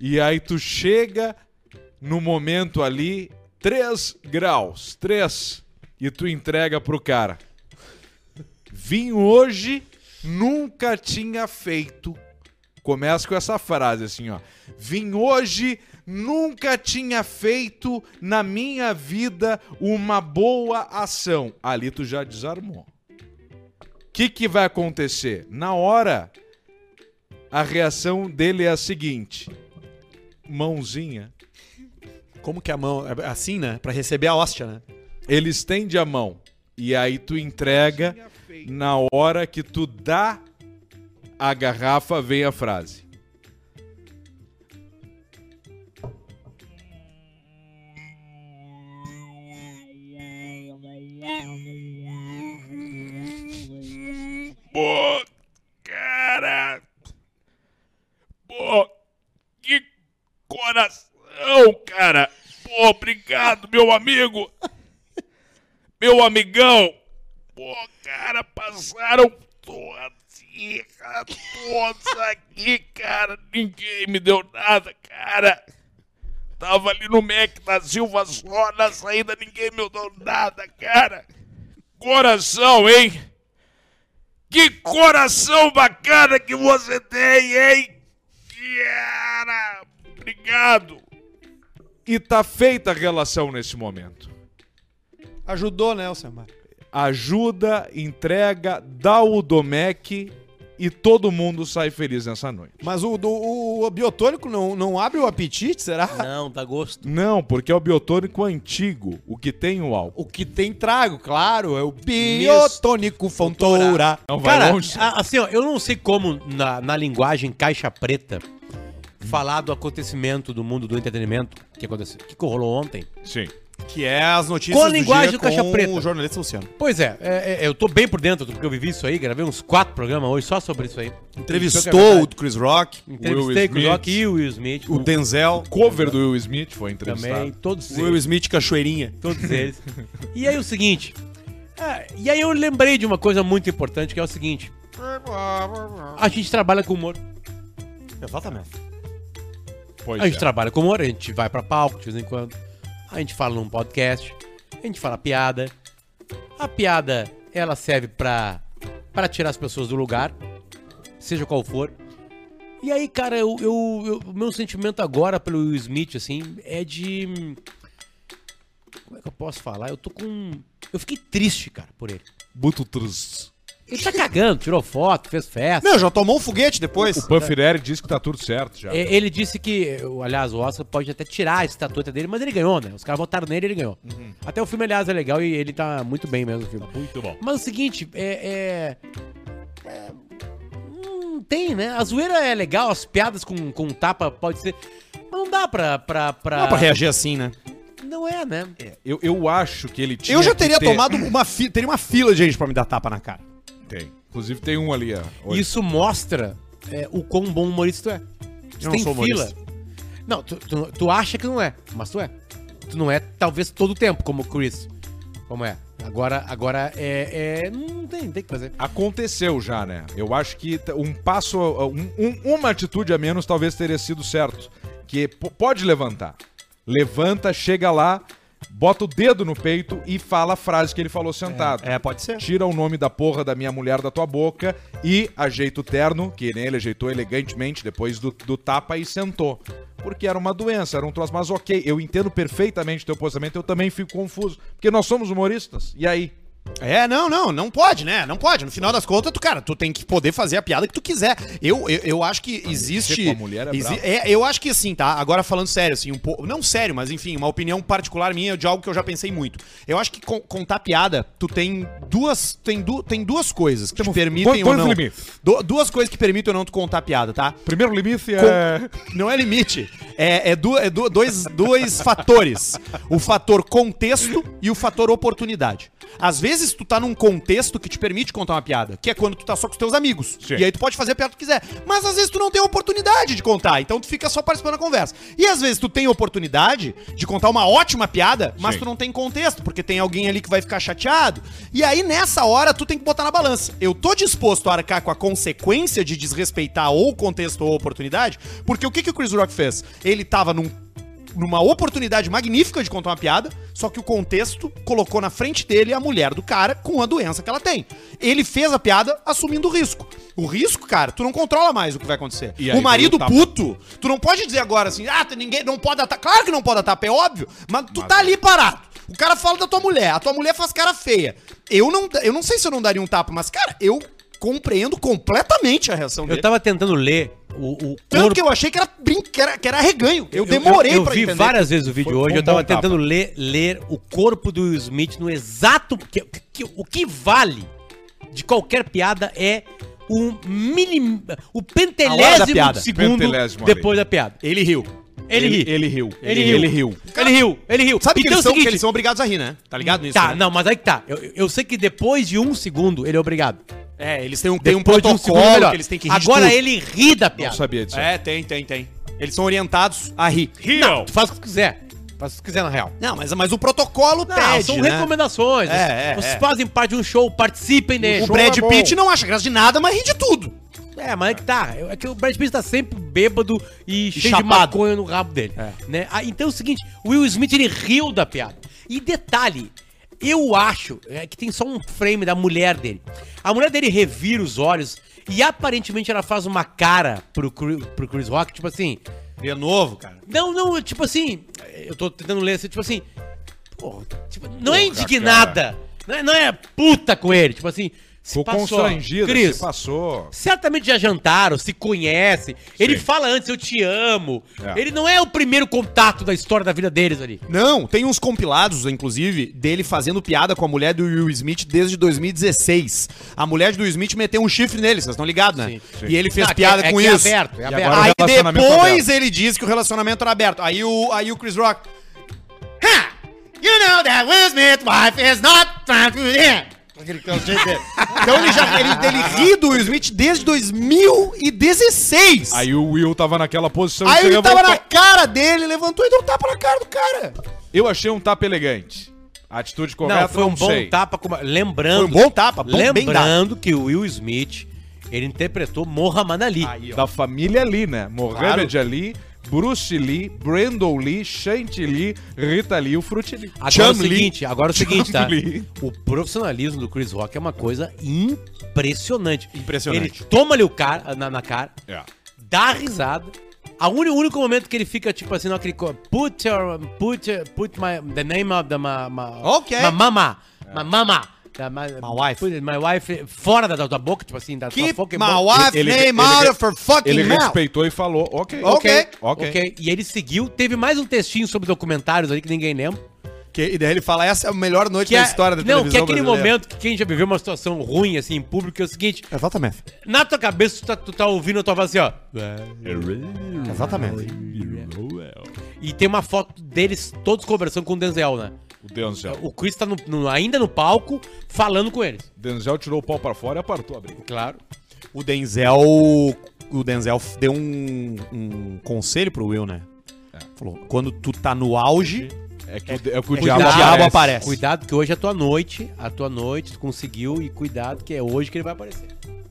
Speaker 3: e aí tu chega no momento ali, 3 graus, 3, e tu entrega pro cara. Vim hoje, nunca tinha feito Começa com essa frase assim, ó. Vim hoje, nunca tinha feito na minha vida uma boa ação. Ali tu já desarmou. O que, que vai acontecer? Na hora, a reação dele é a seguinte: mãozinha.
Speaker 8: Como que a mão. é Assim, né? Pra receber a hóstia, né?
Speaker 3: Ele estende a mão. E aí tu entrega. Na hora que tu dá a garrafa, vem a frase. Pô, cara. Pô, que coração, cara. Pô, obrigado, meu amigo. Meu amigão. Pô, cara, passaram todas, aqui, cara, todos aqui, cara. Ninguém me deu nada, cara. Tava ali no Mac da Silva só na saída, ninguém me deu nada, cara. Coração, hein? Que coração bacana que você tem, hein? Cara, obrigado. E tá feita a relação nesse momento.
Speaker 8: Ajudou, né, Alcemar?
Speaker 3: Ajuda, entrega, dá o Domec e todo mundo sai feliz nessa noite.
Speaker 8: Mas o, do- o, o biotônico não, não abre o apetite, será?
Speaker 4: Não, dá gosto.
Speaker 3: Não, porque é o biotônico antigo, o que tem o álcool.
Speaker 8: O que tem trago, claro, é o biotônico fontoura.
Speaker 3: Não vai
Speaker 4: Cara,
Speaker 3: longe.
Speaker 4: a- assim, ó, eu não sei como na, na linguagem caixa preta falar do acontecimento do mundo do entretenimento que aconteceu, que rolou ontem.
Speaker 3: Sim.
Speaker 8: Que é as notícias
Speaker 4: Qual a linguagem do Caixa
Speaker 8: com
Speaker 4: Preta?
Speaker 8: o jornalista Luciano.
Speaker 4: Pois é, é, é, eu tô bem por dentro, porque eu vivi isso aí, gravei uns quatro programas hoje só sobre isso aí. Isso que é
Speaker 8: Entrevistou o
Speaker 4: verdade.
Speaker 8: Chris Rock,
Speaker 4: Entrevistei
Speaker 3: Will
Speaker 4: com o
Speaker 3: Smith.
Speaker 4: Rock e o Will Smith.
Speaker 8: o Denzel,
Speaker 3: Cover do Will Smith foi entrevistado.
Speaker 4: também, todos
Speaker 8: o Will Smith Cachoeirinha.
Speaker 4: Todos eles. E aí o seguinte. é, e aí eu lembrei de uma coisa muito importante, que é o seguinte. A gente trabalha com humor.
Speaker 8: Exatamente.
Speaker 3: Pois
Speaker 4: A gente
Speaker 8: tá.
Speaker 3: é.
Speaker 4: trabalha com humor, a gente vai pra palco de vez em quando. A gente fala num podcast. A gente fala piada. A piada, ela serve pra, pra tirar as pessoas do lugar. Seja qual for. E aí, cara, eu, eu, eu- o meu sentimento agora pelo Will Smith, assim, é de... Como é que eu posso falar? Eu tô com... Eu fiquei triste, cara, por ele.
Speaker 3: Buto Trus.
Speaker 4: Ele tá cagando, tirou foto, fez festa.
Speaker 8: Meu, já tomou um foguete depois?
Speaker 3: O Panfirelli disse que tá tudo certo já.
Speaker 4: É, Ele disse que, aliás, o Oscar pode até tirar a estatueta dele, mas ele ganhou, né? Os caras votaram nele e ele ganhou. Até o filme, aliás, é legal e ele tá muito bem mesmo no filme.
Speaker 3: Muito bom.
Speaker 4: Mas é o seguinte, é. é- é, não tem, né? A zoeira é legal, as piadas com, com tapa pode ser. Mas não dá pra. pra, pra...
Speaker 8: Não dá pra reagir assim, né?
Speaker 4: Não é, né?
Speaker 3: Eu, eu acho que ele tinha.
Speaker 8: Eu já teria
Speaker 3: que ter-
Speaker 8: tomado uma fila, teria uma fila de gente pra me dar tapa na cara.
Speaker 3: Tem. Inclusive tem um ali, ó. Olha.
Speaker 4: Isso mostra é, o quão bom humorista tu é. Tu
Speaker 8: Eu não
Speaker 4: tem
Speaker 8: sou
Speaker 4: fila.
Speaker 8: humorista.
Speaker 4: Não, tu, tu, tu acha que não é, mas tu é. Tu não é, talvez, todo o tempo, como o Chris. Como é. Agora, agora é. é- não tem, não tem o que fazer.
Speaker 3: Aconteceu já, né? Eu acho que t- um passo, a- um- um- uma atitude a menos talvez teria sido certo. Que p- pode levantar. Levanta, chega lá, bota o dedo no peito e fala a frase que ele falou sentado.
Speaker 8: É, pode ser.
Speaker 3: Tira o nome da porra da minha mulher da tua boca e ajeita o terno, que nem ele ajeitou elegantemente depois do, do tapa e sentou. Porque era uma doença, era um troço, mas ok, eu entendo perfeitamente teu posicionamento, eu também fico confuso. Porque nós somos humoristas, e aí?
Speaker 8: É, não, não, não pode, né? Não pode. No final das contas, tu, cara, tu tem que poder fazer a piada que tu quiser. Eu, eu, eu acho que existe.
Speaker 3: com a mulher é brabo.
Speaker 8: é, eu acho que assim, tá? Agora falando sério, assim, um pouco. Não sério, mas enfim, uma opinião particular minha de algo que eu já pensei muito. Eu acho que con- contar piada, tu tem duas. Tem, du tem duas coisas que te permitem ou
Speaker 3: dois
Speaker 8: não.
Speaker 3: limites.
Speaker 8: Du- duas coisas que permitem ou não tu contar piada, tá?
Speaker 3: Primeiro limite é.
Speaker 8: Não é limite. É, é, du- é du- dois, dois fatores. O fator contexto e o fator oportunidade. Às vezes tu tá num contexto que te permite contar uma piada, que é quando tu tá só com os teus amigos.
Speaker 3: Sim.
Speaker 8: E aí tu pode fazer a piada que tu quiser. Mas às vezes tu não tem oportunidade de contar, então tu fica só participando da conversa. E às vezes tu tem oportunidade de contar uma ótima piada, mas
Speaker 3: Sim.
Speaker 8: tu não tem contexto, porque tem alguém ali que vai ficar chateado. E aí nessa hora tu tem que botar na balança. Eu tô disposto a arcar com a consequência de desrespeitar ou contexto ou oportunidade, porque o que, que o Chris Rock fez? Ele tava num numa oportunidade magnífica de contar uma piada, só que o contexto colocou na frente dele a mulher do cara com a doença que ela tem. Ele fez a piada assumindo o risco.
Speaker 2: O risco, cara, tu não controla mais o que vai acontecer.
Speaker 3: E aí
Speaker 2: O
Speaker 3: vem
Speaker 2: marido
Speaker 3: o tapa.
Speaker 2: puto, tu não pode dizer agora assim, ah, tu- ninguém não pode atar. Claro que não pode atar, é óbvio, mas tu tá ali parado. O cara fala da tua mulher, a tua mulher faz cara feia. Eu não, eu não sei se eu não daria um tapa, mas, cara, eu compreendo completamente a reação dele.
Speaker 4: Eu tava tentando ler o, o
Speaker 2: Tanto
Speaker 4: corpo.
Speaker 2: que eu achei que era, brin... que era, que era arreganho. Eu, demorei
Speaker 4: eu, eu
Speaker 2: pra
Speaker 4: vi
Speaker 2: entender.
Speaker 4: várias vezes o vídeo
Speaker 2: Foi- foi
Speaker 4: hoje,
Speaker 2: um
Speaker 4: eu tava
Speaker 2: bom tapa.
Speaker 4: tentando ler, ler o corpo do Will Smith no exato. que- que- o que vale de qualquer piada é um milim, o
Speaker 2: A hora da
Speaker 4: pentelésimo
Speaker 2: piada.
Speaker 4: de segundo
Speaker 3: Pentelésimo, olha aí.
Speaker 4: depois da piada.
Speaker 2: Ele riu.
Speaker 4: Ele, ri.
Speaker 3: Ele riu.
Speaker 4: Ele riu.
Speaker 3: Ele riu.
Speaker 4: Ele riu, ele riu.
Speaker 2: Sabe que,
Speaker 4: Então
Speaker 2: eles
Speaker 4: é o
Speaker 2: são,
Speaker 4: seguinte,
Speaker 2: que eles são obrigados a rir, né? Tá ligado nisso?
Speaker 4: Tá,
Speaker 2: né?
Speaker 4: não, mas aí que tá. Eu, eu sei que depois de um segundo ele é obrigado.
Speaker 2: É, eles têm um, tem um
Speaker 4: Depois de
Speaker 2: protocolo
Speaker 4: um segundo, melhor.
Speaker 2: que eles têm que rir de
Speaker 4: Agora
Speaker 2: tudo.
Speaker 4: ele ri da
Speaker 3: Não
Speaker 4: piada.
Speaker 3: sabia disso.
Speaker 2: É, tem, tem, tem. Eles são orientados a rir.
Speaker 4: Não, tu faz o que tu quiser. Faz o que tu quiser, na real.
Speaker 2: Não, mas, mas o protocolo
Speaker 4: Não,
Speaker 2: pede,
Speaker 4: são
Speaker 2: né?
Speaker 4: recomendações.
Speaker 2: É, é,
Speaker 4: Vocês
Speaker 2: é.
Speaker 4: fazem parte de um show, é participem dele.
Speaker 2: O Brad Pitt não acha graça de nada, mas ri de tudo.
Speaker 4: É, mas é que tá. É que o Brad Pitt tá sempre bêbado e, cheio
Speaker 2: chapado.
Speaker 4: de maconha no rabo dele. Né? Ah, então é o seguinte, o Will Smith ele riu da piada. E detalhe, eu acho é, que tem só um frame da mulher dele. A mulher dele revira os olhos e aparentemente ela faz uma cara pro, Cri- pro Chris Rock, tipo assim.
Speaker 2: De novo, cara.
Speaker 4: Não, não, tipo assim, eu tô tentando ler assim, tipo assim. pô, tipo, não é indignada. Não é, não é puta com ele, tipo assim. Se
Speaker 3: Ficou constrangido,
Speaker 4: Cris,
Speaker 3: se passou.
Speaker 4: certamente já jantaram, se conhecem. Ele fala antes, eu te amo.
Speaker 3: É.
Speaker 4: Ele não é o primeiro contato da história da vida deles ali.
Speaker 2: Não, tem uns compilados, inclusive, dele fazendo piada com a mulher do Will Smith desde 2016. A mulher do Will Smith meteu um chifre nele, vocês estão ligados, né? E ele fez
Speaker 4: Não, é que-
Speaker 2: piada
Speaker 4: é
Speaker 2: com
Speaker 4: que é
Speaker 2: isso.
Speaker 4: aberto, é
Speaker 2: E
Speaker 4: aberto.
Speaker 2: agora
Speaker 3: Aí
Speaker 2: o relacionamento Aí depois
Speaker 3: aberto.
Speaker 2: ele disse que o relacionamento era aberto. Aí o, aí o Chris Rock. Ha! You know that Will Smith wife is not trying to him. Aquele que é o jeito dele. Então ele já ele, ele ri do Will Smith desde 2016.
Speaker 3: Aí o Will tava naquela posição
Speaker 2: Aí
Speaker 3: que
Speaker 2: ele tava
Speaker 3: levantou.
Speaker 2: na cara dele, levantou e deu um tapa na cara do cara.
Speaker 3: Eu achei um tapa elegante. A atitude correta,
Speaker 4: não, foi um bom
Speaker 3: sei.
Speaker 4: tapa. com uma- Lembrando.
Speaker 2: é, Foi um bom tapa, bom, bem
Speaker 4: lembrando que o Will Smith, ele interpretou Muhammad Ali.
Speaker 3: Da família Lee, né? Mohamed Ali, Bruce Lee, Brandon Lee, Shanti Lee, Rita Lee e o Fruit Lee.
Speaker 4: Agora é o
Speaker 3: Chum Lee.
Speaker 4: seguinte, agora é o seguinte, tá?
Speaker 3: Lee.
Speaker 4: O profissionalismo do Chris Rock é uma coisa impressionante.
Speaker 2: Impressionante.
Speaker 4: Ele toma ali o cara na, na cara,
Speaker 3: É.
Speaker 4: dá risada. A uni- o único momento que ele fica tipo assim, não, aquele co- put your, put your, put my the name of the ma, ma,
Speaker 2: Ok.
Speaker 4: ma mama, ma mama. da ma-
Speaker 2: My wife.
Speaker 4: put it, My wife fora da, da tua boca, tipo assim, da
Speaker 2: Keep
Speaker 4: tua boca.
Speaker 2: my wife
Speaker 3: ele-
Speaker 2: name
Speaker 3: ele-
Speaker 2: out of her fucking
Speaker 3: Ele
Speaker 2: mouth.
Speaker 3: respeitou e falou, ok.
Speaker 2: Ok.
Speaker 3: Ok.
Speaker 4: ok. E ele seguiu. Teve mais um textinho sobre documentários ali que ninguém lembra.
Speaker 2: Que- e daí ele fala, essa é a melhor noite
Speaker 4: Que
Speaker 2: da
Speaker 4: é,
Speaker 2: história da
Speaker 4: não, que é
Speaker 2: televisão
Speaker 4: aquele
Speaker 2: brasileira."
Speaker 4: momento que quem já viveu uma situação ruim, assim, em público, é o seguinte:
Speaker 2: Exatamente.
Speaker 4: na tua cabeça tu tá, tu tá ouvindo a tua voz assim, ó.
Speaker 2: Exatamente.
Speaker 4: E tem uma foto deles todos conversando com o Denzel, né?
Speaker 3: O Denzel.
Speaker 4: O Chris tá no- no- ainda no palco falando com eles.
Speaker 3: Denzel tirou o pau pra fora e apartou a briga.
Speaker 4: Claro.
Speaker 2: O Denzel. O Denzel deu um, um conselho pro Will, né? Falou: quando tu tá no auge,
Speaker 3: É que, o, é que o
Speaker 2: o
Speaker 3: diabo
Speaker 2: diabo
Speaker 3: aparece.
Speaker 2: aparece.
Speaker 4: Cuidado que hoje é a tua noite. A tua noite, tu conseguiu. E cuidado que é hoje que ele vai aparecer.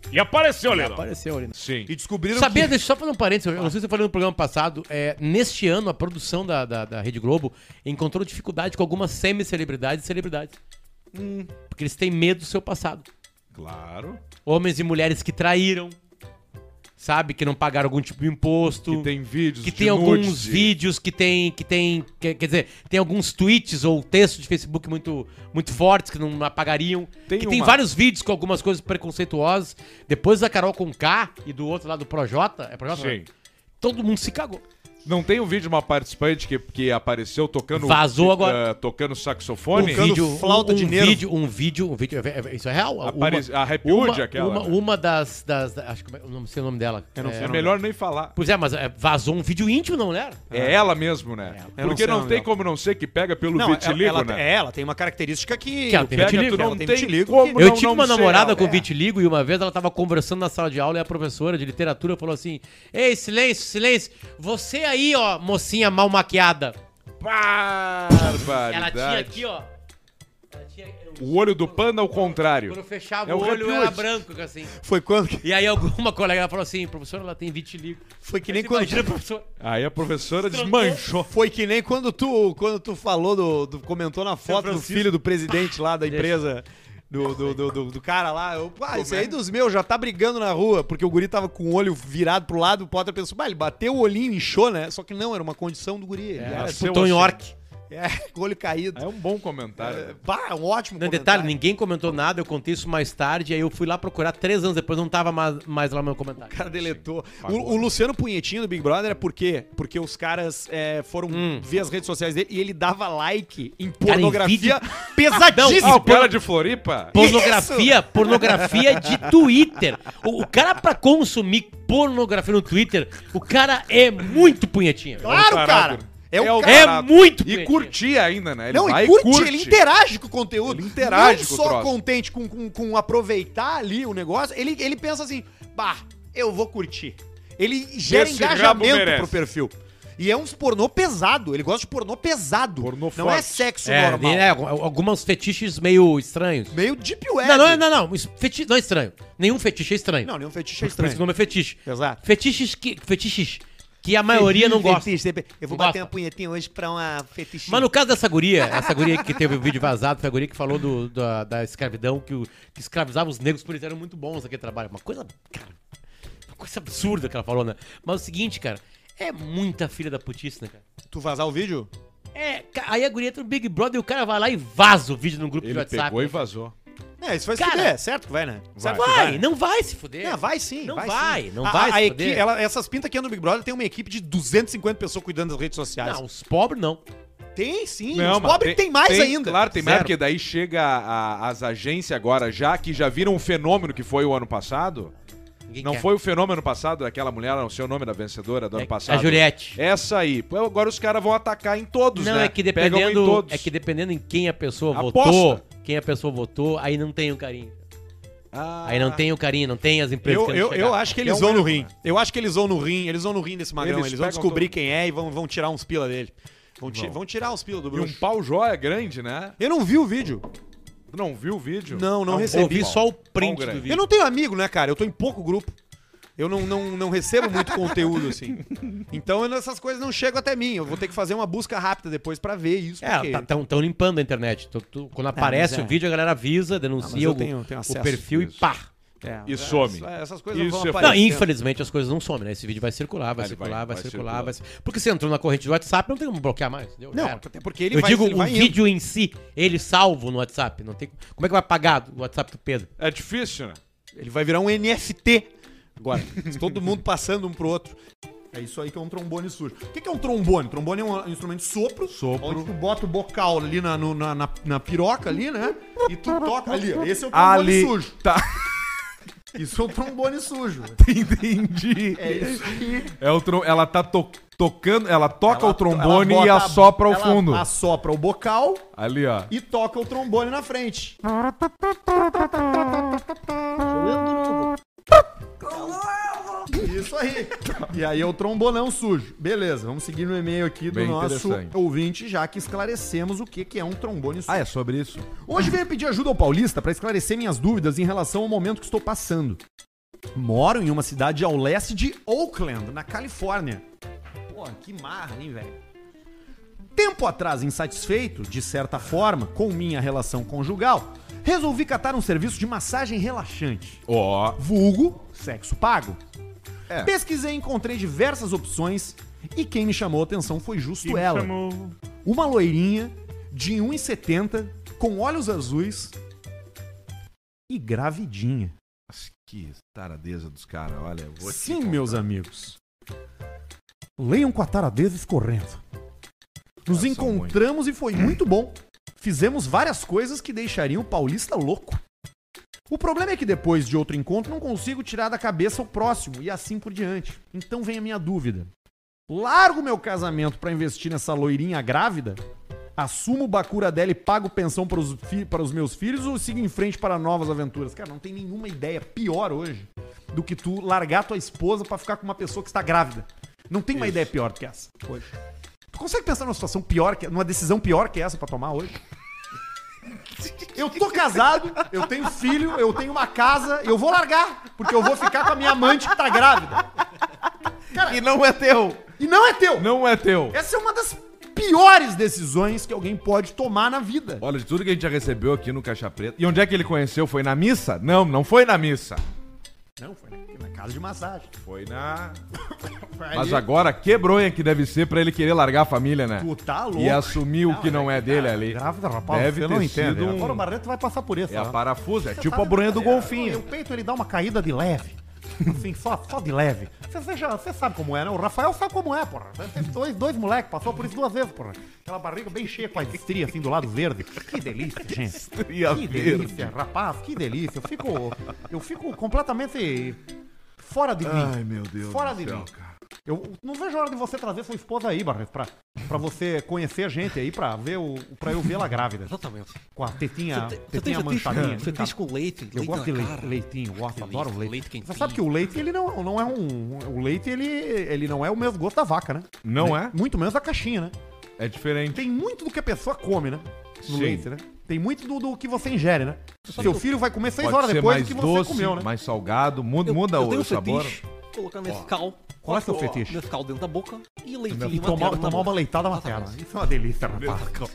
Speaker 14: E apareceu, Leandro.
Speaker 4: Apareceu ali. né?
Speaker 3: Sim.
Speaker 2: E descobriram
Speaker 4: Sabia, deixa eu só fazer um parênteses, eu não sei se eu falei no programa passado, é, neste ano a produção da, da, da Rede Globo encontrou dificuldade com algumas semi-celebridades e celebridades. Porque eles têm medo do seu passado.
Speaker 3: Claro.
Speaker 4: Homens e mulheres que traíram, sabe, que não pagaram algum tipo de imposto,
Speaker 3: Que tem vídeos
Speaker 4: que
Speaker 3: de
Speaker 4: tem
Speaker 3: nudes
Speaker 4: alguns
Speaker 3: de-
Speaker 4: vídeos, que tem, que tem, que- quer dizer, tem alguns tweets ou textos de Facebook muito, muito fortes que não apagariam.
Speaker 3: Tem
Speaker 4: que tem
Speaker 3: uma-
Speaker 4: vários vídeos com algumas coisas preconceituosas. Depois da Carol com K e do outro lá do Projota, é Projota? né?
Speaker 3: Sim.
Speaker 4: Todo mundo se cagou.
Speaker 3: Tá Não tem um vídeo de uma participante que, que apareceu tocando...
Speaker 4: Vazou
Speaker 3: eh,
Speaker 4: agora.
Speaker 3: tocando saxofone? É
Speaker 2: Tocando flauta
Speaker 4: um,
Speaker 2: de nervo.
Speaker 4: vídeo, um vídeo, um vídeo, é- é- isso é real?
Speaker 3: Apare- a Happy
Speaker 4: uma,
Speaker 3: Hood, aquela,
Speaker 4: Uma,
Speaker 3: né?
Speaker 4: uma das, das, da- acho que eu não sei o nome dela. Eu não sei
Speaker 3: É melhor nem falar.
Speaker 4: Pois é, mas é, vazou um vídeo íntimo, não era?
Speaker 3: É ela mesmo, né? Porque
Speaker 2: Eu não sei o
Speaker 3: não,
Speaker 2: nome
Speaker 3: tem
Speaker 2: dela.
Speaker 3: como não ser que pega pelo
Speaker 2: Não, ela,
Speaker 3: vitiligo,
Speaker 2: ela,
Speaker 3: né?
Speaker 2: é, ela tem uma característica que.
Speaker 4: Que ela tem
Speaker 3: Pega,
Speaker 4: vitiligo.
Speaker 3: tu não
Speaker 2: Ela tem
Speaker 3: tem,
Speaker 2: vitiligo
Speaker 3: como
Speaker 4: Eu
Speaker 3: não-
Speaker 4: tive
Speaker 3: não
Speaker 4: uma
Speaker 3: ser
Speaker 4: namorada
Speaker 3: ela.
Speaker 4: com vitiligo e uma vez ela tava conversando na sala de aula e a professora de literatura falou assim: Ei, silêncio, silêncio, você aí, ó, mocinha mal maquiada.
Speaker 3: Barbaridade.
Speaker 4: Ela tinha aqui, ó. ela tinha- um
Speaker 3: O olho do panda ao contrário.
Speaker 4: Quando eu fechava
Speaker 3: É
Speaker 4: o
Speaker 3: o
Speaker 4: olho,
Speaker 3: Happy
Speaker 4: era
Speaker 3: Hood.
Speaker 4: branco, assim.
Speaker 2: Foi quando? que-
Speaker 4: E aí alguma colega falou assim, professora, ela tem vitiligo.
Speaker 2: Foi que
Speaker 4: Aí
Speaker 2: nem
Speaker 4: você
Speaker 2: quando.
Speaker 4: Imagina, professor.
Speaker 3: Aí a professora desmanchou.
Speaker 2: Foi que nem quando tu, quando tu falou do, do- comentou na foto do
Speaker 4: Francisco.
Speaker 2: filho do presidente lá da empresa
Speaker 8: do, do, do, do- do cara lá. Eu, ah, esse aí dos meus já tá brigando na rua, porque o guri tava com o olho virado pro lado, o Potter pensou, bah, ele bateu o olhinho, inchou, né? Só que não, era uma condição do guri. ele era
Speaker 4: nasceu
Speaker 8: Tom
Speaker 4: assim.
Speaker 8: York. É, com o olho caído.
Speaker 3: É um bom comentário. né?
Speaker 8: Bah, um ótimo
Speaker 4: Não, detalhe, ninguém comentou nada, eu contei isso mais tarde, aí eu fui lá procurar três anos depois, não tava mais, mais lá meu comentário.
Speaker 8: O cara deletou. O, o
Speaker 4: né?
Speaker 8: Luciano Punhetinho do Big Brother é por quê? Porque os caras é, foram ver as redes sociais dele e ele dava like em
Speaker 4: Hum. Cara, em
Speaker 8: pornografia
Speaker 4: vídeo-
Speaker 8: pesadíssima.
Speaker 4: Não, é
Speaker 3: Ah, o cara de Floripa?
Speaker 4: Pornografia, pornografia de Twitter. O, o cara pra consumir pornografia no Twitter, o cara é muito punhetinha.
Speaker 8: Claro, cara. É, o cara.
Speaker 4: É muito
Speaker 3: E
Speaker 4: punhetinha.
Speaker 3: curtir ainda, né? Ele
Speaker 8: Não,
Speaker 3: vai
Speaker 8: e curte, ele interage com o conteúdo. Ele
Speaker 3: interage
Speaker 8: não
Speaker 3: com o
Speaker 8: só
Speaker 3: troço.
Speaker 8: contente com, com, com aproveitar ali o negócio, ele, ele pensa assim, bah, eu vou curtir. Ele gera
Speaker 3: Esse rabo
Speaker 8: engajamento
Speaker 3: merece.
Speaker 8: pro perfil. E é uns pornô pesado, ele gosta de pornô pesado.
Speaker 3: Pornô
Speaker 8: não
Speaker 3: forte.
Speaker 8: é sexo
Speaker 4: É,
Speaker 8: normal.
Speaker 4: é, algumas fetiches meio estranhos.
Speaker 8: Meio deep web.
Speaker 4: Não, não, não, não, isso- feti- não é estranho. Nenhum fetiche é estranho.
Speaker 8: Não, nenhum fetiche
Speaker 4: Por
Speaker 8: é
Speaker 4: isso que o
Speaker 8: estranho.
Speaker 4: nome é fetiche.
Speaker 8: Exato.
Speaker 4: Fetiches que, fetiches que a maioria não gosta.
Speaker 8: Fetiche, sempre- Eu vou
Speaker 4: Não
Speaker 8: bater
Speaker 4: gosta.
Speaker 8: uma punhetinha hoje pra uma fetichinha.
Speaker 4: Mas no caso dessa guria, essa guria que teve o vídeo vazado, foi a guria que falou do- da, da escravidão, que, o- que escravizava os negros por eles eram muito bons naquele trabalho. Uma coisa, cara, uma coisa absurda que ela falou, né? Mas é o seguinte, cara, é muita filha da putice, né, cara?
Speaker 8: Tu vazar o vídeo?
Speaker 4: É, ca- aí a guria entra no Big Brother e o cara vai lá e vaza o vídeo no grupo de
Speaker 3: Ele
Speaker 4: WhatsApp.
Speaker 3: pegou e vazou.
Speaker 8: É, isso vai se
Speaker 4: Cara-
Speaker 8: fuder, certo que vai, né?
Speaker 4: Vai,
Speaker 8: Certo que
Speaker 4: não vai se fuder.
Speaker 8: Não, vai sim.
Speaker 4: Não
Speaker 8: vai,
Speaker 4: vai,
Speaker 8: sim.
Speaker 4: não
Speaker 8: A-
Speaker 4: vai
Speaker 8: a,
Speaker 4: se
Speaker 8: equi-
Speaker 4: fuder.
Speaker 8: ela- Essas pintas que andam no Big Brother tem uma equipe de 250 pessoas cuidando das redes sociais.
Speaker 4: Não, os pobres não.
Speaker 8: Tem sim.
Speaker 3: Não,
Speaker 8: os
Speaker 3: mas
Speaker 8: pobres tem, mais ainda.
Speaker 3: Claro, tem mais,
Speaker 4: Zero.
Speaker 3: porque daí chega a- as agências agora já, que já viram o fenômeno que foi o ano passado.
Speaker 4: Ninguém
Speaker 3: Não
Speaker 4: quer.
Speaker 3: foi o fenômeno passado daquela mulher, não sei o nome da vencedora do
Speaker 4: É-
Speaker 3: ano passado.
Speaker 4: a Juliette.
Speaker 3: Essa aí. Pô, Agora os caras vão atacar em
Speaker 8: um
Speaker 3: todos,
Speaker 4: Não,
Speaker 3: né?
Speaker 4: é que
Speaker 3: Pegam em
Speaker 4: dependendo.
Speaker 3: todos.
Speaker 4: É que dependendo em quem a pessoa
Speaker 3: Aposta.
Speaker 4: votou, quem a pessoa votou, aí não tem o carinho.
Speaker 3: Ah,
Speaker 4: Aí não tem o carinho, não tem as empresas
Speaker 8: Eu,
Speaker 4: querendo
Speaker 8: eu, eu
Speaker 4: chegar.
Speaker 8: acho que eles
Speaker 3: É um
Speaker 8: vão no
Speaker 3: erro,
Speaker 8: rim.
Speaker 3: né?
Speaker 8: Eu acho que eles vão no rim. Eles vão no rim desse magrão. Eles,
Speaker 3: Eles
Speaker 8: vão
Speaker 3: pegam
Speaker 8: descobrir
Speaker 3: todo-
Speaker 8: quem é e vão, vão tirar uns pila dele. Vão, ti- vão tirar uns pila do
Speaker 3: E um
Speaker 8: bruxo.
Speaker 3: pau joia grande, né?
Speaker 8: Eu não vi o vídeo.
Speaker 3: Tu Não viu o vídeo?
Speaker 8: Não, não recebi.
Speaker 4: Ouvi só o print
Speaker 3: grande.
Speaker 4: do
Speaker 8: Eu
Speaker 4: vídeo.
Speaker 8: não tenho amigo, né, cara? Eu tô em pouco grupo. Eu não, não, não recebo muito conteúdo, assim. Então eu- essas coisas não chegam até mim. Eu vou ter que fazer uma busca rápida depois pra ver isso.
Speaker 4: É, tá, tão, tão limpando a internet. Tu- tu- quando aparece
Speaker 8: mas é.
Speaker 4: o vídeo, a galera avisa,
Speaker 8: mas
Speaker 4: denuncia
Speaker 8: eu
Speaker 4: o,
Speaker 8: tenho- tenho
Speaker 4: o
Speaker 8: acesso
Speaker 4: perfil
Speaker 3: disso.
Speaker 4: e pá.
Speaker 8: É,
Speaker 3: E some.
Speaker 8: Essas, essas coisas
Speaker 3: Isso
Speaker 8: vão
Speaker 3: é
Speaker 4: Não,
Speaker 8: aparecer.
Speaker 4: infelizmente as coisas não somem, né? Esse vídeo vai circular, vai
Speaker 3: Ele
Speaker 4: circular,
Speaker 3: vai-
Speaker 4: vai,
Speaker 3: vai
Speaker 4: circular,
Speaker 3: circular.
Speaker 4: vai circular. Porque você entrou na corrente do WhatsApp, não tem como bloquear mais. entendeu?
Speaker 8: Não,
Speaker 4: Já era.
Speaker 8: até porque ele
Speaker 4: Eu
Speaker 8: vai,
Speaker 4: digo
Speaker 8: ele
Speaker 4: o
Speaker 8: vai indo.
Speaker 4: vídeo em si, ele salvo no WhatsApp. Não tem, como é que vai apagar o WhatsApp do Pedro?
Speaker 3: É difícil, né?
Speaker 8: Ele vai virar um NFT agora. Todo mundo passando um pro outro. É isso aí que é um trombone sujo. O que que é um trombone? Trombone é um instrumento de sopro.
Speaker 18: Sopro.
Speaker 8: Onde tu bota o bocal ali na, no- na, na, na piroca ali, né? E tu toca ali. ó. Esse é o trombone
Speaker 3: Ali.
Speaker 8: sujo.
Speaker 3: Tá.
Speaker 8: Isso é um trombone sujo.
Speaker 18: Entendi.
Speaker 8: É isso aí.
Speaker 18: É o trom- Ela tá to- tocando, ela toca
Speaker 8: Ela-
Speaker 18: o trombone
Speaker 8: ela
Speaker 18: e
Speaker 8: bota a-
Speaker 18: assopra ao
Speaker 8: ela
Speaker 18: fundo.
Speaker 8: Assopra o bocal
Speaker 18: Ali, ó.
Speaker 8: e toca o trombone na frente. Isso aí. E aí é o trombonão sujo. Beleza, vamos seguir no e-mail aqui do
Speaker 18: Bem
Speaker 8: nosso
Speaker 18: interessante.
Speaker 8: ouvinte, já que esclarecemos o que que é um trombone sujo.
Speaker 18: Ah, é sobre isso?
Speaker 8: Hoje venho pedir ajuda ao Paulista para esclarecer minhas dúvidas em relação ao momento que estou passando. Moro em uma cidade ao leste de Oakland, na Califórnia. Pô, que marra, hein, velho? Tempo atrás, insatisfeito, de certa forma, com minha relação conjugal, resolvi catar um serviço de massagem relaxante.
Speaker 3: Ó.
Speaker 8: Vulgo, sexo pago.
Speaker 18: É.
Speaker 8: Pesquisei e encontrei diversas opções e quem me chamou a atenção foi justo ela. Uma loirinha de 1,70 com olhos azuis e gravidinha.
Speaker 18: Nossa, Que taradeza dos caras, olha. eu Vou te
Speaker 8: Sim,
Speaker 18: contar.
Speaker 8: meus amigos. Leiam com a taradeza escorrendo. Nos
Speaker 18: Elas são
Speaker 8: encontramos e foi muito bom. Fizemos várias coisas que deixariam o paulista louco. O problema é que depois de outro encontro não consigo tirar da cabeça o próximo e assim por diante. Então vem a minha dúvida. Largo meu casamento pra investir nessa loirinha grávida? Assumo o Bacura dela e pago pensão para os, fi- para os meus filhos ou sigo em frente para novas aventuras? Cara, não tem nenhuma ideia pior hoje do que tu largar tua esposa pra ficar com uma pessoa que está grávida. Não tem uma ideia pior do que essa hoje. Tu consegue pensar numa situação pior, que, numa decisão pior que essa pra tomar hoje? Eu tô casado, eu tenho filho, eu tenho uma casa, eu vou largar, porque eu vou ficar com a minha amante que tá grávida.
Speaker 14: E não é teu.
Speaker 8: E não é teu!
Speaker 18: Não é teu.
Speaker 8: Essa é uma das piores decisões que alguém pode tomar na vida.
Speaker 3: Olha, de tudo que a gente já recebeu aqui no Caixa Preta. E onde é que ele conheceu? Foi na missa? Não, não foi na missa.
Speaker 8: Não, foi na, na casa de massagem.
Speaker 3: Foi na.
Speaker 8: Foi
Speaker 3: Mas
Speaker 8: ali.
Speaker 3: agora, que bronha que deve ser pra ele querer largar a família, né?
Speaker 8: Tu tá louco.
Speaker 3: E assumir o que não é dele ali.
Speaker 8: Grávida, rapaz,
Speaker 3: Deve
Speaker 8: você
Speaker 3: ter
Speaker 8: não
Speaker 3: sido
Speaker 8: entende. né?
Speaker 3: um-
Speaker 8: Agora o Barreto vai passar por isso. né?
Speaker 3: É a
Speaker 8: ó.
Speaker 3: parafusa, é
Speaker 8: Você
Speaker 3: tipo
Speaker 8: tá
Speaker 3: a bronha do
Speaker 8: é, O
Speaker 3: golfinho.
Speaker 8: peito ele dá uma caída de leve. Assim, só, só de leve. Você, você já- você sabe como é, né? O Rafael sabe como é, porra. Teve dois, dois moleques, passou por isso duas vezes, porra. Aquela barriga bem cheia com a estria assim do lado verde. Que delícia, gente.
Speaker 3: Estria
Speaker 8: que
Speaker 3: verde.
Speaker 8: delícia, rapaz, que delícia. Eu fico, eu fico completamente fora de mim.
Speaker 3: Ai, meu Deus
Speaker 8: Fora
Speaker 3: do
Speaker 8: de
Speaker 3: céu,
Speaker 8: mim.
Speaker 3: cara.
Speaker 8: Eu não vejo a hora de você trazer sua esposa aí, Barreto, pra, pra você conhecer a gente aí, pra, ver o, pra eu ver ela grávida.
Speaker 4: Exatamente.
Speaker 8: Com a tetinha,
Speaker 4: Você tem- você tem-
Speaker 8: tetinha
Speaker 4: você tem-
Speaker 8: manchadinha. Tá.
Speaker 4: você tem com leite,
Speaker 8: Eu
Speaker 4: leite
Speaker 8: gosto de
Speaker 4: na
Speaker 8: leite,
Speaker 4: cara.
Speaker 8: leitinho, gosto, adoro o leite.
Speaker 4: leite quentinho.
Speaker 8: Você sabe que o leite, ele não, não é um... O leite, ele, ele não é o mesmo gosto da vaca, né?
Speaker 3: Não
Speaker 4: Ah.
Speaker 3: é?
Speaker 8: Muito menos da caixinha, né?
Speaker 3: É diferente.
Speaker 8: Tem muito do que a pessoa come, né? No
Speaker 3: Sim.
Speaker 8: leite, né? Tem muito do, do que você ingere, né? Seu filho vai comer seis
Speaker 3: Pode
Speaker 8: horas
Speaker 3: ser
Speaker 8: depois
Speaker 3: mais
Speaker 8: do que você
Speaker 3: doce,
Speaker 8: comeu, né?
Speaker 3: mais salgado, muda, muda o sabor.
Speaker 4: Colocar mescal.
Speaker 8: Qual é seu
Speaker 4: ó,
Speaker 8: fetiche?
Speaker 4: Mescal dentro da boca e leitinho
Speaker 8: E tomar,
Speaker 4: materno na
Speaker 8: tomar
Speaker 4: boca.
Speaker 8: uma leitada materna. Isso é uma delícia, rapaz.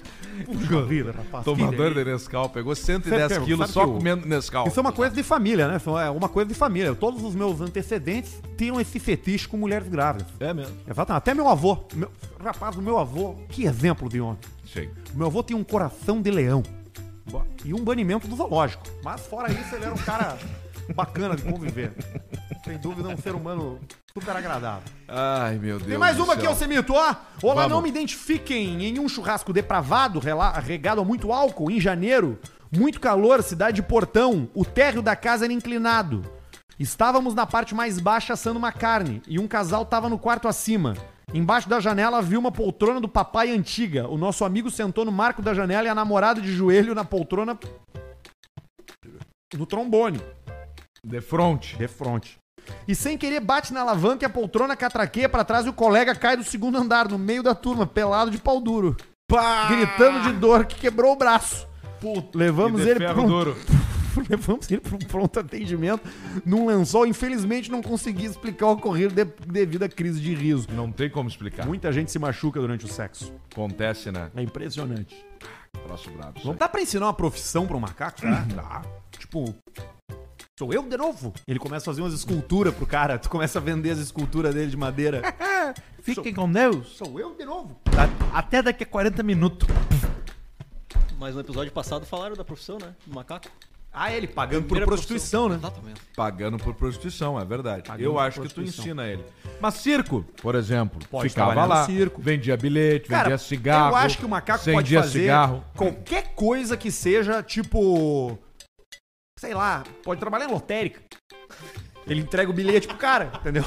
Speaker 8: Puxa vida, rapaz. que
Speaker 3: Tomador
Speaker 8: delícia.
Speaker 3: de Nescau, pegou
Speaker 8: Sabe
Speaker 3: 110
Speaker 8: que-
Speaker 3: quilos
Speaker 8: sabe
Speaker 3: só
Speaker 8: que o-
Speaker 3: comendo Nescau.
Speaker 8: Isso é uma coisa de família, né? Isso É uma coisa de família. Todos os meus antecedentes tinham esse fetiche com mulheres grávidas.
Speaker 3: É mesmo.
Speaker 8: Exatamente. Até meu avô. Meu, rapaz, o meu avô, que exemplo de homem.
Speaker 3: Sim.
Speaker 8: O meu avô tinha um coração de leão. E um banimento do zoológico. Mas fora isso, ele era um cara bacana de conviver. Sem dúvida, um ser humano super agradável.
Speaker 3: Ai, meu Deus.
Speaker 8: Tem mais
Speaker 3: do
Speaker 8: uma
Speaker 3: céu.
Speaker 8: aqui, Alcemito, ó. Olá,
Speaker 3: Vamos.
Speaker 8: não me identifiquem em um churrasco depravado, rela- regado a muito álcool, em janeiro. Muito calor, cidade de Portão. O térreo da casa era inclinado. Estávamos na parte mais baixa assando uma carne e um casal tava no quarto acima. Embaixo da janela vi uma poltrona do papai antiga. O nosso amigo sentou no marco da janela e a namorada de joelho na poltrona no trombone.
Speaker 3: De front.
Speaker 8: De fronte. E sem querer bate na alavanca e a poltrona catraqueia pra trás e o colega cai do segundo andar, no meio da turma, pelado de pau duro. Gritando de dor que quebrou o braço. Levamos
Speaker 3: E de
Speaker 8: ele
Speaker 3: ferro
Speaker 8: pra um-
Speaker 3: duro.
Speaker 8: Levamos ele para um pronto atendimento num lençol. Infelizmente, não consegui explicar o ocorrido de- devido à crise de riso.
Speaker 3: Não tem como explicar.
Speaker 8: Muita gente se machuca durante o sexo.
Speaker 3: Acontece, né?
Speaker 8: É impressionante.
Speaker 3: Troço brabo. isso
Speaker 8: Não dá pra ensinar uma profissão pra um macaco,
Speaker 19: Uhum.
Speaker 8: cara? Tipo, sou eu de novo? Ele começa a fazer umas esculturas pro cara, tu começa a vender as esculturas dele de madeira.
Speaker 19: Fiquem com Deus.
Speaker 8: sou eu de novo?
Speaker 19: A- Até daqui a 40 minutos.
Speaker 2: Mas no episódio passado falaram da profissão, né? Do macaco.
Speaker 8: Ah, ele pagando
Speaker 2: Primeira
Speaker 8: por prostituição, né?
Speaker 2: Exatamente.
Speaker 3: aí. Pagando por prostituição, é verdade.
Speaker 8: Pagando
Speaker 3: Eu
Speaker 8: por
Speaker 3: acho que tu
Speaker 8: prostituição.
Speaker 3: ensina ele. Mas circo, por exemplo,
Speaker 8: Pode
Speaker 3: ficava
Speaker 8: trabalhar no
Speaker 3: lá, vendia bilhete, vendia
Speaker 8: Cara,
Speaker 3: cigarro.
Speaker 8: eu acho que o macaco pode
Speaker 3: vendia
Speaker 8: fazer
Speaker 3: cigarro.
Speaker 8: qualquer coisa que seja, tipo... Sei lá, pode trabalhar em lotérica. Ele entrega o bilhete pro cara, entendeu?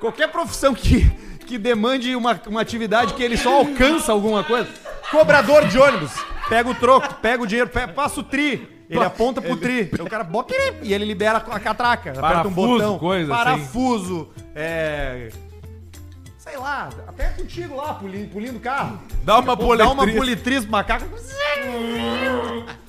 Speaker 8: Qualquer profissão que, que demande uma, uma atividade que ele só alcança alguma coisa. Cobrador de ônibus. Pega o troco, pega o dinheiro, pe- passa o tri. Ele aponta pro tri. É O cara bota pirim, e ele libera a catraca. aperta um
Speaker 3: Parafuso,
Speaker 8: botão.
Speaker 3: coisa assim.
Speaker 8: parafuso. É. Sei lá, até contigo lá, pulindo, pulindo o carro.
Speaker 3: Dá uma
Speaker 8: Ou Dá uma
Speaker 3: politriz.
Speaker 8: politriz pro macaco.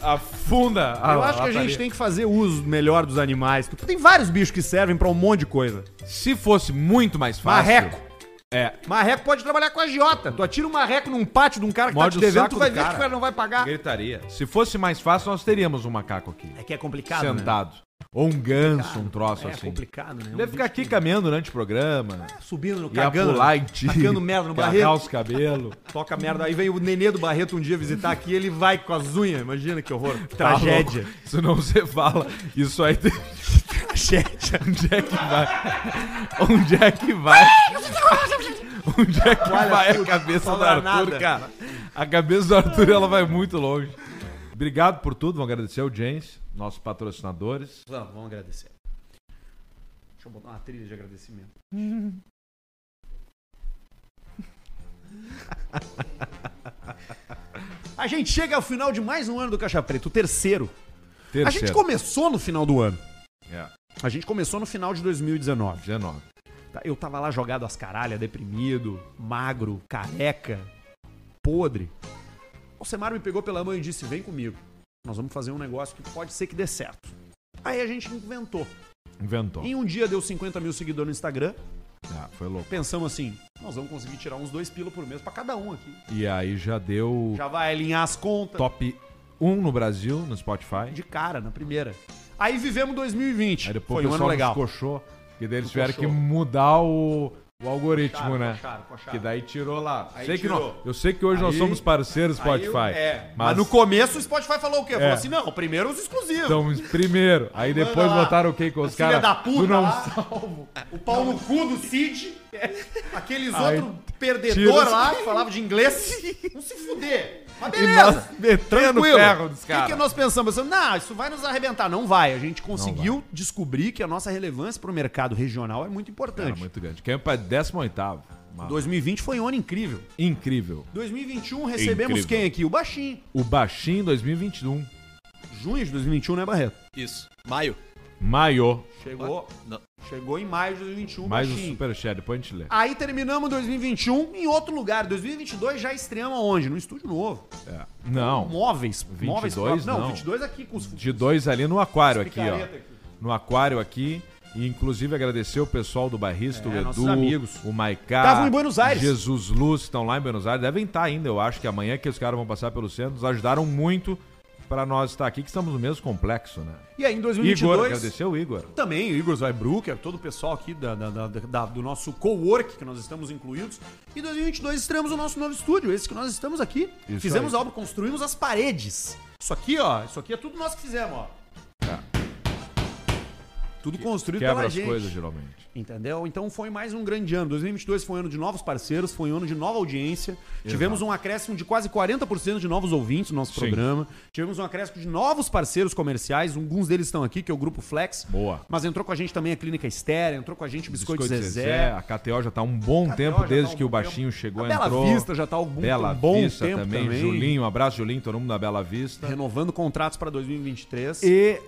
Speaker 3: Afunda.
Speaker 8: Eu acho que a gente tem que fazer uso melhor dos animais. Tem vários bichos que servem pra um monte de coisa.
Speaker 3: Se fosse muito mais fácil.
Speaker 8: Marreco.
Speaker 3: É.
Speaker 8: Marreco pode trabalhar com a giota. Tu atira um marreco num pátio de um cara que
Speaker 3: Morde
Speaker 8: tá te
Speaker 3: o
Speaker 8: devendo,
Speaker 3: saco
Speaker 8: tu vai
Speaker 3: do
Speaker 8: ver que
Speaker 3: cara.
Speaker 8: o cara não vai pagar.
Speaker 3: Gritaria. Se fosse mais fácil, nós teríamos um macaco aqui.
Speaker 8: É que é complicado,
Speaker 3: sentado. Ou um ganso, um troço
Speaker 8: É
Speaker 3: assim.
Speaker 8: complicado, né? Um tá
Speaker 3: Deve ficar aqui caminhando durante o programa. né?
Speaker 8: Subindo no
Speaker 3: Ia
Speaker 8: cagando,
Speaker 3: pular
Speaker 8: né?
Speaker 3: em ti.
Speaker 8: tacando merda no
Speaker 3: cagar
Speaker 8: barreto.
Speaker 3: os cabelos.
Speaker 8: Toca merda. Aí vem o nenê do Barreto um dia visitar aqui ele vai com as unhas. Imagina que horror. Tragédia.
Speaker 3: Tá louco. Se não você fala, isso aí tem...
Speaker 8: Tragédia.
Speaker 3: Onde é que vai? Onde é que vai? Onde é que
Speaker 8: Olha
Speaker 3: vai a
Speaker 8: tudo,
Speaker 3: cabeça do
Speaker 8: fala
Speaker 3: Arthur,
Speaker 8: nada.
Speaker 3: cara? A cabeça do Arthur, ela vai muito longe. Obrigado por tudo. Vamos agradecer ao James, nossos patrocinadores.
Speaker 8: Vamos, vamos agradecer. Deixa eu botar uma trilha de agradecimento. A gente chega ao final de mais um ano do Caixa Preta, o terceiro. A gente
Speaker 3: Terceiro.
Speaker 8: começou no final do ano.
Speaker 3: É,
Speaker 8: A gente começou no final de 2019.
Speaker 3: 19.
Speaker 8: Tá, Eu tava lá jogado às caralhas, deprimido, magro, careca, podre. O Semar me pegou pela mão e disse: Vem comigo. Nós vamos fazer um negócio que pode ser que dê certo. Aí a gente inventou.
Speaker 3: Inventou.
Speaker 1: Em um dia deu 50 mil seguidores no Instagram.
Speaker 3: Ah, foi louco.
Speaker 1: Pensamos assim, nós vamos conseguir tirar uns dois pila por mês pra cada um aqui.
Speaker 3: E aí já deu
Speaker 1: Já vai alinhar as contas.
Speaker 3: top 1 no Brasil, no Spotify.
Speaker 1: De cara, na primeira. Aí vivemos 2020.
Speaker 3: Aí
Speaker 1: Foi um
Speaker 3: depois o
Speaker 1: ano
Speaker 3: pessoal
Speaker 1: legal.
Speaker 3: nos coxou, que daí eles
Speaker 1: Nos
Speaker 3: tiveram
Speaker 1: coxou.
Speaker 3: que mudar o, o algoritmo,
Speaker 1: Coxaram,
Speaker 3: né?
Speaker 1: coxaram, coxaram.
Speaker 3: Que daí tirou lá.
Speaker 1: Aí
Speaker 3: sei
Speaker 1: tirou.
Speaker 3: que não, eu sei que hoje nós
Speaker 1: Aí-
Speaker 3: somos parceiros
Speaker 1: aí
Speaker 3: Spotify.
Speaker 1: eu- é, mas... no começo o Spotify falou o quê? Falou
Speaker 3: É.
Speaker 1: assim, não, primeiro os exclusivos.
Speaker 3: Então, primeiro, aí
Speaker 1: Manda
Speaker 3: depois
Speaker 1: lá.
Speaker 3: botaram o que com os
Speaker 1: Filha
Speaker 3: caras.
Speaker 1: da puta
Speaker 3: tu não
Speaker 1: lá.
Speaker 3: salvo.
Speaker 1: O pau no cu do Cid, aqueles
Speaker 3: Aí,
Speaker 1: outros perdedor
Speaker 3: tira-
Speaker 1: lá que falava de inglês. Não se fuder. Mas
Speaker 3: E
Speaker 1: beleza.
Speaker 3: nós metendo
Speaker 1: Tranquilo.
Speaker 3: ferro dos
Speaker 1: O que, que
Speaker 3: caras.
Speaker 1: nós pensamos? Pensamos, não, isso vai nos arrebentar. Não vai. A gente conseguiu descobrir que a nossa relevância pro mercado regional é muito
Speaker 3: Era
Speaker 1: importante.
Speaker 3: muito grande. é Caiu pra 18. Massa.
Speaker 1: 2020 foi um ano incrível.
Speaker 3: Incrível.
Speaker 1: 2021 recebemos
Speaker 3: Incrível.
Speaker 1: quem aqui? O Baixinho.
Speaker 3: O Baixinho 2021.
Speaker 1: Junho de 2021, né, Barreto?
Speaker 2: Isso. Maio.
Speaker 3: Maio.
Speaker 1: Chegou. Chegou em maio de 2021,
Speaker 3: Mais um
Speaker 1: Baixinho.
Speaker 3: superchat, depois a gente lê.
Speaker 1: Aí terminamos 2021 em outro lugar. 2022 já estreamos aonde? No estúdio novo.
Speaker 3: É. Não.
Speaker 1: Móveis.
Speaker 3: 22
Speaker 1: móveis
Speaker 3: não.
Speaker 1: não, 22 aqui com os
Speaker 3: De dois ali no aquário aqui, ó.
Speaker 1: Picareta aqui.
Speaker 3: No aquário aqui. E inclusive agradecer o pessoal do Barrista, o
Speaker 1: É, nossos
Speaker 3: Edu,
Speaker 1: amigos.
Speaker 3: o Maiká.
Speaker 1: Estavam em Buenos Aires.
Speaker 3: Jesus Luz, que estão lá em Buenos Aires. Devem estar ainda, eu acho que amanhã é que os caras vão passar pelo centro. Nos ajudaram muito pra nós estar aqui, que estamos no mesmo complexo, né?
Speaker 1: E aí em
Speaker 3: Igor,
Speaker 1: 2022
Speaker 3: agradecer o Igor.
Speaker 1: também, o Igor Zaibrucker, todo o pessoal aqui da, da- da- da- do nosso co-work que nós estamos incluídos. E em 2022 estreamos o nosso novo estúdio, esse que nós estamos aqui.
Speaker 3: Isso
Speaker 1: fizemos
Speaker 3: aí.
Speaker 1: a obra, construímos as paredes. Isso aqui, ó, isso aqui é tudo nós que fizemos, ó. Tudo construído
Speaker 3: Tá. Quebra
Speaker 1: pela
Speaker 3: as
Speaker 1: tá gente.
Speaker 3: coisas, geralmente.
Speaker 1: Entendeu? Então foi mais um grande ano. 2022 foi um ano de novos parceiros, foi um ano de nova audiência. Tivemos um acréscimo de quase 40% de novos ouvintes no nosso
Speaker 3: Sim.
Speaker 1: programa. Tivemos um acréscimo de novos parceiros comerciais. Alguns deles estão aqui, que é o Grupo Flex.
Speaker 3: Boa.
Speaker 1: Mas entrou com a gente também a Clínica Estéreo, entrou com a gente o Biscoito,
Speaker 3: Biscoito
Speaker 1: Zezé.
Speaker 3: A KTO já tá um bom
Speaker 1: KTO
Speaker 3: tempo
Speaker 1: já tá
Speaker 3: desde
Speaker 1: um
Speaker 3: que o
Speaker 1: bom
Speaker 3: baixinho chegou,
Speaker 1: A Bela
Speaker 3: entrou.
Speaker 1: Vista já tá algum-
Speaker 3: Bela
Speaker 1: um bom
Speaker 3: Vista
Speaker 1: tempo
Speaker 3: também.
Speaker 1: também.
Speaker 3: Julinho, um abraço, Julinho, todo mundo da Bela Vista.
Speaker 1: Renovando contratos para 2023.
Speaker 3: E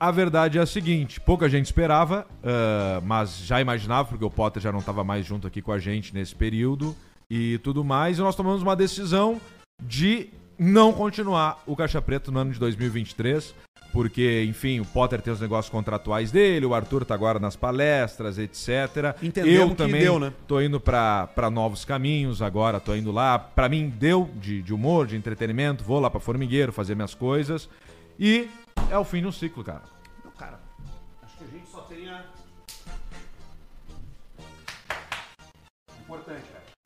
Speaker 3: a verdade é a seguinte: pouca gente esperava, ah, mas já imaginava, porque o Potter já não estava mais junto aqui com a gente nesse período e tudo mais. E nós tomamos uma decisão de não continuar o Caixa Preto no ano de 2023. Porque, enfim, o Potter tem os negócios contratuais dele, o Arthur tá agora nas palestras, etc.
Speaker 1: Entendemos
Speaker 3: Eu
Speaker 1: que
Speaker 3: também
Speaker 1: deu, né?
Speaker 3: tô indo pra pra novos caminhos agora, tô indo lá. Pra mim, deu de, de humor, de entretenimento, vou lá pra Formigueiro fazer minhas coisas. E é o fim de um ciclo, cara.
Speaker 1: Não, cara, acho que a gente só tem a. Importante, cara.